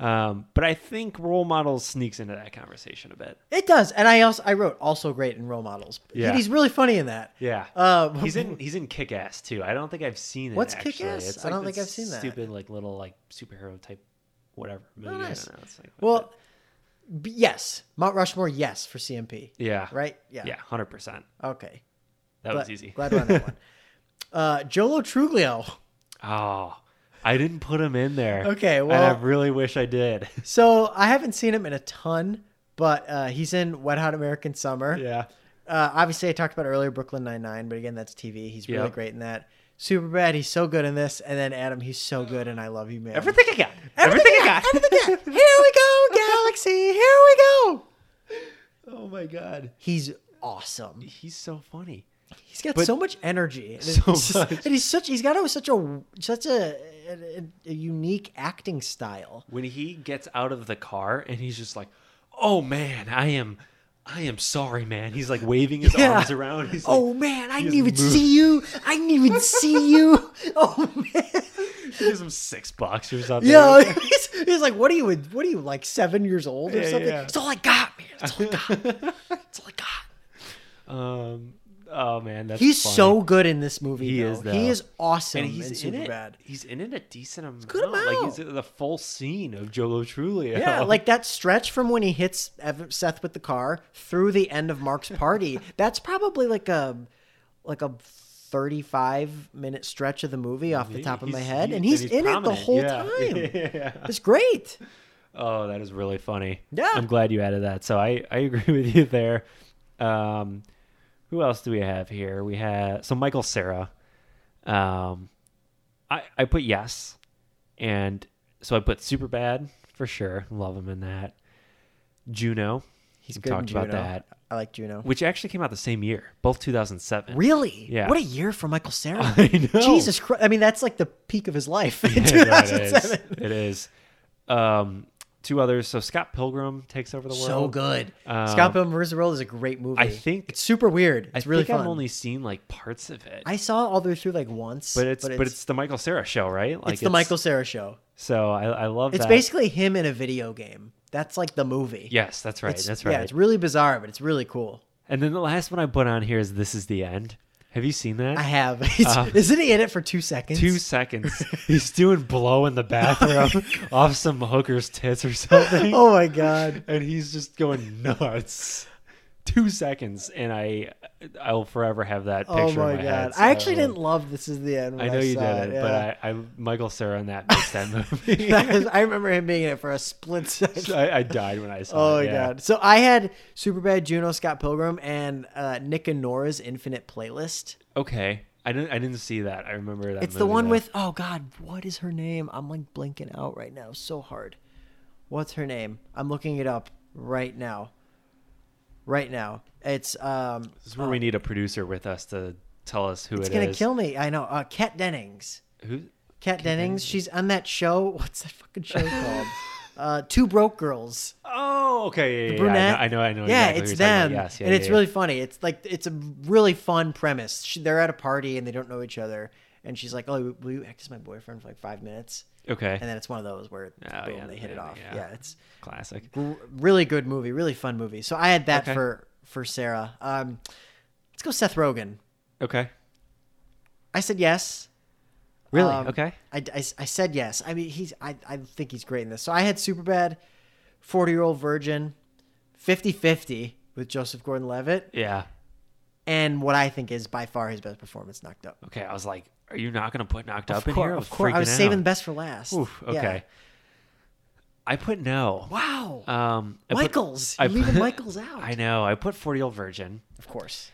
Speaker 1: Um, But I think role models sneaks into that conversation a bit.
Speaker 2: it does. And I also I wrote also great in role models. He-
Speaker 1: Yeah.
Speaker 2: he's really funny in that.
Speaker 1: Yeah.
Speaker 2: [laughs] Uh,
Speaker 1: Um, he's in he's in Kick Ass too. I don't think I've seen it.
Speaker 2: What's
Speaker 1: actually.
Speaker 2: Kick-Ass?
Speaker 1: It's
Speaker 2: I don't
Speaker 1: this
Speaker 2: think I've seen that. Oh,
Speaker 1: Stupid like little like superhero type, whatever. Movie. I
Speaker 2: nice.
Speaker 1: don't know. It's like,
Speaker 2: Well, b- yes. Mount Rushmore, yes for CMP.
Speaker 1: yeah,
Speaker 2: Right?
Speaker 1: yeah, hundred percent.
Speaker 2: Okay.
Speaker 1: That
Speaker 2: glad,
Speaker 1: was easy.
Speaker 2: Glad we're
Speaker 1: [laughs]
Speaker 2: on that one. Uh, Jolo Truglio.
Speaker 1: Oh, I didn't put him in there.
Speaker 2: [laughs] Okay,
Speaker 1: And
Speaker 2: well-
Speaker 1: I really wish I
Speaker 2: [laughs]
Speaker 1: did.
Speaker 2: So I haven't seen him in a ton, but uh, he's in Wet Hot American Summer.
Speaker 1: yeah.
Speaker 2: Uh, obviously, I talked about earlier Brooklyn Nine Nine, but again, that's TV. He's really
Speaker 1: Yep.
Speaker 2: great in that. Superbad, he's so good in this, and then Adam, he's so good, and I love you, man.
Speaker 1: Everything I got.
Speaker 2: [laughs] everything, I got, everything I got. Here we go,
Speaker 1: [laughs]
Speaker 2: Galaxy. Here we go.
Speaker 1: oh my god.
Speaker 2: He's awesome.
Speaker 1: He's so funny.
Speaker 2: He's got
Speaker 1: But-
Speaker 2: so much energy, and,
Speaker 1: So
Speaker 2: it's just-
Speaker 1: much.
Speaker 2: and he's such. He's got a, such a such a, a, a unique acting style.
Speaker 1: When he gets out of the car and he's just like, "Oh man, I am I am sorry, man." He's like waving his
Speaker 2: Yeah.
Speaker 1: arms around. He's
Speaker 2: Oh
Speaker 1: like,
Speaker 2: man, I
Speaker 1: he
Speaker 2: didn't
Speaker 1: just
Speaker 2: even
Speaker 1: moved-
Speaker 2: see you. I didn't
Speaker 1: [laughs]
Speaker 2: even see you. Oh man.
Speaker 1: he gives him six bucks or something.
Speaker 2: Yo, [laughs] he's, he's like, what are you? What are you like? Seven years old or
Speaker 1: Yeah,
Speaker 2: something?
Speaker 1: yeah.
Speaker 2: It's all I got, man. It's
Speaker 1: [laughs]
Speaker 2: all I got. it's all I got.
Speaker 1: Um oh man, that's
Speaker 2: He's
Speaker 1: funny.
Speaker 2: so good in this movie.
Speaker 1: He
Speaker 2: though.
Speaker 1: is, though.
Speaker 2: He is awesome.
Speaker 1: and he's in,
Speaker 2: super
Speaker 1: it. [laughs]
Speaker 2: bad.
Speaker 1: He's in it a decent amount.
Speaker 2: good
Speaker 1: Like
Speaker 2: amount.
Speaker 1: he's in the full scene of Jolo Trulio.
Speaker 2: Yeah, like that stretch from when he hits Ev- Seth with the car through the end of
Speaker 1: [laughs]
Speaker 2: Mark's party. that's probably like a like a thirty-five minute stretch of the movie off
Speaker 1: [laughs]
Speaker 2: the top of my
Speaker 1: He's-
Speaker 2: head,
Speaker 1: he-
Speaker 2: and he's, in it the
Speaker 1: prominent.
Speaker 2: whole
Speaker 1: Yeah.
Speaker 2: time.
Speaker 1: [laughs] yeah.
Speaker 2: It's great.
Speaker 1: Oh, that is really funny.
Speaker 2: Yeah.
Speaker 1: I'm glad you added that. So I, I [laughs] agree with you there. Um, who else do we have here? We have so Michael Sarah. Um, I I put yes, and so I put super bad for sure. Love him in that. Juno. He's
Speaker 2: good in
Speaker 1: talked about
Speaker 2: Juno.
Speaker 1: that,
Speaker 2: I like Juno.
Speaker 1: which actually came out the same year, both 2007.
Speaker 2: Really?
Speaker 1: Yeah.
Speaker 2: What a year for Michael Sarah.
Speaker 1: [laughs] I know.
Speaker 2: Jesus Christ. I mean, that's like the peak of his life
Speaker 1: [laughs]
Speaker 2: in
Speaker 1: Yeah, no,
Speaker 2: 2007.
Speaker 1: it is. It is. Um, two others. So Scott Pilgrim takes over the world.
Speaker 2: So good.
Speaker 1: Um,
Speaker 2: Scott Pilgrim's World is a great movie.
Speaker 1: I think-
Speaker 2: it's super weird. It's
Speaker 1: I
Speaker 2: really
Speaker 1: think
Speaker 2: fun.
Speaker 1: I've only seen like parts of it.
Speaker 2: I saw it all the way through like once,
Speaker 1: but it's but it's, the Michael Sarah show, right? Like
Speaker 2: it's the Michael Sarah show.
Speaker 1: So I, I love
Speaker 2: It's
Speaker 1: that.
Speaker 2: basically him in a video game. That's like the movie.
Speaker 1: yes, that's right.
Speaker 2: It's-
Speaker 1: That's right.
Speaker 2: Yeah, it's really bizarre, but it's really cool.
Speaker 1: and then the last one I put on here is "This Is the End." Have you seen that?
Speaker 2: I have. [laughs] Isn't he in it for two seconds?
Speaker 1: Uh-huh. Two seconds. He's doing blow in the bathroom off some hooker's tits or something,
Speaker 2: [laughs] Oh my god.
Speaker 1: and he's just going nuts. Two seconds, and I I will forever have that picture.
Speaker 2: Oh
Speaker 1: in
Speaker 2: my, god.
Speaker 1: head,
Speaker 2: I actually
Speaker 1: so-
Speaker 2: didn't love This Is the End.
Speaker 1: I
Speaker 2: When I,
Speaker 1: know you
Speaker 2: saw
Speaker 1: didn't,
Speaker 2: it. yeah.
Speaker 1: but I, I Michael Sarah and that makes
Speaker 2: [laughs]
Speaker 1: that movie.
Speaker 2: That is- I remember him being in it for a split [laughs] second.
Speaker 1: [laughs] I, I died when I saw.
Speaker 2: Oh my
Speaker 1: it, yeah.
Speaker 2: god! So I had Superbad, Juno, Scott Pilgrim, and uh, Nick and Nora's Infinite Playlist.
Speaker 1: Okay, I didn't. I didn't see that. I remember that.
Speaker 2: It's the
Speaker 1: movie,
Speaker 2: one
Speaker 1: though.
Speaker 2: with oh god, what is her name? I'm like blinking out right now, so hard. What's her name? I'm looking it up right now. Right now, it's um,
Speaker 1: This is where we need a producer with us to tell us who
Speaker 2: it's
Speaker 1: it
Speaker 2: gonna
Speaker 1: is.
Speaker 2: kill me. I know. Uh, Kat Dennings.
Speaker 1: Who?
Speaker 2: Kat Dennings. She's on that show. [laughs] What's that
Speaker 1: [laughs]
Speaker 2: fucking show called? Uh, Two Broke Girls.
Speaker 1: Oh, okay. Yeah, yeah,
Speaker 2: brunette.
Speaker 1: I know. I know. I know
Speaker 2: Yeah,
Speaker 1: exactly who
Speaker 2: it's
Speaker 1: you're talking
Speaker 2: them,
Speaker 1: about. Yes, yeah,
Speaker 2: and
Speaker 1: yeah,
Speaker 2: it's
Speaker 1: yeah.
Speaker 2: really funny. It's like it's a really fun premise. She, they're at a party and they don't know each other, and she's like, "Oh, will you act as my boyfriend for like five minutes?"
Speaker 1: Okay.
Speaker 2: And then it's one of those where
Speaker 1: Oh,
Speaker 2: boom,
Speaker 1: yeah,
Speaker 2: they hit it
Speaker 1: yeah,
Speaker 2: off.
Speaker 1: yeah.
Speaker 2: Yeah, it's
Speaker 1: Classic.
Speaker 2: gr- really good movie, really fun movie. So I had that
Speaker 1: Okay.
Speaker 2: for for Sarah. Um, let's go Seth Rogen.
Speaker 1: Okay.
Speaker 2: I said yes.
Speaker 1: Really?
Speaker 2: Um,
Speaker 1: okay.
Speaker 2: I, I, I said yes. I mean, he's I, I think he's great in this. So I had Superbad, 40 year old virgin, 50 50 with Joseph Gordon Levitt,
Speaker 1: Yeah.
Speaker 2: and what I think is by far his best performance knocked up.
Speaker 1: Okay. I was like, are you not going to put knocked up
Speaker 2: of
Speaker 1: in
Speaker 2: course,
Speaker 1: here?
Speaker 2: of course. I was
Speaker 1: freaking
Speaker 2: saving the
Speaker 1: out.
Speaker 2: best for last.
Speaker 1: Oof,
Speaker 2: Yeah.
Speaker 1: okay. I put no.
Speaker 2: Wow.
Speaker 1: Um, I put-
Speaker 2: Michaels.
Speaker 1: I
Speaker 2: You're leaving
Speaker 1: put- [laughs]
Speaker 2: Michaels out.
Speaker 1: I know. I put 40 year old virgin.
Speaker 2: Of course.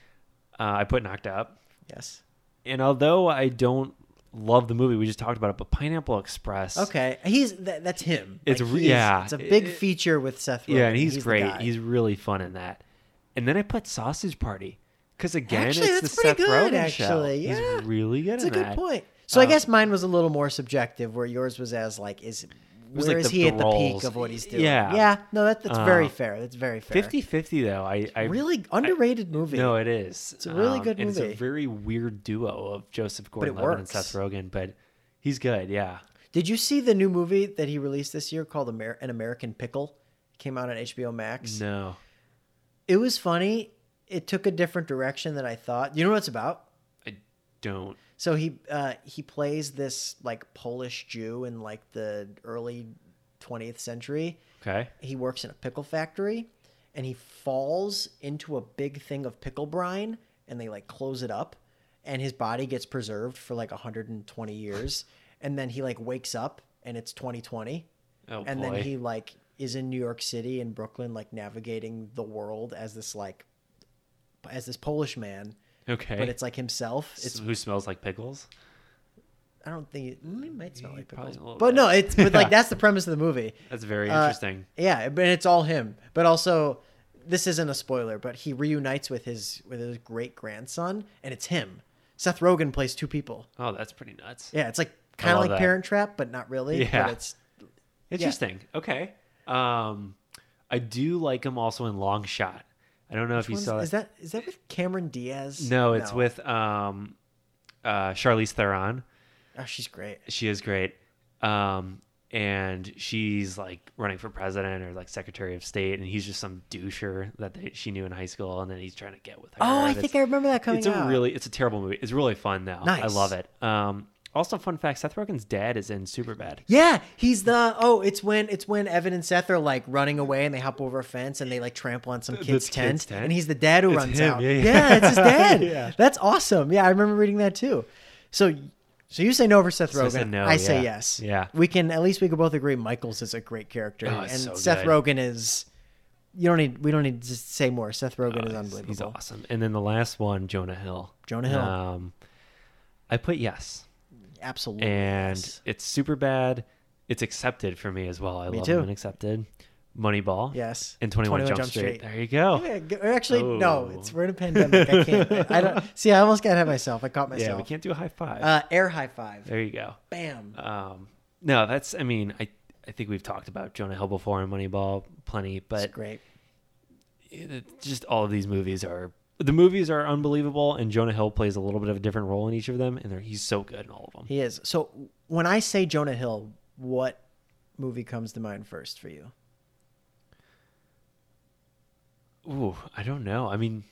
Speaker 1: Uh, I put knocked up.
Speaker 2: Yes.
Speaker 1: And although I don't love the movie, we just talked about it, but Pineapple Express.
Speaker 2: Okay. He's that, that's him.
Speaker 1: It's
Speaker 2: Like,
Speaker 1: re-
Speaker 2: he is-
Speaker 1: yeah.
Speaker 2: It's a big
Speaker 1: It-
Speaker 2: feature with Seth. Rogen.
Speaker 1: Yeah, and he's,
Speaker 2: the
Speaker 1: great.
Speaker 2: guy.
Speaker 1: He's really fun in that. And then I put Sausage Party because again,
Speaker 2: Actually,
Speaker 1: it's the
Speaker 2: that's pretty
Speaker 1: Seth
Speaker 2: good,
Speaker 1: Rogen
Speaker 2: actually.
Speaker 1: show.
Speaker 2: Yeah.
Speaker 1: He's really good.
Speaker 2: That's
Speaker 1: in
Speaker 2: a good
Speaker 1: that.
Speaker 2: point. So I
Speaker 1: Um,
Speaker 2: guess mine was a little more subjective, where yours was as like, is
Speaker 1: was
Speaker 2: where
Speaker 1: like
Speaker 2: is
Speaker 1: the-
Speaker 2: he
Speaker 1: the
Speaker 2: at the
Speaker 1: roles.
Speaker 2: peak of what he's doing?
Speaker 1: Yeah.
Speaker 2: yeah. No, that, that's very
Speaker 1: Um,
Speaker 2: fair. That's very fair.
Speaker 1: 50-50 though. I, I
Speaker 2: really underrated movie.
Speaker 1: No, it is. It's
Speaker 2: a really good
Speaker 1: and
Speaker 2: movie.
Speaker 1: It's a very weird duo of Joseph
Speaker 2: it
Speaker 1: Gordon-Levitt and
Speaker 2: works.
Speaker 1: Seth Rogen, but he's good. Yeah.
Speaker 2: Did you see the new movie that he released this year called Amer- An American Pickle? It came out on HBO Max.
Speaker 1: No.
Speaker 2: It was funny. It took a different direction than I thought. You know what it's about?
Speaker 1: I don't.
Speaker 2: So he uh, he plays this like Polish Jew in like the early 20th century.
Speaker 1: Okay.
Speaker 2: he works in a pickle factory and he falls into a big thing of pickle brine and they like close it up and his body gets preserved for like 120 years and then he like wakes up and it's 2020
Speaker 1: Oh
Speaker 2: and
Speaker 1: boy.
Speaker 2: then he like is in New York City and Brooklyn like navigating the world as this like as this Polish man
Speaker 1: okay.
Speaker 2: but it's like himself
Speaker 1: it's
Speaker 2: it's
Speaker 1: who smells like pickles.
Speaker 2: I don't think it, mm, it might smell like
Speaker 1: Probably
Speaker 2: pickles
Speaker 1: a little
Speaker 2: but
Speaker 1: bit.
Speaker 2: no it's
Speaker 1: [laughs]
Speaker 2: but like
Speaker 1: Yeah.
Speaker 2: that's the premise of the movie
Speaker 1: That's very
Speaker 2: uh,
Speaker 1: interesting.
Speaker 2: Yeah, but it's all him. But also, this isn't a spoiler, but he reunites with his with his great grandson, and it's him. Seth Rogen plays two people.
Speaker 1: Oh, that's pretty nuts.
Speaker 2: Yeah, it's like kind of
Speaker 1: love
Speaker 2: like
Speaker 1: that.
Speaker 2: Parent Trap, but not really.
Speaker 1: Yeah.
Speaker 2: But it's
Speaker 1: Interesting. Okay. Um, I do like him also in Long Shot. I don't know if you
Speaker 2: one's-
Speaker 1: saw
Speaker 2: is that is that with Cameron Diaz?
Speaker 1: No, it's with um, uh, Charlize Theron.
Speaker 2: Oh, she's great.
Speaker 1: She is great. Um, and she's like running for president or like secretary of state, and he's just some doucher that they, she knew in high school, and then he's trying to get with her.
Speaker 2: Oh, I
Speaker 1: and
Speaker 2: think I
Speaker 1: it's-
Speaker 2: remember that coming
Speaker 1: It's a
Speaker 2: out.
Speaker 1: really, it's a terrible movie. It's really fun though. I
Speaker 2: Nice.
Speaker 1: love it. Um, also, fun fact: Seth Rogen's dad is in Superbad.
Speaker 2: Yeah, he's the oh, it's when it's when Evan and Seth are like running away and they hop over a fence and they like trample on some
Speaker 1: Th-
Speaker 2: kid's
Speaker 1: this
Speaker 2: tent,
Speaker 1: kid's tent?
Speaker 2: and he's the dad who
Speaker 1: It's
Speaker 2: runs
Speaker 1: him,
Speaker 2: out.
Speaker 1: yeah,
Speaker 2: Yeah,
Speaker 1: yeah.
Speaker 2: it's his
Speaker 1: [laughs]
Speaker 2: dad.
Speaker 1: Yeah.
Speaker 2: That's awesome. Yeah, I remember reading that too. So so you say no for Seth
Speaker 1: So I
Speaker 2: Rogen.
Speaker 1: said no,
Speaker 2: I say
Speaker 1: yeah.
Speaker 2: yes.
Speaker 1: Yeah.
Speaker 2: We can at least we can both agree Michaels is a great character
Speaker 1: Oh,
Speaker 2: and
Speaker 1: it's so
Speaker 2: Seth
Speaker 1: good.
Speaker 2: Rogen is you don't need we don't need to say more. Seth Rogen
Speaker 1: Oh,
Speaker 2: is
Speaker 1: he's-
Speaker 2: unbelievable.
Speaker 1: He's awesome. And then the last one, Jonah Hill.
Speaker 2: Jonah Hill.
Speaker 1: Um, I put yes,
Speaker 2: Absolutely.
Speaker 1: and
Speaker 2: yes.
Speaker 1: it's super bad. It's accepted for me as well. I
Speaker 2: Me
Speaker 1: love him
Speaker 2: too.
Speaker 1: and accepted. Moneyball.
Speaker 2: Yes.
Speaker 1: And Twenty One
Speaker 2: 21
Speaker 1: Jump,
Speaker 2: Jump
Speaker 1: Street.
Speaker 2: Street.
Speaker 1: There you go.
Speaker 2: Yeah, g- Actually, no.
Speaker 1: Oh.
Speaker 2: It's we're in a pandemic. I can't. I,
Speaker 1: [laughs]
Speaker 2: I don't see. I almost got ahead of myself. I caught myself.
Speaker 1: Yeah, we can't do a high five.
Speaker 2: Uh, air high five.
Speaker 1: there you go.
Speaker 2: Bam.
Speaker 1: Um, no, that's. I mean, I I think we've talked about Jonah Hill before in Moneyball plenty,
Speaker 2: That's
Speaker 1: but
Speaker 2: great.
Speaker 1: it- it- just all of these movies are the movies are unbelievable, and Jonah Hill plays a little bit of a different role in each of them, and they're- he's so good in all of them.
Speaker 2: He is. So when I say Jonah Hill, what movie comes to mind first for you?
Speaker 1: Ooh, I don't know. I mean,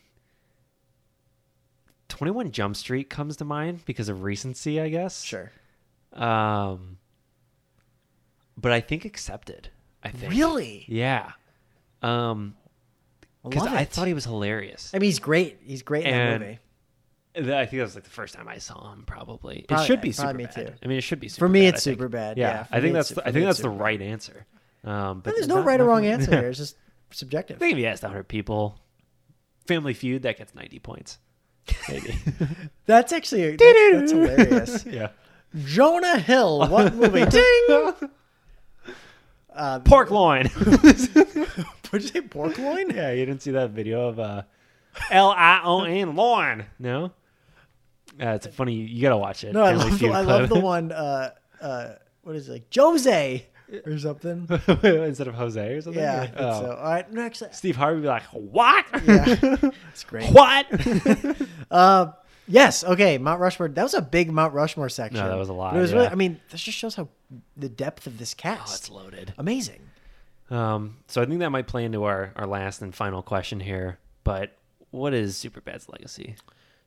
Speaker 1: 21 Jump Street comes to mind because of recency, I guess.
Speaker 2: Sure.
Speaker 1: Um, but I think accepted. I think.
Speaker 2: Really?
Speaker 1: Yeah. Um, because
Speaker 2: Love
Speaker 1: I
Speaker 2: it.
Speaker 1: thought he was hilarious.
Speaker 2: I mean, he's great. He's great in that
Speaker 1: And
Speaker 2: movie.
Speaker 1: Th- I think that was like the first time I saw him. Probably,
Speaker 2: Probably-
Speaker 1: it should be super
Speaker 2: probably me too.
Speaker 1: I mean, it should be. Superbad,
Speaker 2: For me, it's
Speaker 1: I think.
Speaker 2: Superbad, yeah. For
Speaker 1: I
Speaker 2: me,
Speaker 1: think
Speaker 2: it's
Speaker 1: that's.
Speaker 2: Su-
Speaker 1: The,
Speaker 2: for
Speaker 1: I
Speaker 2: me,
Speaker 1: think
Speaker 2: it's
Speaker 1: that's the right answer. Um, but
Speaker 2: But there's no
Speaker 1: not-
Speaker 2: right or
Speaker 1: not-
Speaker 2: wrong answer here. It's just subjective.
Speaker 1: I think if you asked 100 people, Family Feud that gets 90 points.
Speaker 2: [laughs]
Speaker 1: Maybe.
Speaker 2: That's actually a, that,
Speaker 1: [laughs]
Speaker 2: that's hilarious.
Speaker 1: yeah.
Speaker 2: [laughs] Jonah Hill.
Speaker 1: [laughs]
Speaker 2: What movie? Ding. Uh,
Speaker 1: Pork loin.
Speaker 2: would you say pork loin?
Speaker 1: yeah, you didn't see that video of uh, L I O N loin. No, uh, it's a funny. You gotta watch it.
Speaker 2: No, I
Speaker 1: Family
Speaker 2: love, the,
Speaker 1: Feud
Speaker 2: I love the
Speaker 1: clip.
Speaker 2: one. Uh, uh, what is it? Like, Jose
Speaker 1: [laughs]
Speaker 2: or something.
Speaker 1: instead of Jose or something.
Speaker 2: Yeah. uh, I think
Speaker 1: Oh.
Speaker 2: So, all right.
Speaker 1: [laughs]
Speaker 2: No, actually,
Speaker 1: Steve Harvey would be like, [laughs] what?
Speaker 2: [laughs] yeah, it's great.
Speaker 1: what?
Speaker 2: Uh, Yes. Okay. Mount Rushmore. That was a big Mount Rushmore section.
Speaker 1: No, that was a lot,
Speaker 2: But it was
Speaker 1: yeah. Oh,
Speaker 2: really. I mean, this just shows how the depth of this cast.
Speaker 1: loaded.
Speaker 2: Amazing.
Speaker 1: Um, so I think that might play into our, our last and final question here. But what is Superbad's legacy?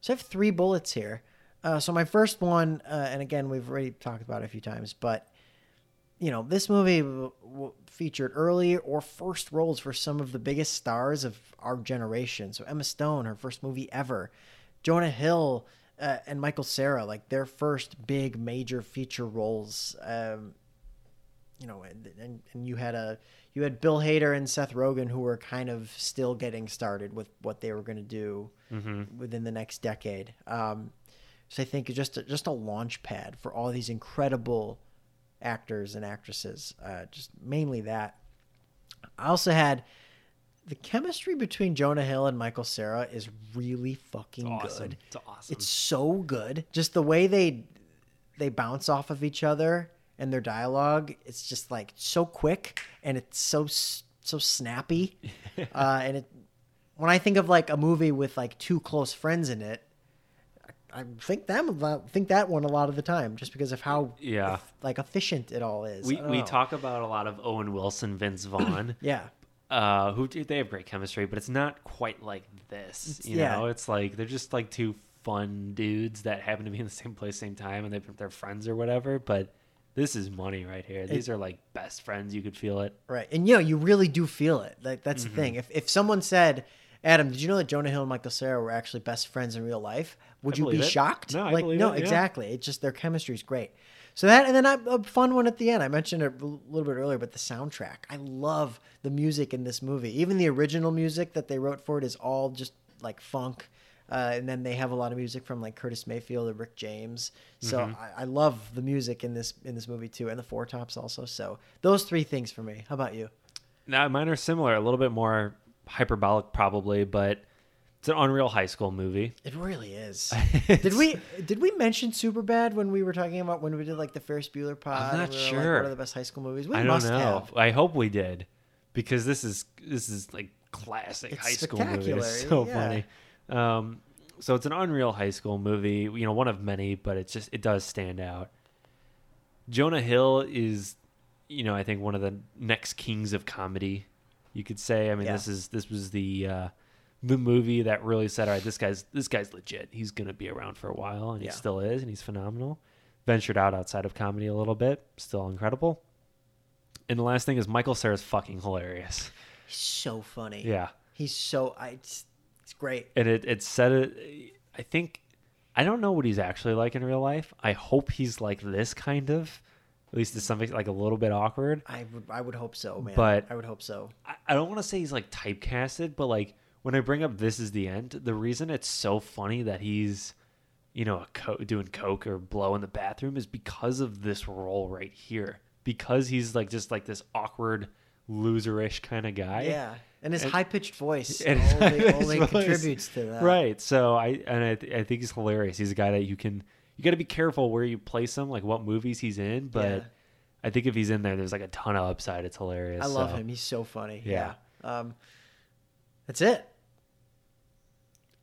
Speaker 2: So I have three bullets here. Uh, so my first one, uh, and again, we've already talked about it a few times, but you know, this movie w- w- featured early or first roles for some of the biggest stars of our generation. So Emma Stone, her first movie ever, Jonah Hill, uh, and Michael Sarah, like their first big major feature roles. Um, you know, and, and, and you had a you had Bill Hader and Seth Rogen who were kind of still getting started with what they were going to do
Speaker 1: Mm-hmm.
Speaker 2: within the next decade. Um, so I think just a, just a launch pad for all these incredible actors and actresses. Uh, just mainly that. I also had the chemistry between Jonah Hill and Michael Sarah is really fucking
Speaker 1: Awesome.
Speaker 2: good.
Speaker 1: It's awesome.
Speaker 2: It's so good. Just the way they they bounce off of each other and their dialogue. It's just like so quick and it's so s- so
Speaker 1: [laughs]
Speaker 2: snappy. uh, and it when I think of like a movie with like two close friends in it, I, I think them about, think that one a lot of the time just because of how
Speaker 1: Yeah.
Speaker 2: eff- like efficient it all is. I
Speaker 1: we
Speaker 2: don't
Speaker 1: we
Speaker 2: know.
Speaker 1: talk about a lot of Owen Wilson, Vince Vaughn,
Speaker 2: Yeah.
Speaker 1: uh, who do- they have great chemistry, but it's not quite like this. You
Speaker 2: yeah.
Speaker 1: know, it's like they're just like two fun dudes that happen to be in the same place, same time, and they, they're friends or whatever. But this is money right here. These are like best friends. You could feel it.
Speaker 2: Right. And you know, you really do feel it. Like that's the
Speaker 1: Mm-hmm.
Speaker 2: thing. If if someone said, Adam, did you know that Jonah Hill and Michael Sarah were actually best friends in real life? Would
Speaker 1: I
Speaker 2: you be
Speaker 1: believe it.
Speaker 2: shocked?
Speaker 1: No, I
Speaker 2: like
Speaker 1: believe
Speaker 2: no,
Speaker 1: it, yeah.
Speaker 2: exactly. It's just their chemistry is great. So that and then I, a fun one at the end. I mentioned it a little bit earlier, but the soundtrack. I love the music in this movie. Even the original music that they wrote for it is all just like funk. Uh, and then they have a lot of music from like Curtis Mayfield and Rick James. So
Speaker 1: Mm-hmm.
Speaker 2: I, I love the music in this in this movie too, and the Four Tops also. So those three things for me. How about you?
Speaker 1: Now mine are similar, a little bit more hyperbolic probably, but it's an unreal high school movie.
Speaker 2: It really
Speaker 1: [laughs]
Speaker 2: is. did
Speaker 1: It's-
Speaker 2: we did we mention Superbad when we were talking about when we did like the Ferris Bueller pod?
Speaker 1: I'm not
Speaker 2: and we were like,
Speaker 1: sure.
Speaker 2: what are the best high school movies? We
Speaker 1: I don't
Speaker 2: must
Speaker 1: know.
Speaker 2: have.
Speaker 1: I hope we did because this is this is like classic
Speaker 2: It's
Speaker 1: high school movie. It's so
Speaker 2: spectacular, yeah.
Speaker 1: funny. Um, so it's an unreal high school movie. You know, one of many, but it's just it does stand out. Jonah Hill is, you know, I think one of the next kings of comedy. You could say. I mean,
Speaker 2: Yeah.
Speaker 1: this is this was the uh, the movie that really said, all right, this guy's this guy's legit. He's gonna be around for a while, and
Speaker 2: Yeah.
Speaker 1: he still is, and he's phenomenal. Ventured out outside of comedy a little bit, still incredible. And the last thing is Michael Sarah's fucking hilarious.
Speaker 2: He's so funny.
Speaker 1: Yeah.
Speaker 2: He's so I it's, it's great.
Speaker 1: And it, it said it I think I don't know what he's actually like in real life. I hope he's like this kind of. At least to some extent, like a little bit awkward.
Speaker 2: I would I would hope so, man.
Speaker 1: But-
Speaker 2: I would hope so.
Speaker 1: I, I don't want to say he's like typecasted, but like when I bring up this is the end, the reason it's so funny that he's, you know, a co- doing coke or blow in the bathroom is because of this role right here. Because he's like just like this awkward, loserish kind of guy.
Speaker 2: yeah. And his
Speaker 1: and-
Speaker 2: high pitched
Speaker 1: [laughs]
Speaker 2: voice
Speaker 1: And-
Speaker 2: only,
Speaker 1: his
Speaker 2: only
Speaker 1: voice.
Speaker 2: contributes to that.
Speaker 1: Right. So I and I, th- I think he's hilarious. He's a guy that you can you got to be careful where you place him, like what movies he's in. But
Speaker 2: Yeah.
Speaker 1: I think if he's in there, there's like a ton of upside. It's hilarious.
Speaker 2: I love
Speaker 1: So,
Speaker 2: him. He's so funny. Yeah.
Speaker 1: Yeah.
Speaker 2: Um That's it.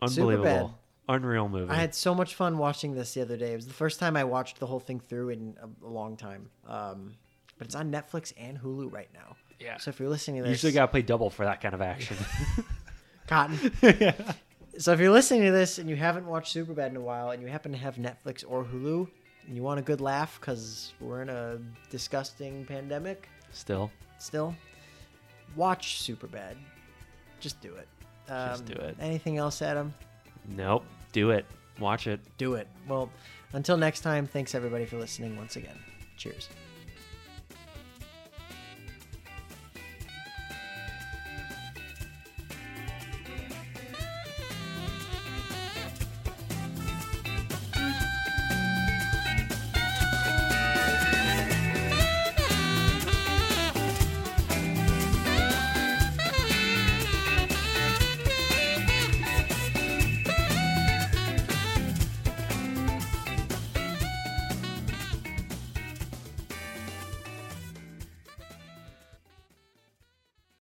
Speaker 1: Unbelievable. Unreal movie.
Speaker 2: I had so much fun watching this the other day. It was the first time I watched the whole thing through in a, a long time. Um, but it's on Netflix and Hulu right now.
Speaker 1: Yeah.
Speaker 2: So if you're listening to
Speaker 1: You
Speaker 2: this,
Speaker 1: usually got to play double for that kind of action. [laughs]
Speaker 2: cotton. So if you're listening to this and you haven't watched Superbad in a while, and you happen to have Netflix or Hulu, and you want a good laugh because we're in a disgusting pandemic
Speaker 1: Still,
Speaker 2: still, watch Superbad. Just do it. Um,
Speaker 1: Just do it.
Speaker 2: Anything else, Adam?
Speaker 1: nope. Do it. Watch it.
Speaker 2: Do it. Well, until next time, thanks everybody for listening once again. Cheers.